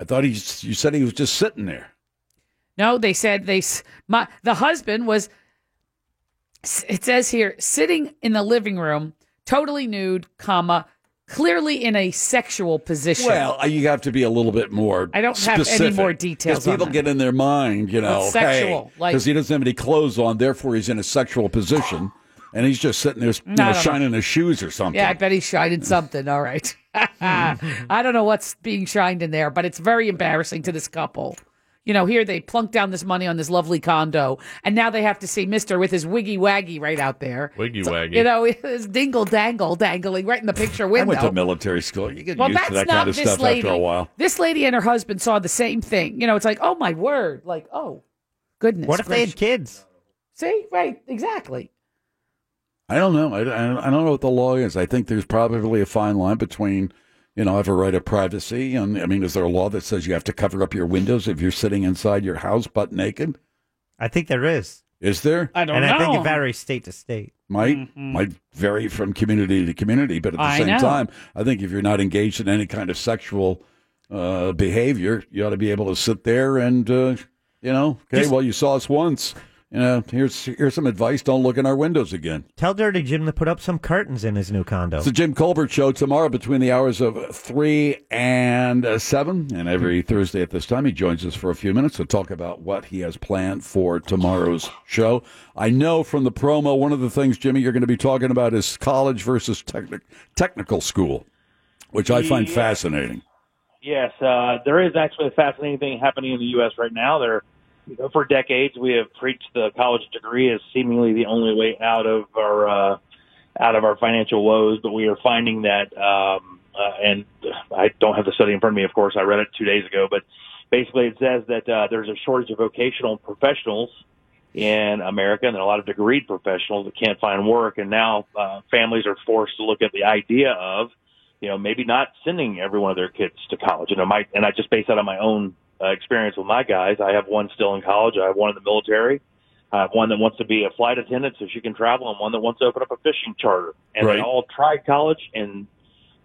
I thought he. You said he was just sitting there. No, they said they s- my the husband was it says here sitting in the living room totally nude, comma clearly in a sexual position. Well, uh, you have to be a little bit more. I don't have any specific. more details 'Cause on People that. get in their mind, you know, It's sexual, because like- he doesn't have any clothes on, therefore he's in a sexual position, and he's just sitting there, you No, I know, don't know. shining his shoes or something. Yeah, I bet he's shining something. All right. I don't know what's being shined in there, but it's very embarrassing to this couple. You know, here they plunked down this money on this lovely condo, and now they have to see Mister with his wiggy waggy right out there. Wiggy waggy. You know, his dingle dangle dangling right in the picture I window. went to military school. You get well, used that's to that not kind of this stuff lady. after a while. This lady and her husband saw the same thing. You know, it's like, oh my word, like, oh goodness. What if they had kids? See, right, exactly. I don't know. I, I, I don't know what the law is. I think there's probably a fine line between, you know, have a right of privacy, and I mean, is there a law that says you have to cover up your windows if you're sitting inside your house butt naked? I think there is. Is there? and I think it varies state to state. might might vary from community to community, but at the I same know. time, I think if you're not engaged in any kind of sexual uh, behavior, you ought to be able to sit there and uh, you know, okay, well, you saw us once. You know, here's here's some advice. Don't look in our windows again. Tell Dirty Jim to put up some curtains in his new condo. It's the Jim Colbert Show tomorrow between the hours of 3 and uh, 7. And every Thursday at this time, he joins us for a few minutes to talk about what he has planned for tomorrow's show. I know from the promo, one of the things, Jimmy, you're going to be talking about is college versus technic- technical school, which I find Yeah. fascinating. Yes, uh, there is actually a fascinating thing happening in the U.S. right now. There, you know, for decades we have preached the college degree as seemingly the only way out of our uh, out of our financial woes, but we are finding that, um, uh, and I don't have the study in front of me. Of course, I read it two days ago, but basically it says that uh, there's a shortage of vocational professionals in America, and there are a lot of degreed professionals that can't find work, and now uh, families are forced to look at the idea of you know, maybe not sending every one of their kids to college. And I might, and I just base that on my own uh, experience with my guys. I have one still in college. I have one in the military. I have one that wants to be a flight attendant so she can travel, and one that wants to open up a fishing charter. And they Right. all tried college, and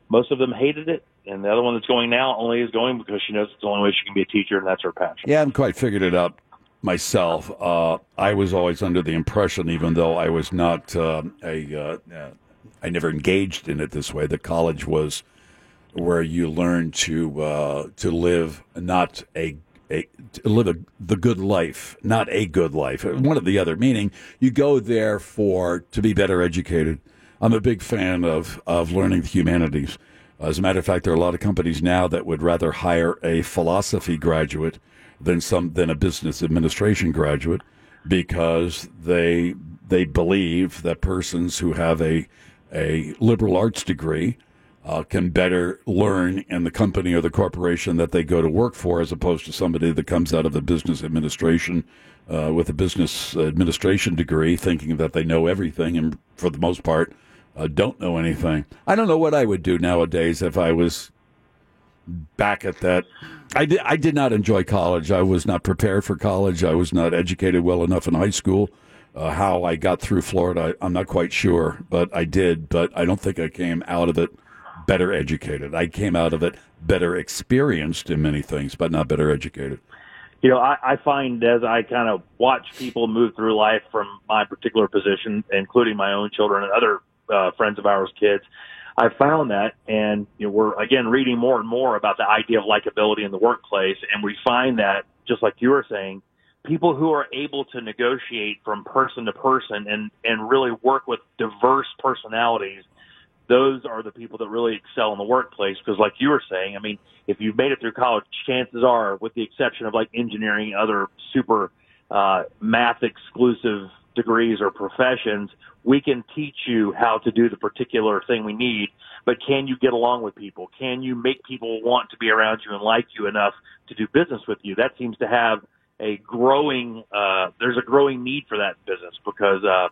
most of them hated it. And the other one that's going now only is going because she knows it's the only way she can be a teacher, and that's her passion. Yeah, I haven't quite figured it out myself. Uh, I was always under the impression, even though I was not uh, a, uh, uh, I never engaged in it this way, that college was where you learn to uh, to live not a, a to live a, the good life, not a good life, one or the other. Meaning, you go there for to be better educated. I'm a big fan of of learning the humanities. As a matter of fact, there are a lot of companies now that would rather hire a philosophy graduate than some than a business administration graduate because they they believe that persons who have a a liberal arts degree uh, can better learn in the company or the corporation that they go to work for, as opposed to somebody that comes out of the business administration uh, with a business administration degree, thinking that they know everything and for the most part uh, don't know anything. I don't know what I would do nowadays if I was back at that. I did, I did not enjoy college. I was not prepared for college. I was not educated well enough in high school. Uh, how I got through Florida, I, I'm not quite sure, but I did. But I don't think I came out of it better educated. I came out of it better experienced in many things, but not better educated. you know, I, I find as I kind of watch people move through life from my particular position, including my own children and other uh, friends of ours' kids, I found that, and you know, we're again reading more and more about the idea of likability in the workplace, and we find that just like you were saying, people who are able to negotiate from person to person and and really work with diverse personalities, those are the people that really excel in the workplace. Because like you were saying, I mean, if you've made it through college, chances are, with the exception of like engineering, other super uh, math exclusive degrees or professions, we can teach you how to do the particular thing we need, but can you get along with people? Can you make people want to be around you and like you enough to do business with you? That seems to have a growing, uh, there's a growing need for that in business because, uh,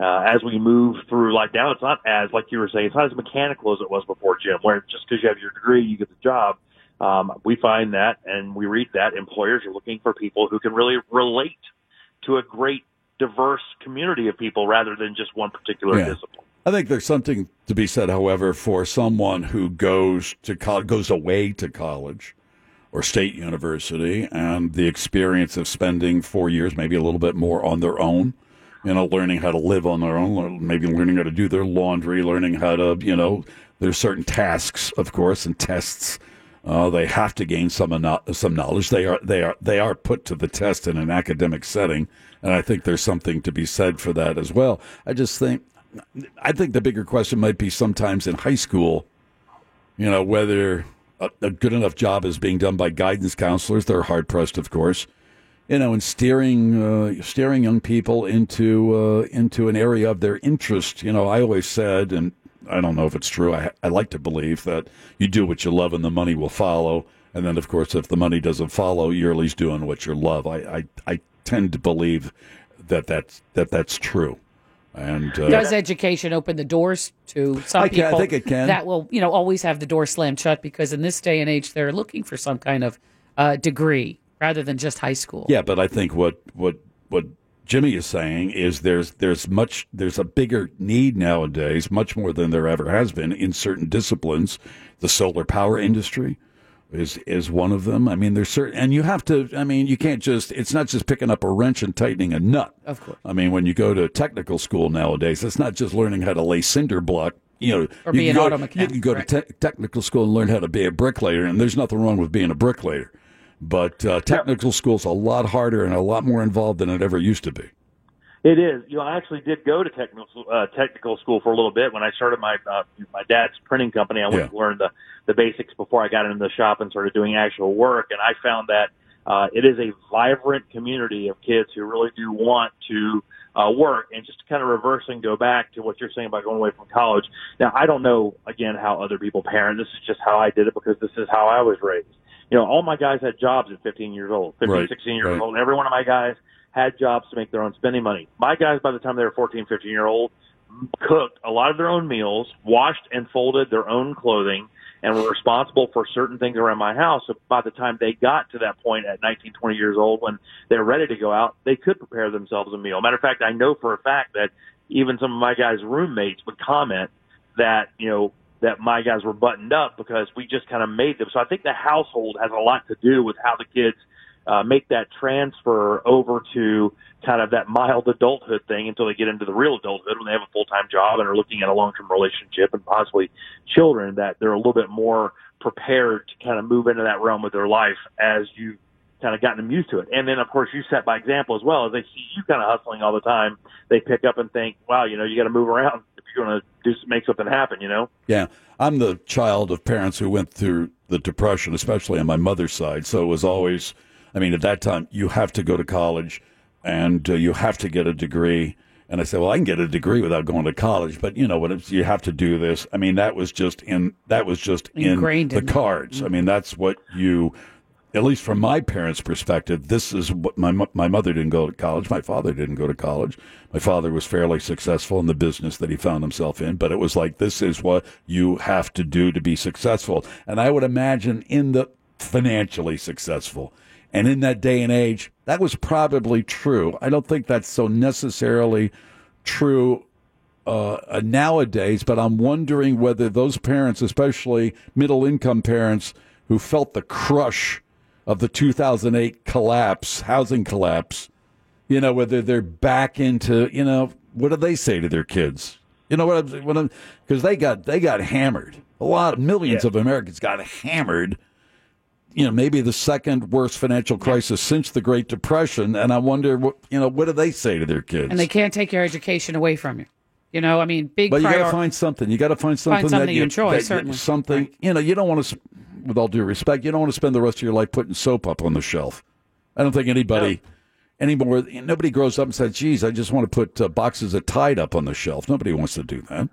uh, as we move through, like now it's not as, like you were saying, it's not as mechanical as it was before, Jim, where just because you have your degree, you get the job. Um, we find that and we read that employers are looking for people who can really relate to a great diverse community of people rather than just one particular Yeah. discipline. I think there's something to be said, however, for someone who goes to col- goes away to college or state university and the experience of spending four years, maybe a little bit more, on their own. You know, learning how to live on their own, lear- maybe learning how to do their laundry, learning how to, you know, there's certain tasks, of course, and tests. Uh, they have to gain some ano- some knowledge. They are they are they are put to the test in an academic setting, and I think there's something to be said for that as well. I just think I think the bigger question might be sometimes in high school, you know, whether a, a good enough job is being done by guidance counselors. They're hard pressed, of course, you know, in steering uh, steering young people into uh, into an area of their interest. You know, I always said, and I don't know if it's true. I, I like to believe that you do what you love, and the money will follow. And then, of course, if the money doesn't follow, you're at least doing what you love. I I, I tend to believe that that's that that's true. And uh, Does education open the doors to some I can- I people think it can. that will, you know, always have the door slammed shut because in this day and age they're looking for some kind of uh, degree rather than just high school. Yeah, but I think what what what Jimmy is saying is there's there's much there's a bigger need nowadays, much more than there ever has been in certain disciplines. The solar power industry is is one of them. I mean, there's certain and you have to. I mean, you can't just. It's not just picking up a wrench and tightening a nut. Of course. I mean, when you go to technical school nowadays, it's not just learning how to lay cinder block. You know, Or you be can an go, auto You mechanic, can go to te- technical school and learn how to be a bricklayer, and there's nothing wrong with being a bricklayer. But uh, technical school's a lot harder and a lot more involved than it ever used to be. It is. You know, I actually did go to technical uh, technical school for a little bit when I started my uh, my dad's printing company. I went Yeah. to learn the the basics before I got into the shop and started doing actual work. And I found that uh, it is a vibrant community of kids who really do want to uh, work. And just to kind of reverse and go back to what you're saying about going away from college. Now, I don't know again how other people parent. This is just how I did it because this is how I was raised. You know, all my guys had jobs at 15 years old, 15, Right, 16 years right. old. And every one of my guys had jobs to make their own spending money. My guys, by the time they were 14, 15 year old, cooked a lot of their own meals, washed and folded their own clothing, and were responsible for certain things around my house. So by the time they got to that point at 19, 20 years old, when they're ready to go out, they could prepare themselves a meal. Matter of fact, I know for a fact that even some of my guys' roommates would comment that, you know, that my guys were buttoned up because we just kind of made them. So I think the household has a lot to do with how the kids uh, make that transfer over to kind of that mild adulthood thing until they get into the real adulthood when they have a full time job and are looking at a long term relationship and possibly children that they're a little bit more prepared to kind of move into that realm of their life as you've kind of gotten them used to it. And then of course you set by example as well. As they see you kind of hustling all the time, they pick up and think, wow, you know, you got to move around if you're going to do make something happen, you know? Yeah, I'm the child of parents who went through the Depression, especially on my mother's side. So it was always, I mean, at that time, you have to go to college and uh, you have to get a degree. And I said, well, I can get a degree without going to college, but you know what? It's, you have to do this. I mean, that was just in that was just in Ingrained the in- Mm-hmm. cards. I mean, that's what you, at least from my parents' perspective, this is what my mo- my mother didn't go to college. My father didn't go to college. My father was fairly successful in the business that he found himself in, but it was like this is what you have to do to be successful. And I would imagine in the financially successful. And in that day and age, that was probably true. I don't think that's so necessarily true uh, uh, nowadays, but I'm wondering whether those parents, especially middle income parents who felt the crush of the 2008 collapse, housing collapse, you know, whether they're back into, you know, what do they say to their kids? You know what I'm what I'm because they got they got hammered. A lot millions of Americans got hammered. You know, maybe the second worst financial crisis since the Great Depression, and I wonder what you know. What do they say to their kids? and they can't take your education away from you. You know, I mean, big. but you got prior- to find something. You got to find something, something that you enjoy, that you- certainly. something you know. You don't want to, with all due respect, you don't want to spend the rest of your life putting soap up on the shelf. I don't think anybody anymore. Nobody grows up and says, "Geez, I just want to put uh, boxes of Tide up on the shelf." Nobody wants to do that.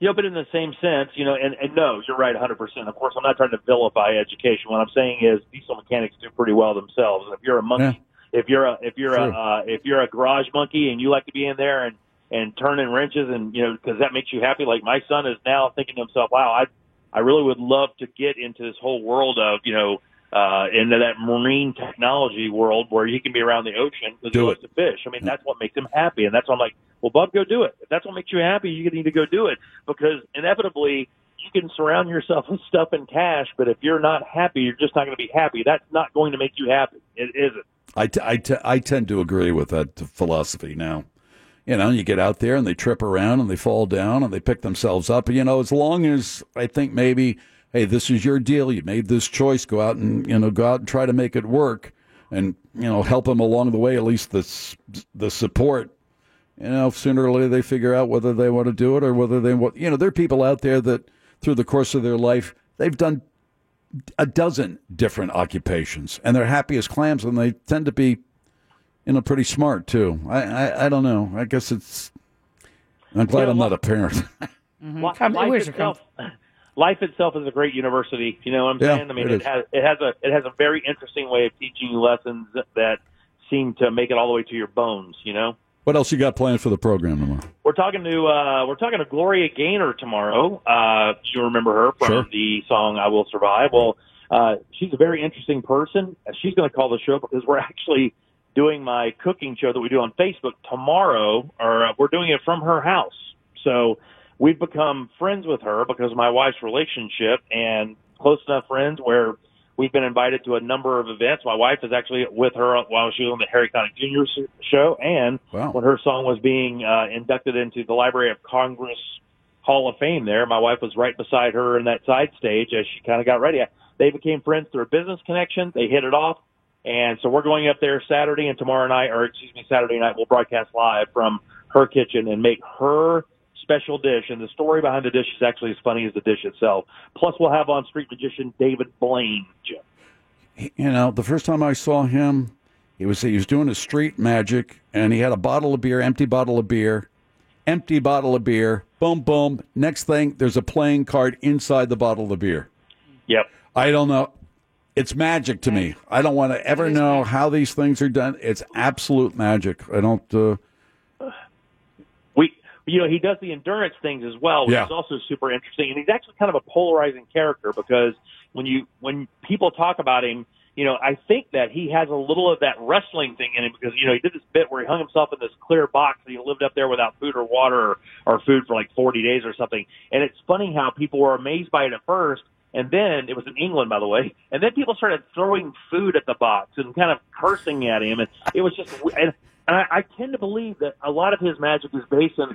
Yeah, but in the same sense, you know, and, and no, you're right 100%. Of course, I'm not trying to vilify education. What I'm saying is diesel mechanics do pretty well themselves. And if you're a monkey, if you're a, if you're a, Sure. uh, if you're a garage monkey and you like to be in there and, and turning wrenches and, you know, cause that makes you happy. Like my son is now thinking to himself, wow, I, I really would love to get into this whole world of, you know, uh, into that marine technology world where he can be around the ocean because he Do loves to fish. I mean, that's what makes him happy. And that's why I'm like, well, Bob, go do it. If that's what makes you happy, you need to go do it because inevitably you can surround yourself with stuff and cash, but if you're not happy, you're just not going to be happy. That's not going to make you happy. It isn't. I, t- I, t- I tend to agree with that philosophy now. You know, you get out there and they trip around and they fall down and they pick themselves up. You know, as long as I think maybe, hey, this is your deal. You made this choice. Go out and you know, go out and try to make it work, and you know, help them along the way. At least the s- the support. You know, sooner or later they figure out whether they want to do it or whether they want. You know, there are people out there that through the course of their life they've done a dozen different occupations, and they're happy as clams, and they tend to be, you know, pretty smart too. I, I, I don't know. I guess it's. I'm glad Yeah, I'm well- not a parent. Li- Come- life where's your itself, life itself is a great university. You know what I'm Yeah, saying? I mean, it it, is. has it has a it has a very interesting way of teaching you lessons that seem to make it all the way to your bones. You know. what else you got planned for the program tomorrow? We're talking to uh, we're talking to Gloria Gaynor tomorrow. Uh, you remember her from Sure. the song "I Will Survive." Well, uh, she's a very interesting person. Uh, She's going to call the show because we're actually doing my cooking show that we do on Facebook tomorrow, or uh, we're doing it from her house. So we've become friends with her because of my wife's relationship, and close enough friends where we've been invited to a number of events. My wife is actually with her while she was on the Harry Connick Jr. s- show, and when her song was being uh, inducted into the Library of Congress Hall of Fame, there, my wife was right beside her in that side stage as she kind of got ready. They became friends through a business connection. They hit it off, and so we're going up there Saturday and tomorrow night, or excuse me, Saturday night, we'll broadcast live from her kitchen and make her special dish. And the story behind the dish is actually as funny as the dish itself. Plus, we'll have on street magician David Blaine. you know, the first time I saw him, he was he was doing his street magic, and he had a bottle of beer, empty bottle of beer, empty bottle of beer. Boom, boom. Next thing, there's a playing card inside the bottle of beer. Yep. I don't know. It's magic to me. I don't want to ever know how these things are done. It's absolute magic. I don't. Uh, We, you know, he does the endurance things as well, which Yeah. is also super interesting. And he's actually kind of a polarizing character because when you when people talk about him, you know, I think that he has a little of that wrestling thing in him because you know he did this bit where he hung himself in this clear box and he lived up there without food or water or, or food for like 40 days or something. And it's funny how people were amazed by it at first. And then it was in England, by the way. And then people started throwing food at the box and kind of cursing at him. And it was just, and, and I, I tend to believe that a lot of his magic is based on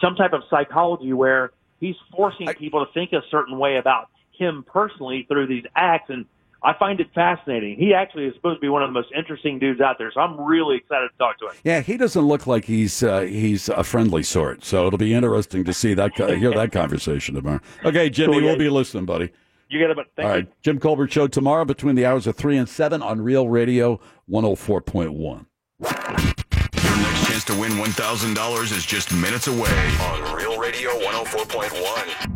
some type of psychology where he's forcing people to think a certain way about him personally through these acts. And I find it fascinating. He actually is supposed to be one of the most interesting dudes out there. So I'm really excited to talk to him. yeah, he doesn't look like he's uh, he's a friendly sort. So it'll be interesting to see that co- hear that conversation tomorrow. Okay, Jimmy, Cool, yeah. we'll be listening, buddy. You get it, All right, Jim Colbert show tomorrow between the hours of three and seven on Real Radio one hundred four point one. Your next chance to win $1,000 is just minutes away on Real Radio 104.1.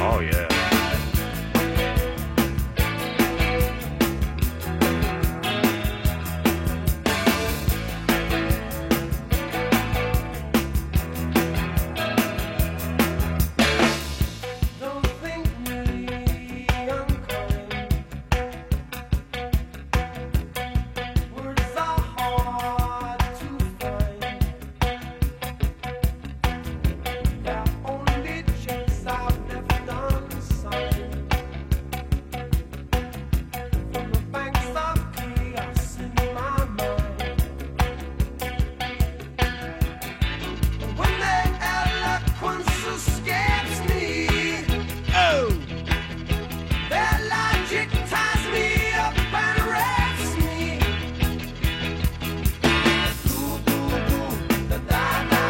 Oh yeah. Don't think me.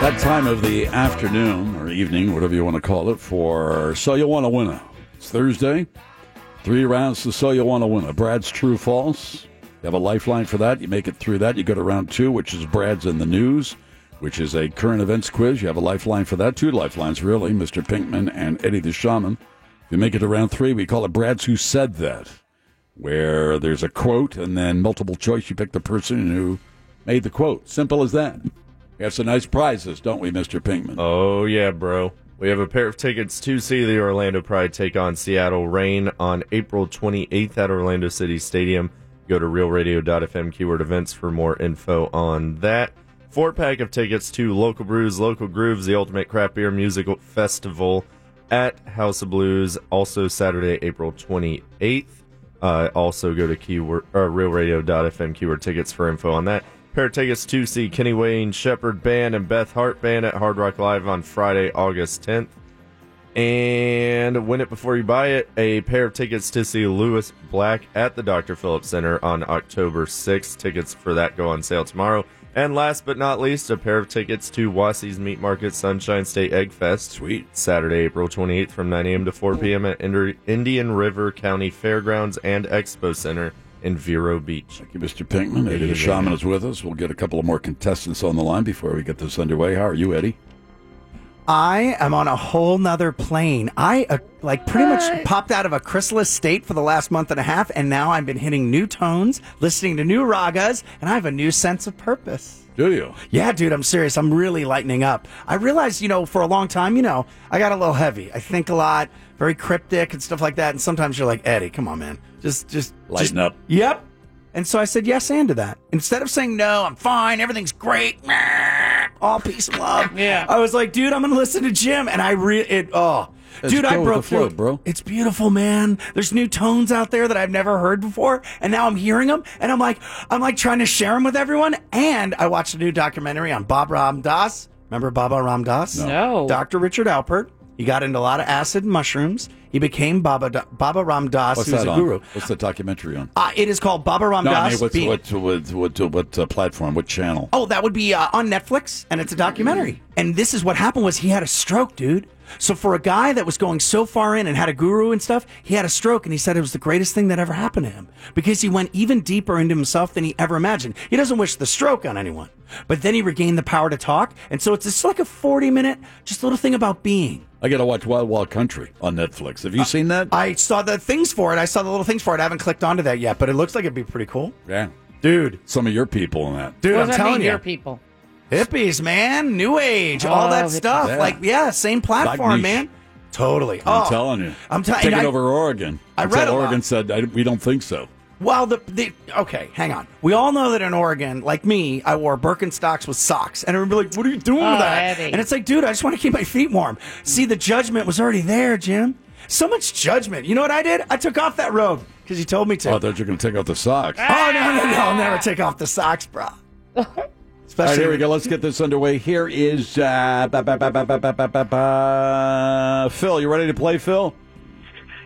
That time of the afternoon or evening, whatever you want to call it, for So You Want to Winner. It's Thursday. Three rounds to So You Want to Winner. Brad's True False. You have a lifeline for that. You make it through that. You go to round two, which is Brad's in the News, which is a current events quiz. You have a lifeline for that. Two lifelines, really, Mr. Pinkman and Eddie the Shaman. If you make it to round three, we call it Brad's Who Said That, where there's a quote and then multiple choice. You pick the person who made the quote. Simple as that. We have some nice prizes, don't we, Mr. Pinkman? Oh, yeah, bro. We have a pair of tickets to see the Orlando Pride take on Seattle Rain on April 28th at Orlando City Stadium. Go to realradio.fm keyword events for more info on that. Four pack of tickets to Local Brews, Local Grooves, the Ultimate Craft Beer Musical Festival at House of Blues, also Saturday, April 28th. Uh, also go to keyword, uh, realradio.fm keyword tickets for info on that. Pair of tickets to see Kenny Wayne Shepherd Band and Beth Hart Band at Hard Rock Live on Friday, August 10th. And win it before you buy it. A pair of tickets to see Lewis Black at the Dr. Phillips Center on October 6th. Tickets for that go on sale tomorrow. And last but not least, a pair of tickets to Wasie's Meat Market Sunshine State Egg Fest. Sweet. Saturday, April 28th from 9 a.m. to 4 p.m. at Inder- Indian River County Fairgrounds and Expo Center in Vero Beach. Thank you, Mr. Pinkman. Eddie the Shaman is with us. We'll get a couple of more contestants on the line before we get this underway. How are you, Eddie? I am on a whole nother plane. I uh, like pretty much What? popped out of a chrysalis state for the last month and a half, and now I've been hitting new tones, listening to new ragas, and I have a new sense of purpose. Do you? Yeah, dude, I'm serious. I'm really lightening up. I realized, you know, for a long time, you know, I got a little heavy. I think a lot, very cryptic and stuff like that. And sometimes you're like, Eddie, come on, man, just just Lighten just- up. Yep. And so I said yes and to that. Instead of saying no, I'm fine, everything's great, all Oh, peace and love. Yeah. I was like, dude, I'm gonna listen to Jim, and I re it. Oh, Let's dude, go I with broke the flow, through. bro. It's beautiful, man. There's new tones out there that I've never heard before, and now I'm hearing them, and I'm like, I'm like trying to share them with everyone. And I watched a new documentary on Bob Ram Das. Remember Baba Ram Das? No. Dr. Richard Alpert. He got into a lot of acid and mushrooms. He became Baba Da- Baba Ram Das, What's who's that a on? guru. What's the documentary on? Uh, it is called Baba Ram no, Das. I mean, what's, being- what, what, what, what uh, platform? What channel? Oh, that would be uh, on Netflix, and it's a documentary. And this is what happened: was he had a stroke, dude. So for a guy that was going so far in and had a guru and stuff, he had a stroke, and he said it was the greatest thing that ever happened to him because he went even deeper into himself than he ever imagined. He doesn't wish the stroke on anyone, but then he regained the power to talk, and so it's just like a forty-minute, just little thing about being. Uh, I got to watch Wild Wild Country on Netflix. Have you seen that? I saw the things for it. I saw the little things for it. I haven't clicked onto that yet, but it looks like it'd be pretty cool. Yeah. Dude. Some of your people in that. Dude, what I'm does that telling mean, you. your people? Hippies, man, new age, all Oh, that hippies. stuff. Yeah. Like, yeah, same platform, niche. man. Totally. I'm Oh, telling you. I'm telling Taking I- over Oregon. I Until read a lot. Oregon said, I, we don't think so. Well, the, the okay, hang on. We all know that in Oregon, like me, I wore Birkenstocks with socks, and everybody like, "What are you doing Oh, with that?" Eddie. And it's like, dude, I just want to keep my feet warm. See, the judgment was already there, Jim. So much judgment. You know what I did? I took off that robe because you told me to. Oh, I thought you were going to take out the socks. Ah! oh no, no, no! I'll never take off the socks, bro. All right, Especially here we go. Let's get this underway. Here is uh, ba- ba- ba- ba- ba- ba- ba- ba- ba- Phil. You ready to play, Phil?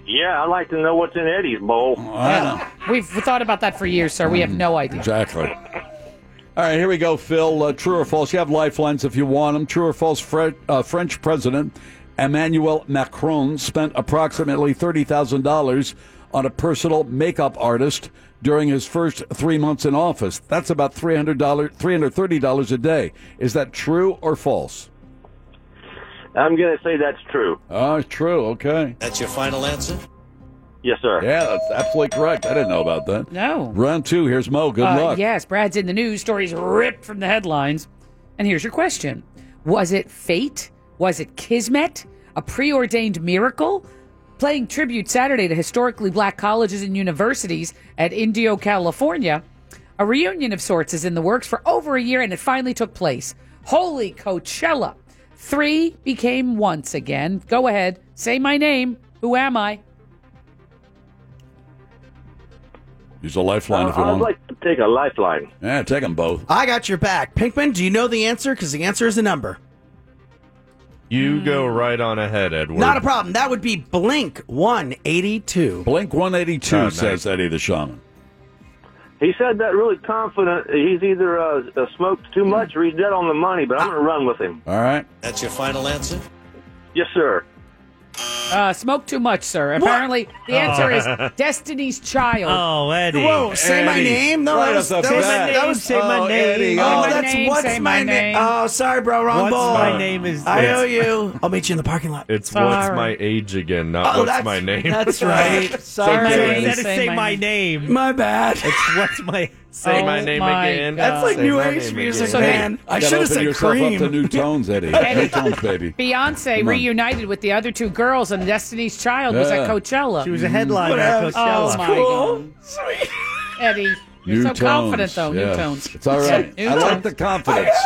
Yeah, I'd like to know what's in Eddie's bowl. Oh, We've thought about that for years, sir. We have no idea. Mm. Exactly. All right, here we go, Phil. Uh, true or false? You have lifelines if you want them. True or false? Fre- uh, French President Emmanuel Macron spent approximately thirty thousand dollars on a personal makeup artist during his first three months in office. That's about three hundred dollars, three hundred thirty dollars a day. Is that true or false? I'm going to say that's true. Oh, it's true. Okay. That's your final answer? Yes, sir. Yeah, that's absolutely correct. I didn't know about that. No. Round two. Here's Mo. Good Uh, luck. Yes, Brad's in the news. Stories ripped from the headlines. And here's your question Was it fate? Was it kismet? A preordained miracle? Playing tribute Saturday to historically black colleges and universities at Indio, California. A reunion of sorts is in the works for over a year, and it finally took place. Holy Coachella! Three became once again. Go ahead, say my name. Who am I? Use a lifeline if you want. to take a lifeline. yeah, take them both. I got your back, Pinkman. Do you know the answer? Because the answer is a number. You go right on ahead, Edward. Not a problem. That would be Blink 182. Blink 182 Oh, nice. says Eddie the Shaman. He said that really confident. He's either uh, uh, smoked too much or he's dead on the money, but I'm going to run with him. All right. That's your final answer? Yes, sir. Uh, smoke too much, sir. Apparently, the answer Oh. is Destiny's Child. Oh, Eddie. Whoa, say my name? No, that was, that was, that was my name. Oh, Say my that's name, what's my, say my name. name. Oh, sorry, bro, wrong What's ball. my name is- I owe It's- you. I'll meet you in the parking lot. It's what's Sorry. my age again, not Oh, Oh, what's that's- my name. that's right. Thank Sorry. you, Say Dennis. that Say my my name. My bad. It's what's my Oh Say Oh my name again. That's like Say new my age name music, again. man. I Gotta should have open said yourself cream. up to new tones, Eddie. Eddie. new tones, baby. Beyonce Come on. reunited with the other two girls, and Destiny's Child was at Yeah. Coachella. She was a headliner at Whatever. Coachella. Oh, my Cool. God. Eddie, you're new so tones. confident, though. yeah. New tones. It's all right. New I like tones. the confidence.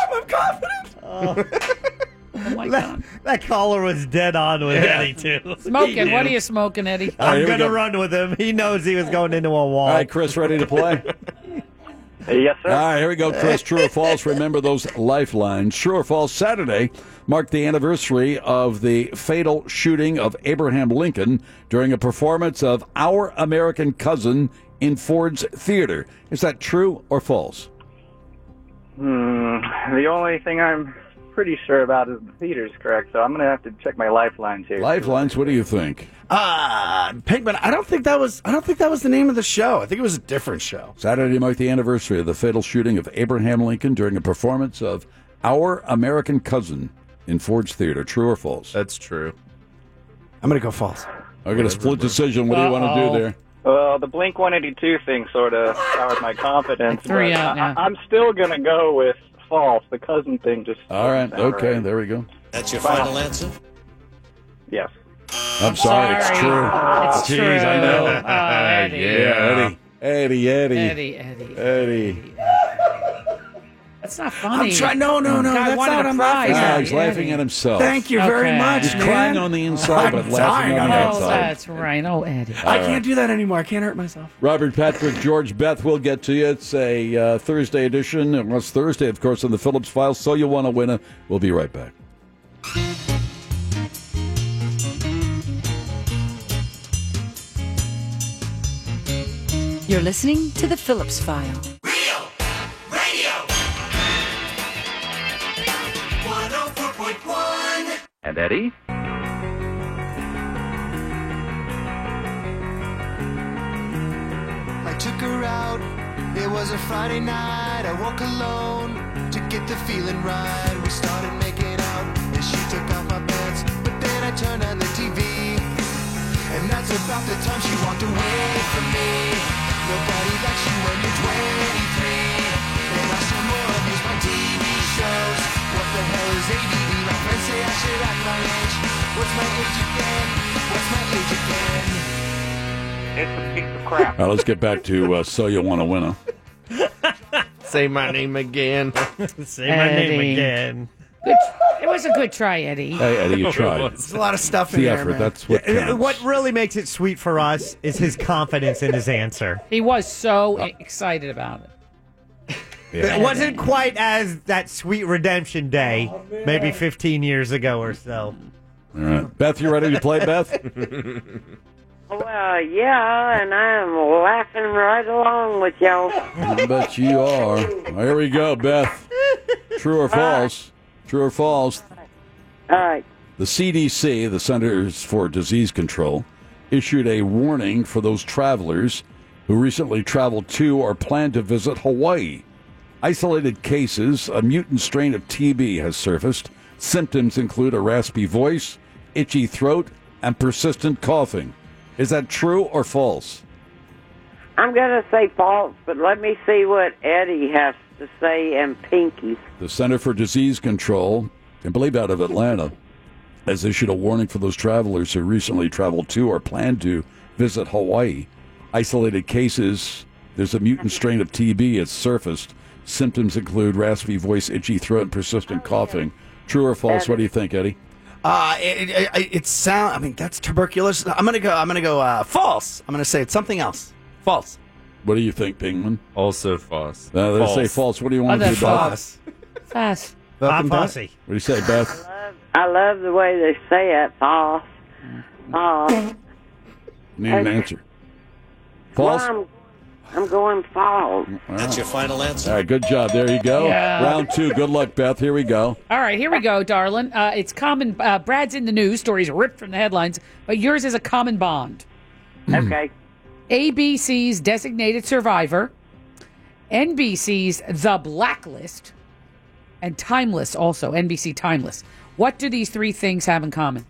that, that caller was dead on with Yeah. Eddie too. Smoking. He What are knew. you smoking, Eddie? I'm gonna run with him. He knows he was going into a wall. All right, Chris, ready to play? yes, All right, here we go, Chris. True or false? Remember those lifelines. True or false? Saturday marked the anniversary of the fatal shooting of Abraham Lincoln during a performance of Our American Cousin in Ford's Theater. Is that true or false? Hmm. The only thing I'm pretty sure about is the theater's correct, so I'm going to have to check my lifelines here. Lifelines, what do you think? Uh, Pinkman, I don't think that was. I don't think that was the name of the show. I think it was a different show. Saturday marked the anniversary of the fatal shooting of Abraham Lincoln during a performance of Our American Cousin in Ford's Theater. True or false? That's true. I'm going to go false. I got a split decision. What do you want to Uh-oh. do there? Well, the Blink 182 thing sort of soured my confidence. I threw but you out, I, I'm still going to go with false. The cousin thing just. All right. All Okay. right. There we go. That's your final answer? Yes. I'm sorry. It's sorry. true. It's Jeez, true. I know. Oh, Eddie. Yeah, Eddie. Eddie. Eddie. Eddie, Eddie. Eddie. That's not I'm funny. trying- no, no, no, God that's wanted not a what I'm prize. laughing Ah, at. he's laughing at himself. Thank you very Okay. much. He's man. crying on the inside, but I'm laughing dying. on the Oh, Oh, outside. that's right. Oh, Eddie. I can't do that anymore. I can't hurt myself. Robert Patrick, George Beth, we'll get to you. It's a uh, Thursday edition. It was Thursday, of course, on the Phillips file. So you want to win it. We'll be right back. You're listening to The Phillips File. oh 104.1. And Eddie? I took her out. It was a Friday night. I walk alone to get the feeling right. We started making out, and she took off my pants. But then I turned on the TV, and that's about the time she walked away from me. Nobody likes you when you're 23, and I still more abuse my TV shows. What the hell is ADD? My friends say I should act my age. What's my age again? What's my age again? It's a Oh, piece of crap. All right, let's get back to uh, So You Want to Win It. Say my name again. Say my name Eddie. again. Good- It was a good try, Eddie. Hey, Eddie, you tried. There's a lot of stuff in The there, effort, man. that's what counts. what really makes it sweet for us is his confidence in his answer. He was so Uh, e-, excited about it. It wasn't quite as that sweet redemption day, Oh, maybe 15 years ago or so. All right. Beth, you ready to play, Beth? Well, yeah, and I'm laughing right along with y'all. I bet you are. Here we go, Beth. True or false? True or false? All right. The CDC, the Centers for Disease Control, issued a warning for those travelers who recently traveled to or plan to visit Hawaii. Isolated cases, a mutant strain of TB has surfaced. Symptoms include a raspy voice, itchy throat, and persistent coughing. Is that true or false? I'm going to say false, but let me see what Eddie has to say and Pinky. The Center for Disease Control, I believe out of Atlanta, has issued a warning for those travelers who recently traveled to or plan to visit Hawaii. Isolated cases, there's a mutant strain of TB has surfaced. Symptoms include raspy voice, itchy throat, and persistent coughing. True or false? What do you think, Eddie? Uh, it, it, it, it sound. I mean, that's tuberculosis. I'm gonna go. I'm gonna go uh, false. I'm gonna say it's something else. False. What do you think, Pinkman? Also false. Uh, they say false. What do you want Oh, to Other do, Beth? false. False. Beth? What do you say, Beth? I love the way they say it, false. False. Need an answer. False. Well, I'm, I'm going fall. That's your final answer. All right, good job. There you go. Yeah. Round two. Good luck, Beth. Here we go. All right, here we go, darling. Uh, it's common. Uh, Brad's in the news. Stories ripped from the headlines, but yours is a common bond. Hmm. Okay. ABC's Designated Survivor, NBC's The Blacklist, and Timeless also, NBC Timeless. What do these three things have in common?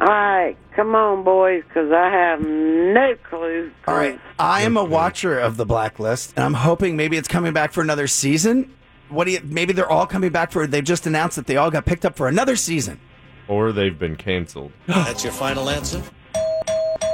All right, come on, boys, because I have no clue. All right. I am a watcher of the Blacklist, and I'm hoping maybe it's coming back for another season. What do you? Maybe they're all coming back for. They've just announced that they all got picked up for another season. Or they've been canceled. That's your final answer.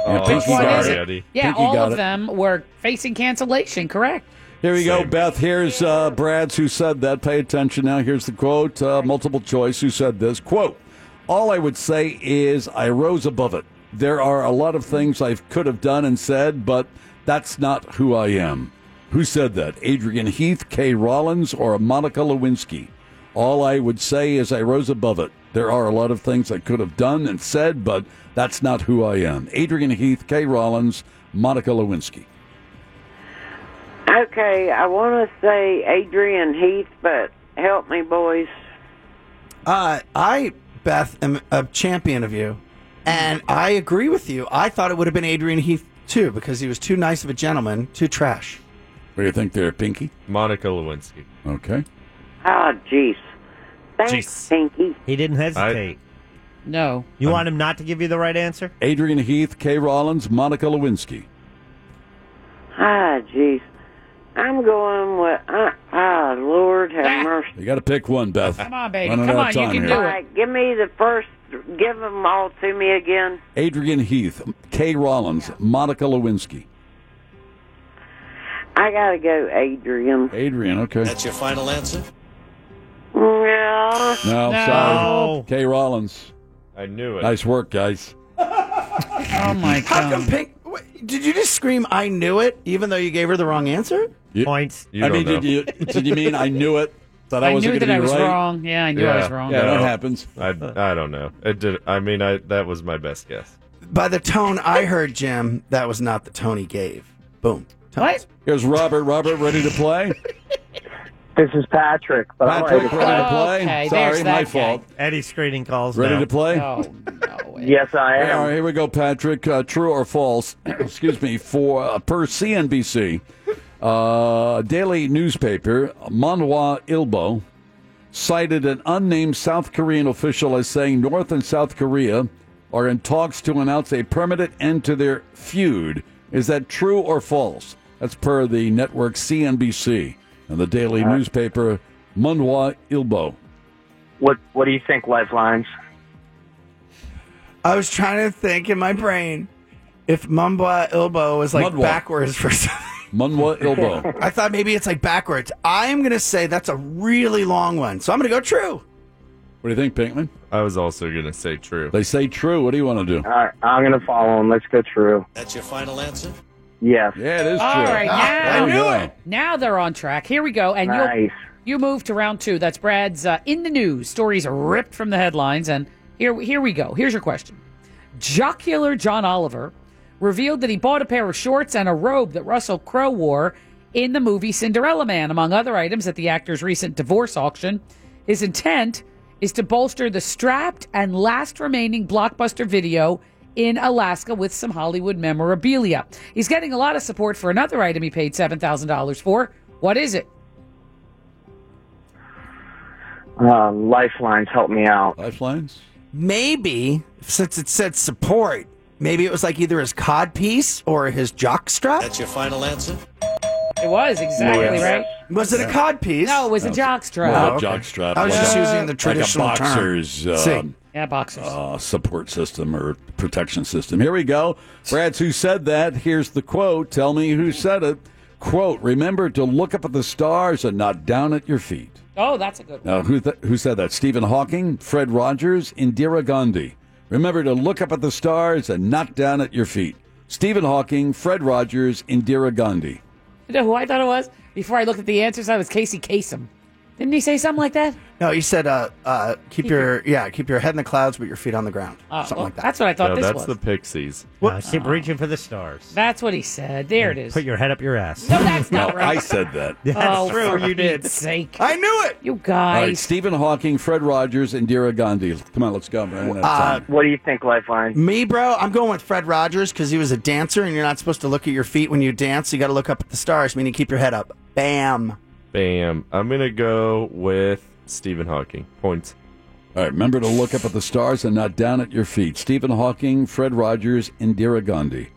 Oh, Which one sorry, is it? Eddie. Yeah, Pinky all got of it. them were facing cancellation, correct? Here we go, Beth. Here's uh, Brad's who said that. Pay attention now. Here's the quote. Uh, multiple choice. Who said this? Quote. All I would say is I rose above it. There are a lot of things I could have done and said, but that's not who I am. Who said that? Adrian Heath, Kay Rollins, or Monica Lewinsky? All I would say is I rose above it. There are a lot of things I could have done and said, but that's not who I am. Adrian Heath, Kay Rollins, Monica Lewinsky. Okay, I want to say Adrian Heath, but help me, boys. Uh, I, Beth, am a champion of you, and I agree with you. I thought it would have been Adrian Heath too because he was too nice of a gentleman, too trash. What do you think there, Pinky? Monica Lewinsky. Okay. Oh, jeez. Thanks, Pinky. He didn't hesitate. no. You want him not to give you the right answer? Adrian Heath, Kay Rollins, Monica Lewinsky. Ah, jeez. I'm going with. Uh, ah, Lord have mercy. You got to pick one, Beth. Come on, baby. Running out of time here. All right, give me the first. Give them all to me again. Adrian Heath, Kay Rollins, Monica Lewinsky. I gotta go, Adrian. Adrian, okay. That's your final answer? Yeah. No, sorry. Kay Rollins. I knew it. Nice work, guys. Oh my How come Pink? What, did you just scream? I knew it, even though you gave her the wrong answer. Points. You I don't mean, did know. you, did you mean I knew it? That I, I wasn't knew gonna that I be was right? wrong. Yeah, I knew I was wrong. Yeah, that happens. I, I don't know. It did. I mean, I that was my best guess. By the tone I heard, Jim, that was not the tone he gave. Boom. What? Here's Robert. Robert, ready to play? This is Patrick. But Patrick, I'm Oh, ready to play? Sorry, my fault. Eddie screening calls. Ready now. to play? Oh. Yes, I am. All right, here we go, Patrick. Uh, true or false? excuse me. For uh, per CNBC, uh, daily newspaper Manhwa Ilbo cited an unnamed South Korean official as saying North and South Korea are in talks to announce a permanent end to their feud. Is that true or false? That's per the network CNBC and the daily Uh, newspaper Manhwa Ilbo. What What do you think, Lifelines? I was trying to think in my brain if Mumba Ilbo was like Mudwa. backwards for something. Manhwa Ilbo. I thought maybe it's like backwards. I am going to say that's a really long one. So I'm going to go true. What do you think, Pinkman? I was also gonna say true. They say true. What do you want to do? All right, I'm going to follow him. Let's go true. That's your final answer? Yes. Yeah, it is All right, now, there you go. now they're on track. Here we go. And Nice. you you move to round two. That's Brad's uh, in the news. Stories are ripped from the headlines. And here, here we go. Here's your question. Jocular John Oliver revealed that he bought a pair of shorts and a robe that Russell Crowe wore in the movie Cinderella Man, among other items at the actor's recent divorce auction. His intent is to bolster the strapped and last remaining blockbuster video in Alaska with some Hollywood memorabilia. He's getting a lot of support for another item he paid $7,000 for. What is it? Uh, lifelines, help me out. Lifelines? Maybe, since it said support, maybe it was like either his cod piece or his jock strap. That's your final answer? It was exactly Yes. right. Was it a cod piece? No, it was a No, jockstrap. More of a jockstrap. I was like just a- using the traditional like a term. boxer's uh, See. Yeah, boxers. uh, support system or protection system. Here we go. Brad's who said that. Here's the quote. Tell me who said it. Quote: Remember to look up at the stars and not down at your feet. oh, that's a good one. Now, who th- who said that? Stephen Hawking, Fred Rogers, Indira Gandhi. Remember to look up at the stars and not down at your feet. Stephen Hawking, Fred Rogers, Indira Gandhi. You know who I thought it was? Before I looked at the answers, I was Casey Kasem. Didn't he say something like that? No, he said, uh, uh, keep, your, yeah, keep your head in the clouds, but your feet on the ground. Oh, Something well, like that. That's what I thought Uh, No, this that's was. the Pixies. keep reaching for the stars. That's what he said. There it is. Put your head up your ass. No, that's not right. said that. oh, for Pete's Sake. I knew it. You All right, guys. Stephen Hawking, Fred Rogers, Indira Gandhi. Come on, let's go. We're running out of Uh, time. what do you think, Lifeline? Uh, Me, bro, I'm going with Fred Rogers because he was a dancer, and you're not supposed to look at your feet when you dance. You got to look up at the stars, meaning keep your head up. Bam. Bam. I'm going to go with Stephen Hawking. Points. All right, remember to look up at the stars and not down at your feet. Stephen Hawking, Fred Rogers, Indira Gandhi.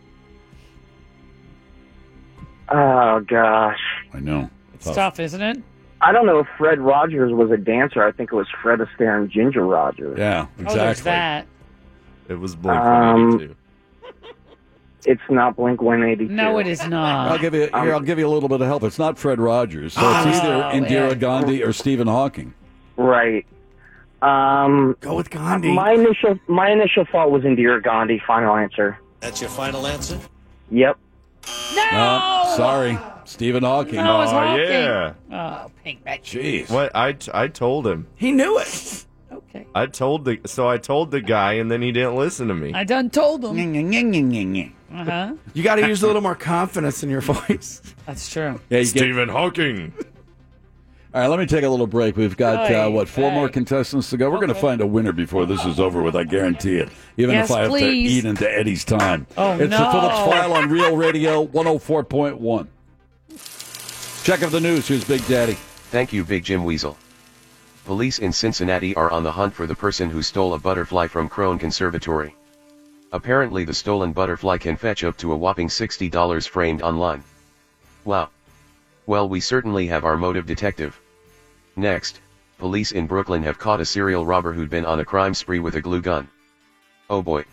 Oh gosh. I know. It's tough, isn't it? I don't know if Fred Rogers was a dancer. I think it was Fred Astaire and Ginger Rogers. Yeah, Oh, there's that. It was Um, it's not Blink 182. No, uh, it is not. I'll give you Um, here. I'll give you a little bit of help. It's not Fred Rogers, so it's either Indira Gandhi or Stephen Hawking. Right. Um, Go with Gandhi. My initial my initial thought was Indira Gandhi. Final answer. That's your final answer? Yep. No. sorry, Stephen Hawking. No, it's Hawking. yeah. Oh, pink bitch. What I t- I told him. He knew it. Okay. I told the so I told the guy and then he didn't listen to me. I done told them. You Uh huh. got to use a little more confidence in your voice. That's true. Stephen Hawking. All right, let me take a little break. We've got uh, Oy what four more contestants to go. We're going to find a winner before this is over with. I guarantee it. Even Yes, if I have please. to eat into Eddie's time. Oh, it's the no. Phillips File on Real Radio 104.1. Check of the news. Here's Big Daddy. Thank you, Big Jim Weasel. Police in Cincinnati are on the hunt for the person who stole a butterfly from Crone Conservatory. Apparently, the stolen butterfly can fetch up to a whopping $60 framed online. Wow. Well, we certainly have our motive detective. Next, police in Brooklyn have caught a serial robber who'd been on a crime spree with a glue gun. Oh boy.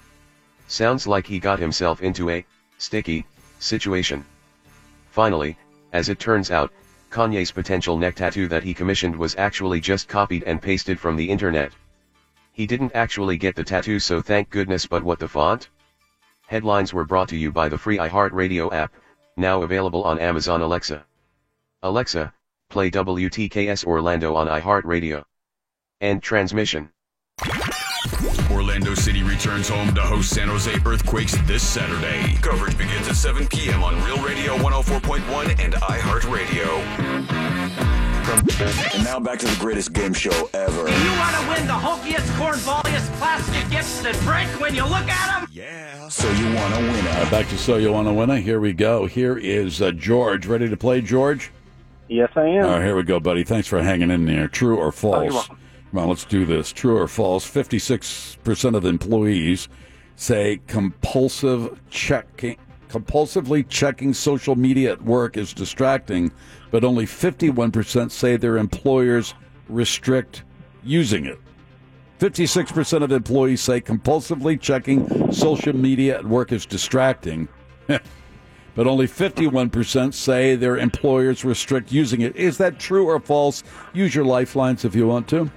Sounds like he got himself into a sticky situation. Finally, as it turns out, Kanye's potential neck tattoo that he commissioned was actually just copied and pasted from the internet. He didn't actually get the tattoo, so thank goodness, but what the font? Headlines were brought to you by the free iHeartRadio app, now available on Amazon Alexa. Alexa, play WTKS Orlando on iHeartRadio. End transmission. Orlando City returns home to host San Jose Earthquakes this Saturday. Coverage begins at 7 p.m. on Real Radio 104.1 and iHeartRadio. And now back to the greatest game show ever. You want to win the hokiest, cornballiest plastic gifts that break when you look at them? Yeah. So you want to win. All right, back to So You Want to Win. Here we go. Here is uh, George. Ready to play, George? Yes, I am. All right, here we go, buddy. Thanks for hanging in there. True or Oh, you're false? welcome. Come on, let's do this. True or false? 56% of employees say compulsive checking, compulsively checking social media at work is distracting, but only 51% say their employers restrict using it. 56% of employees say compulsively checking social media at work is distracting. but only 51% say their employers restrict using it. Is that true or false? Use your lifelines if you want to.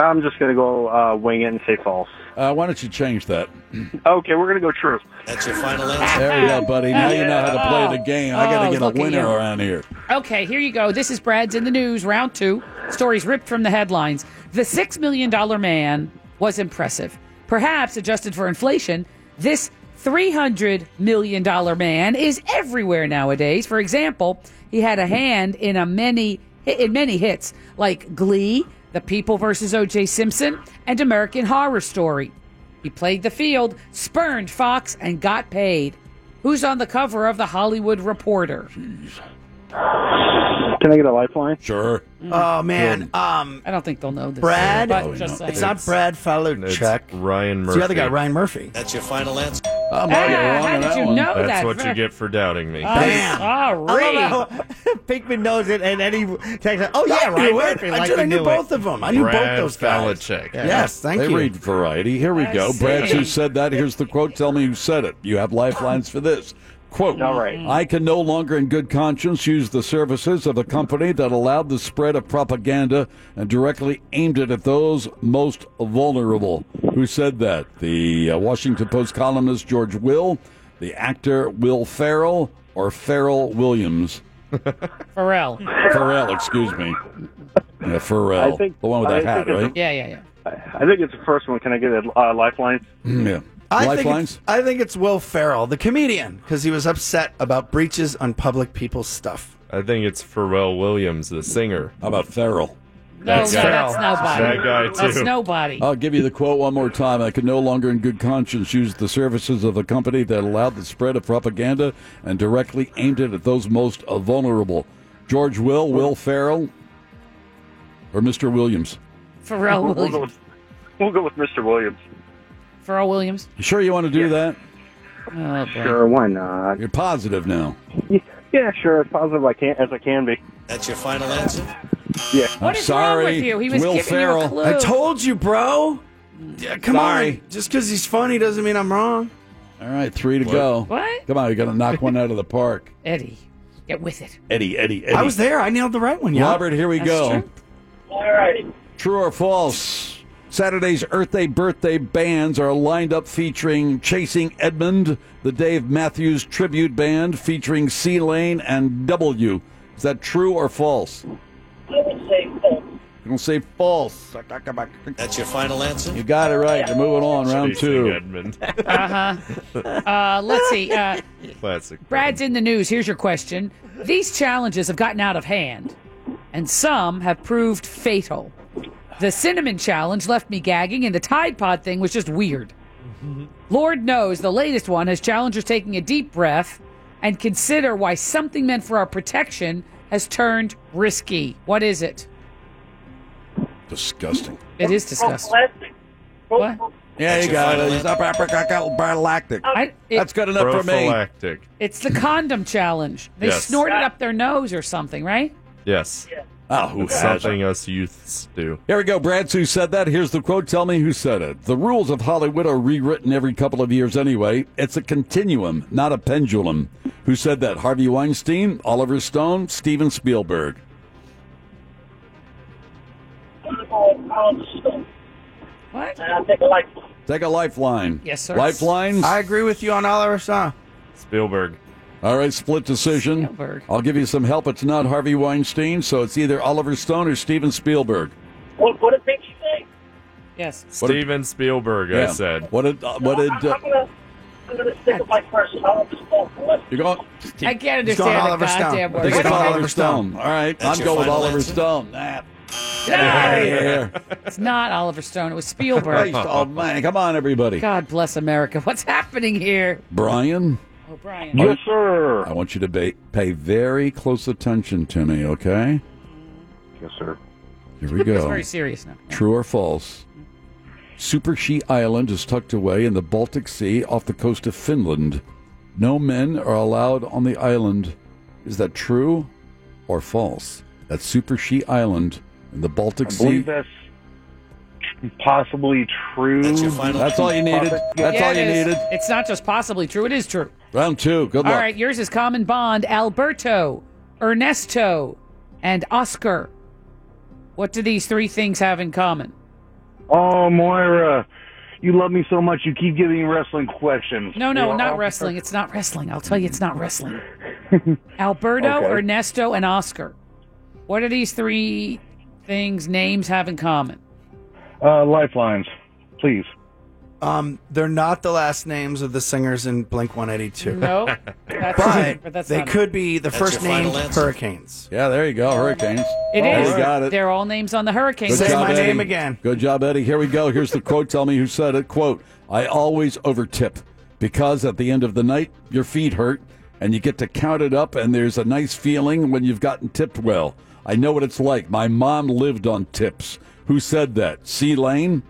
I'm just going to go uh, wing it and say false. Uh, why don't you change that? Okay, we're going to go true. That's your final answer? There you go, buddy. Now you know how to play the game. I got Oh, to get a look at winner you. around here. Okay, here you go. This is Brad's in the news, round two. Stories ripped from the headlines. The $6 million man was impressive. Perhaps adjusted for inflation, this $300 million man is everywhere nowadays. For example, he had a hand in a many in many hits like Glee, The People versus O.J. Simpson, and American Horror Story. He played the field, spurned Fox, and got paid. Who's on the cover of The Hollywood Reporter? Can I get a lifeline? Sure. Oh man, um, Mm-hmm. I don't think they'll know this. Brad. Oh, but Mm. just saying. it's not Brad Faluchuk. Ryan It's Murphy. the other guy, Ryan Murphy. That's your final answer? Oh, Mario, Ah, you're wrong how on did that you one. know That's that? Oh. what you get for doubting me. Bam. Ah, Sorry. Pinkman knows it, and Eddie takes it. Oh I yeah, right. knew it. Murphy, eh? I like did. we I knew knew both it. of them. I knew Brad both those guys. Falachek. Yes, thank they you. read variety. Here we I go. see. Brad's who said that. Here's the quote. Tell me who said it. You have lifelines for this. Quote All right. I can no longer, in good conscience, use the services of a company that allowed the spread of propaganda and directly aimed it at those most vulnerable. Who said that? The uh, Washington Post columnist George Will, the actor Will Farrell, or Farrell Williams? Pharrell. Farrell, excuse me. Yeah, Pharrell. I think- the one with I that hat, think it's- right? Yeah, yeah, yeah. I think it's the first one. Can I get a uh, lifeline? Yeah. I think, Lifelines? it's, I think it's Will Farrell, the comedian, because he was upset about breaches on public people's stuff. I think it's Pharrell Williams, the singer. How about Farrell? No, no, that's nobody. That guy, too. That's nobody. I'll give you the quote one more time. I can no longer, in good conscience, use the services of a company that allowed the spread of propaganda and directly aimed it at those most uh, vulnerable. George Will, Will Farrell, or Mr. Williams? Pharrell We'll go Williams. with, we'll go with Mr. Williams. Pharrell Williams. Oh, You sure you want to do that? Sure, why not? You're positive now. Yeah, sure. As positive I can as I can be. That's your final answer. Yeah. What I'm sorry. It's Will Farrell. I told you, bro. Yeah, come Sorry. on. Just because he's funny doesn't mean I'm wrong. All right, three to go. What? Come on, you got to knock one out of the park. Eddie, get with it. Eddie, Eddie, Eddie. I was there. I nailed the right one, y'all. Robert, here we That's go. true. All right. True or false? Saturday's Earth Day birthday bands are lined up featuring Chasing Edmund, the Dave Matthews tribute band featuring C Lane and W. Is that true or false? I would say uh, false. You're going to say false. That's your final answer? You got it right. You're moving on. Round Chasing two. Edmund. Uh-huh. Uh, let's see. Uh, Classic. Brad's in the news. Here's your question. These challenges have gotten out of hand, and some have proved fatal. The cinnamon challenge left me gagging, and the Tide Pod thing was just weird. Lord knows the latest one has challengers taking a deep breath and consider why something meant for our protection has turned risky. What is it? Disgusting. It is disgusting. What? Yeah, you got it. It's up prophylactic. Oh. I- it- That's good enough for me. Prophylactic. It's the condom challenge. They Yes. snort it up their nose or something, right? Yes. Oh, who It's hasn't? something us youths do. Here we go. Brad's who said that. Here's the quote. Tell me who said it. The rules of Hollywood are rewritten every couple of years anyway. It's a continuum, not a pendulum. Who said that? Harvey Weinstein, Oliver Stone, Steven Spielberg. What? I think I like Take a lifeline. Yes, sir. Lifelines. I agree with you on Oliver Stone. Spielberg. All right, split decision. Spielberg. I'll give you some help. It's not Harvey Weinstein, so it's either Oliver Stone or Steven Spielberg. What, what did Pinky say? Yes. What did- Steven Spielberg, I Yeah. said. What did? Uh, what did? I'm, Uh, I'm gonna, I'm gonna stick with my first. I'll just go for you're going. I can't He's understand going a Oliver Stone. goddamn I think word. it's What- Oliver Stone. All right, That's I'm your going with final Oliver answer? Stone. Nah. Get No! outta here. It's not Oliver Stone. It was Christ Spielberg. almighty. Come on, everybody. God bless America. What's happening here? Brian? O'Brien. Yes, sir. I want you to ba- pay very close attention to me, okay? Yes, sir. Here we go. It's very serious now. True or false? Super She Island is tucked away in the Baltic Sea off the coast of Finland. No men are allowed on the island. Is that true or false? That's Super She Island in the Baltic I Sea. believe that's possibly true. That's your final That's all you needed. That's Yeah, all you it is. needed. It's not just possibly true. It is true. Round two. Good luck. All right. Yours is Common Bond, Alberto, Ernesto, and Oscar. What do these three things have in common? Oh, Moira, you love me so much. You keep giving wrestling questions. No, no, You're not all- wrestling. It's not wrestling. I'll tell you, it's not wrestling. Alberto, Okay. Ernesto, and Oscar. What do these three things names have in common? Uh, lifelines, please. Um, they're not the last names of the singers in Blink 182. No, that's but, but that's they not it. could be the That's first your final named answer? Hurricanes. Yeah, there you go. Hurricanes. It There is. You got it. They're all names on the hurricane. Good list. job, Eddie. Good job, Eddie. Here we go. Here's the quote. Tell me who said it. Quote, I always overtip because at the end of the night, your feet hurt and you get to count it up, and there's a nice feeling when you've gotten tipped well. I know what it's like. My mom lived on tips. Who said that? C. Lane,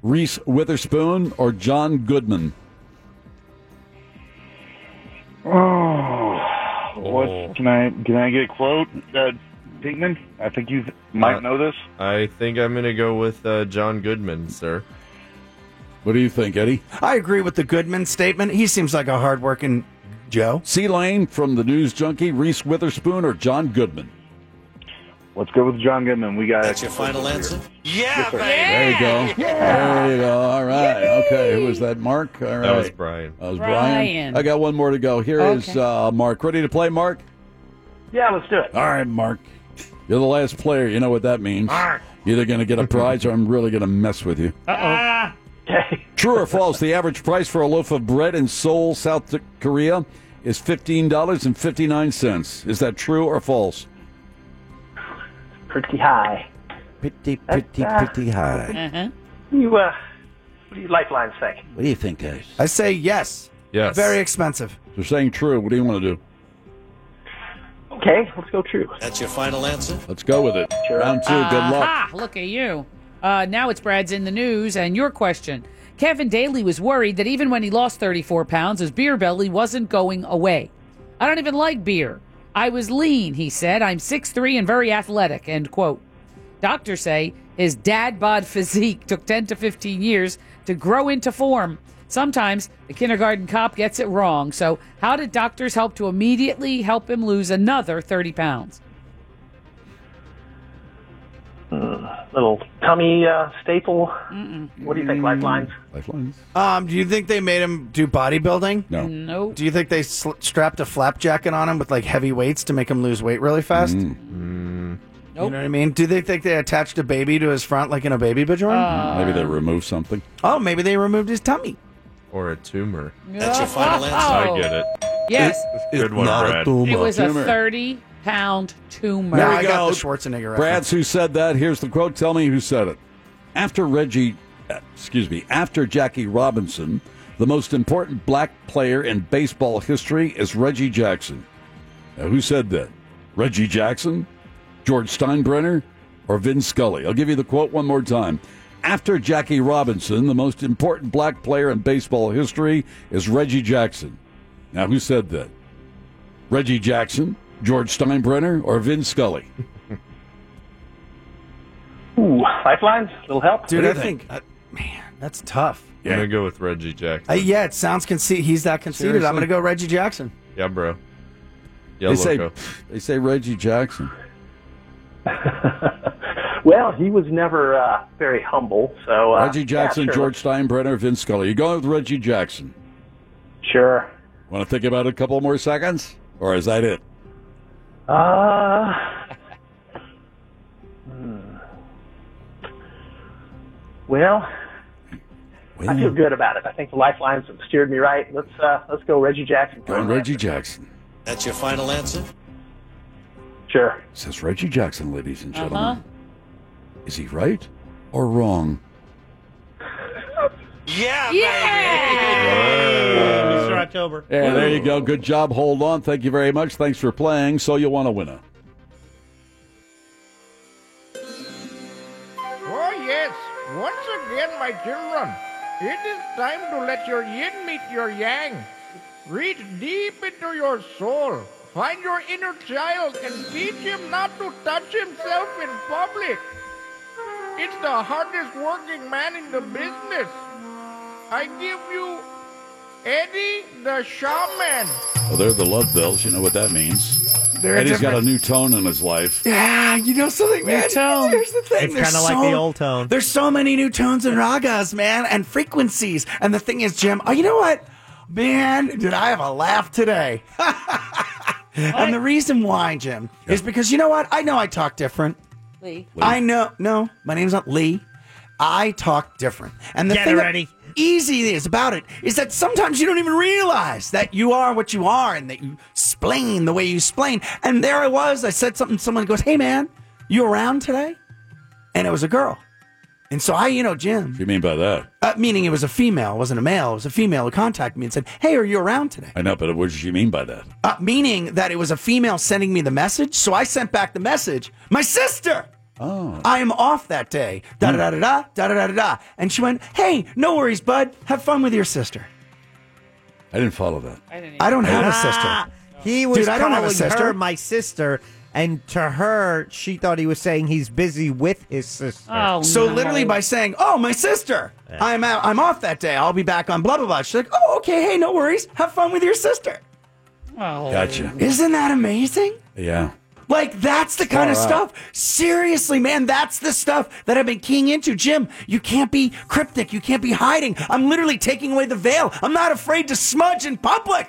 Reese Witherspoon, or John Goodman? Oh, Oh. what can I can I get a quote, uh, Pinkman? I think you might Uh, know this. I think I'm going to go with uh, John Goodman, sir. What do you think, Eddie? I agree with the Goodman statement. He seems like a hardworking Joe. C. Lane from the News Junkie, Reese Witherspoon, or John Goodman? Let's go with John Goodman. We got that's your final answer. Yeah, There you go. There you go. All right. Okay. Who was that, Mark? All right. That was Brian. That was Brian. Brian. I got one more to go. Here is Okay. uh, Mark. Ready to play, Mark? Yeah, let's do it. All right, Mark. You're the last player. You know what that means. You're either going to get a prize or I'm really going to mess with you. Ah. Uh True or false, the average price for a loaf of bread in Seoul, South Korea is $15.59. Is that true or false? Pretty Ah. high. Pretty, pretty, pretty high. Uh-huh. You, uh, what do you lifelines say? What do you think, guys? I say yes. Yes. Very expensive. They're saying true. What do you want to do? Okay, let's go true. Ah. That's your final answer. Let's go with it. Round two. Good luck. Aha, Look at you. Uh, now it's Brad's in the news and your question. Kevin Daly was worried that even when he lost 34 pounds, his beer belly wasn't going away. I don't even like beer. I was lean, he said. I'm 6'3 and very athletic, end quote. Doctors say his dad bod physique took 10 to 15 years to grow into form. Sometimes the kindergarten cop gets it wrong. So, how did doctors help to immediately help him lose another 30 pounds? Uh, Little tummy uh, staple. What do you think, lifelines? Lifelines. Um, do you think they made him do bodybuilding? No. No. Do you think they sl- strapped a flap jacket on him with like heavy weights to make him lose weight really Mm-hmm. fast? Mm. You know what I mean? Do they think they attached a baby to his front like in a baby bajorn? Uh, Maybe they remove something. oh, maybe they removed his tummy. Or a tumor. That's your final answer? I get it. Yes. Good one, not a Brad. tumor. It was a Tumor. 30 pound tumor. There we go. Schwarzenegger Brad's who said that. Here's the quote. Tell me who said it. After Reggie, uh, excuse me, after Jackie Robinson, the most important black player in baseball history is Reggie Jackson. Now, who said that? Reggie Jackson, George Steinbrenner, or Vin Scully? I'll give you the quote one more time. After Jackie Robinson, the most important black player in baseball history is Reggie Jackson. Now, who said that? Reggie Jackson, George Steinbrenner, or Vin Scully? Ooh, lifelines? Little help? Dude, I think, uh, man, that's tough. I'm going to go with Reggie Jackson. Uh, yeah, it sounds conceited. He's that conceited. I'm Seriously? going to go Reggie Jackson. Yeah, bro. Yeah, They say, loco. they say Reggie Jackson. Well, he was never uh, very humble, so. Uh, Reggie Jackson, yeah, sure. George Steinbrenner, Vince Scully. You going with Reggie Jackson? Sure. Want to think about it a couple more seconds, or is that it? Uh, hmm. well, I feel good about it. I think the lifelines have steered me right. Let's uh, let's go, Reggie Jackson. Going Reggie Jackson. That's your final answer. Sure. Says Reggie Jackson, ladies and gentlemen. Uh-huh. Is he right or wrong? Yeah, Mr. October. Yeah, there you go. Good job. Hold on. Thank you very much. Thanks for playing. So you want to win a Oh, yes. Once again, my children, it is time to let your yin meet your yang. Reach deep into your soul. Find your inner child and teach him not to touch himself in public. It's the hardest working man in the business. I give you Eddie the Shaman. Well, Oh, they're the love bells. You know what that means. They're Eddie's got a different. new tone in his life. Yeah, you know something, man. tone. Here's the thing. It's There's kinda like the so- old tone. There's so many new tones and ragas, man, and frequencies. And the thing is, Jim, oh, you know what? Man, did I have a laugh today. and the reason why, Jim, is because you know what? I know I talk different. Lee. I know. No, my name's not Lee. I talk different. And the Get thing that ready. easy is about it is that sometimes you don't even realize that you are what you are and that you splain the way you splain. And there I was. I said something. Someone goes, "Hey, man, you around today?" And it was a girl. And so I, you know, Jim, What do you mean by that? uh, meaning it was a female, it wasn't a male. It was a female who contacted me and said, "Hey, are you around today?" I know, but what did you mean by that? Uh, meaning that it was a female sending me the message. So I sent back the message, my sister. Oh. I am off that day. Da da da da da da da da da. And she went, hey, no worries, bud. Have fun with your sister. I didn't follow that. I, don't have a Ah, sister. He was Dude, I don't calling have a her sister. my sister, and to her, she thought he was saying he's busy with his sister. so literally by saying, "Oh, my sister, I'm out. I'm off that day. I'll be back on blah blah blah." She's like, "Oh, okay. Hey, no worries. Have fun with your sister." Oh. Gotcha. Isn't that amazing? Yeah. Like that's the kind of Far out. stuff. Seriously, man, that's the stuff that I've been keying into. Jim, you can't be cryptic. You can't be hiding. I'm literally taking away the veil. I'm not afraid to smudge in public.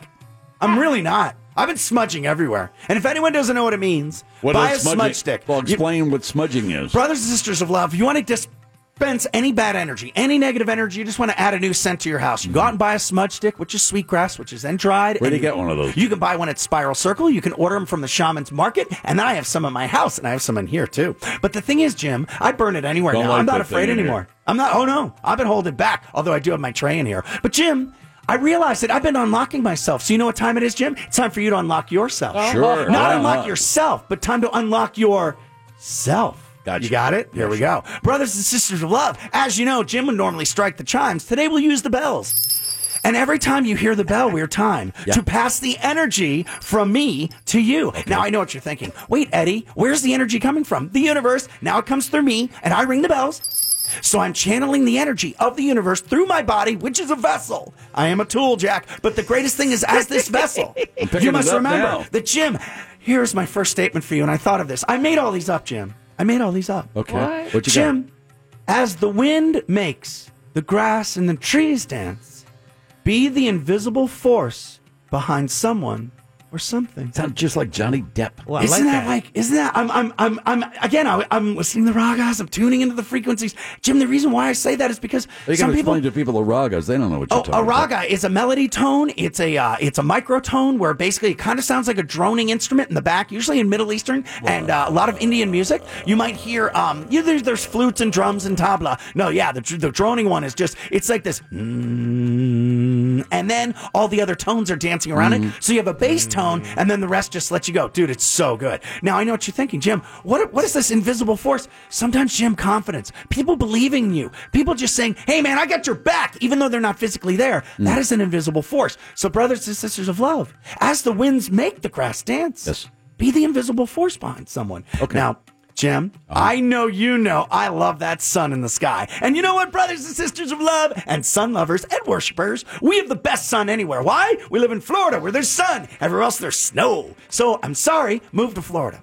I'm really not. I've been smudging everywhere. And if anyone doesn't know what it means, What buy a is smudging? smudge stick. Well, explain what smudging is. Brothers and sisters of love, if you want to dispense any bad energy, any negative energy, you just want to add a new scent to your house. You go out and buy a smudge stick, which is sweetgrass, which is then dried. Where do and you get one of those? You can buy one at Spiral Circle. You can order them from the Shaman's Market. And then I have some in my house, and I have some in here, too. But the thing is, Jim, I burn it anywhere Don't now. like I'm not that thing afraid in here. anymore. I'm not. Oh no, I've been holding back. Although I do have my tray in here. But Jim, I realized that I've been unlocking myself. So you know what time it is, Jim? It's time for you to unlock yourself. Sure. Not Why unlock not? yourself, but time to unlock yourself. Gotcha. You got it? Here we go. Brothers and sisters of love, as you know, Jim would normally strike the chimes. Today we'll use the bells. And every time you hear the bell, we're time to pass the energy from me to you. Now I know what you're thinking. Wait, Eddie, where's the energy coming from? The universe. Now it comes through me, and I ring the bells. So I'm channeling the energy of the universe through my body, which is a vessel. I am a tool, Jack. But the greatest thing is, as this vessel, I'm picking you must it up remember now. that Jim. Here's my first statement for you, and I thought of this. I made all these up, Jim. I made all these up. Okay. What? What you got? Jim? As the wind makes the grass and the trees dance, be the invisible force behind someone or something. Sounds just like Johnny Depp. Well, isn't that. like? Isn't that? I'm, I'm, I'm, I'm. Again, I, I'm listening to the ragas. I'm tuning into the frequencies. Jim, the reason why I say that is because You some can people explain to people the ragas. They don't know what you're Oh, talking a raga is a melody tone. It's a uh, it's a microtone where basically it kind of sounds like a droning instrument in the back, usually in Middle Eastern and uh, a lot of Indian music. You might hear um, you there's, there's flutes and drums and tabla. No, yeah, the, dr- the droning one is just it's like this, mm, and then all the other tones are dancing around Mhm. it. So you have a bass tone, and then the rest just lets you go, dude. It's so good. Now I know what you're thinking, Jim. What what is this invisible force? Sometimes, Jim, confidence, people believing in you, people just saying, "Hey, man, I got your back," even though they're not physically there. That is an invisible force. So, brothers and sisters of love, as the winds make the grass dance, be the invisible force behind someone. Okay. Now. Jim, Uh-huh. I know you know I love that sun in the sky. And you know what, brothers and sisters of love and sun lovers and worshipers, we have the best sun anywhere. Why? We live in Florida where there's sun. Everywhere else there's snow. So I'm sorry, move to Florida.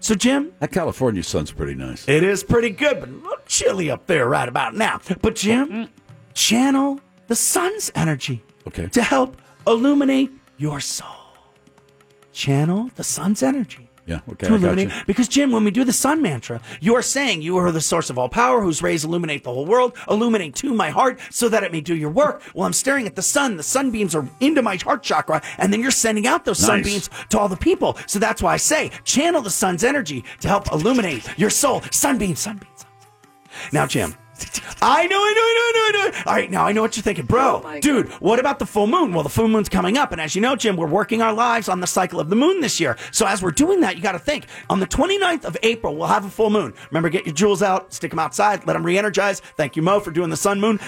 So, Jim? That California sun's pretty nice. It is pretty good, but a little chilly up there right about now. But, Jim, channel the sun's energy Okay. to help illuminate your soul. Channel the sun's energy Yeah. Okay. to I got illuminate. you. Because Jim, when we do the sun mantra, you are saying you are the source of all power, whose rays illuminate the whole world, illuminate to my heart, so that it may do your work. Well, I'm staring at the sun. The sunbeams are into my heart chakra, and then you're sending out those Nice. sunbeams to all the people. So that's why I say channel the sun's energy to help illuminate your soul. Sunbeam, sunbeam. Now, Jim. I know, I know, I know, I know, I know. All right, now I know what you're thinking, bro. dude, what about the full moon? Well, the full moon's coming up. And as you know, Jim, we're working our lives on the cycle of the moon this year. So as we're doing that, you got to think. On the 29th of April, we'll have a full moon. Remember, get your jewels out, stick them outside, let them re energize. Thank you, Mo, for doing the sun moon.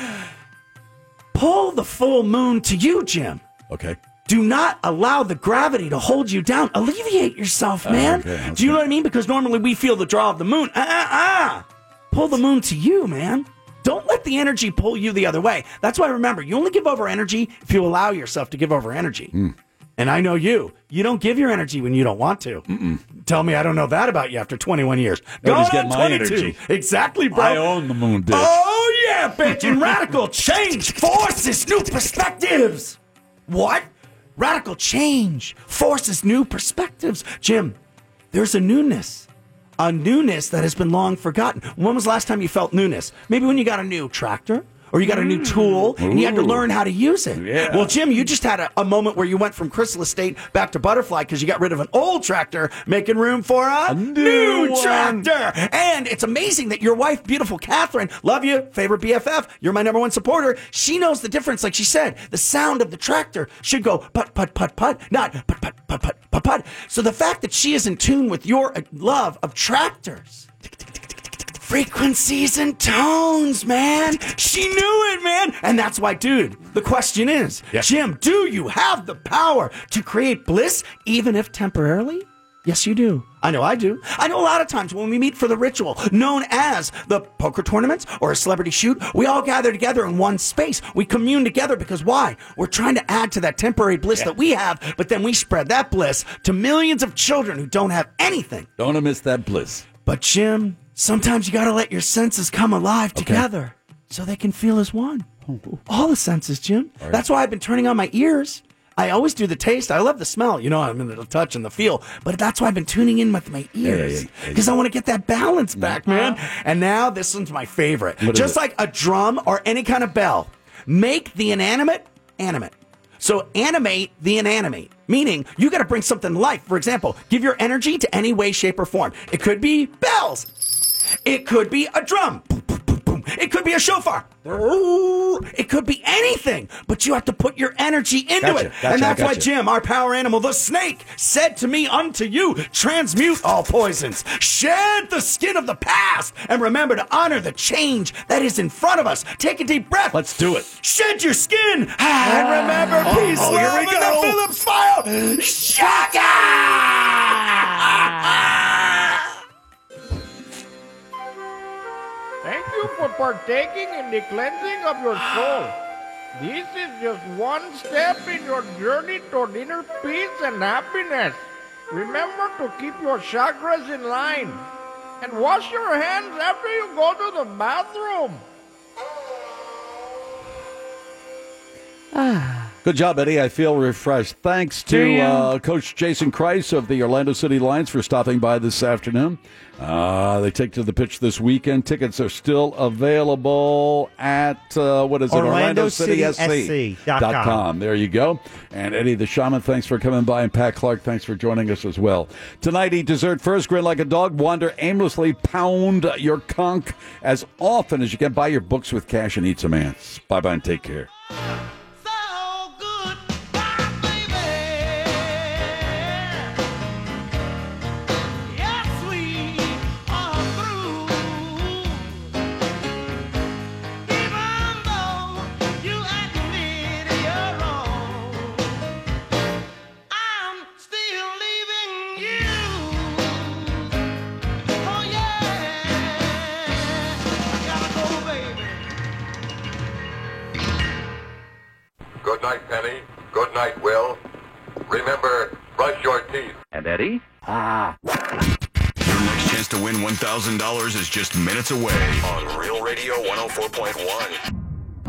Pull the full moon to you, Jim. Okay. Do not allow the gravity to hold you down. Alleviate yourself, Oh, man. okay, okay. Do you know what I mean? Because normally we feel the draw of the moon. Ah, ah, ah. Pull the moon to you, man. Don't let the energy pull you the other way. That's why remember, you only give over energy if you allow yourself to give over energy. Hmm. And I know you. You don't give your energy when you don't want to. Tell me I don't know that about you after 21 years. Nobody's Going on getting my 22. energy. Exactly, bro. I own the moon dish. Oh yeah, bitch! And radical change forces new perspectives. What? Radical change forces new perspectives. Jim, there's a newness. A newness that has been long forgotten. When was the last time you felt newness? Maybe when you got a new tractor or you got a new tool and you had to Ooh. learn how to use it. Yeah. Well, Jim, you just had a, a moment where you went from chrysalis state back to butterfly because you got rid of an old tractor, making room for a, new, one. tractor. And it's amazing that your wife, beautiful Catherine, love you, favorite BFF, you're my number one supporter. She knows the difference. Like she said, the sound of the tractor should go put put put put, not put put put put put put. So the fact that she is in tune with your uh, love of tractors. Frequencies and tones, man. She knew it, man. And that's why, dude, the question is Jim, do you have the power to create bliss, even if temporarily? Yes, you do. I know I do. I know a lot of times when we meet for the ritual known as the poker tournaments or a celebrity shoot, we all gather together in one space. We commune together because why? We're trying to add to that temporary bliss that we have, but then we spread that bliss to millions of children who don't have anything. Don't miss that bliss. But Jim, sometimes you gotta let your senses come alive Okay. together so they can feel as one. All the senses, Jim. All right. That's why I've been turning on my ears. I always do the taste. I love the smell. You know, I mean, the touch and the feel. But that's why I've been tuning in with my yeah, ears yeah. because I want to get that balance back, man. And now this one's my favorite. What is Just it? like a drum or any kind of bell, make the inanimate animate. So animate the inanimate, meaning you got to bring something to life. For example, give your energy to any way, shape, or form. It could be bells. It could be a drum. It could be a shofar. It could be anything, but you have to put your energy into Gotcha, it. gotcha, and that's why gotcha. Jim, our power animal, the snake, said to me, Unto you, transmute all poisons, shed the skin of the past, and remember to honor the change that is in front of us. Take a deep breath. Let's do it. Shed your skin. Ah, and remember, Ah. peace, Oh, here love, we and the go. Phillips file. Shaka! Thank you for partaking in the cleansing of your soul. This is just one step in your journey toward inner peace and happiness. Remember to keep your chakras in line and wash your hands after you go to the bathroom. Good job, Eddie. I feel refreshed. Thanks Ah. Do to you? uh, Coach Jason Kreis of the Orlando City Lions for stopping by this afternoon. Uh, they take to the pitch this weekend. Tickets are still available at uh, what is it? OrlandoCitySC.com. com. There you go. And Eddie the Shaman, thanks for coming by, and Pat Clark, thanks for joining us as well. Tonight, eat dessert first, grin like a dog, wander aimlessly, pound your conch as often as you can. Buy your books with cash and eat some ants. Bye bye and take care. Yes, we are through. Even though you admit you're wrong, I'm still leaving you. Oh yeah, I gotta go, baby. Good night, Penny. Good night, Will. Remember, brush your teeth. And Eddie? Ah. Your oh next chance to win $1,000 is just minutes away on Real Radio 104.1.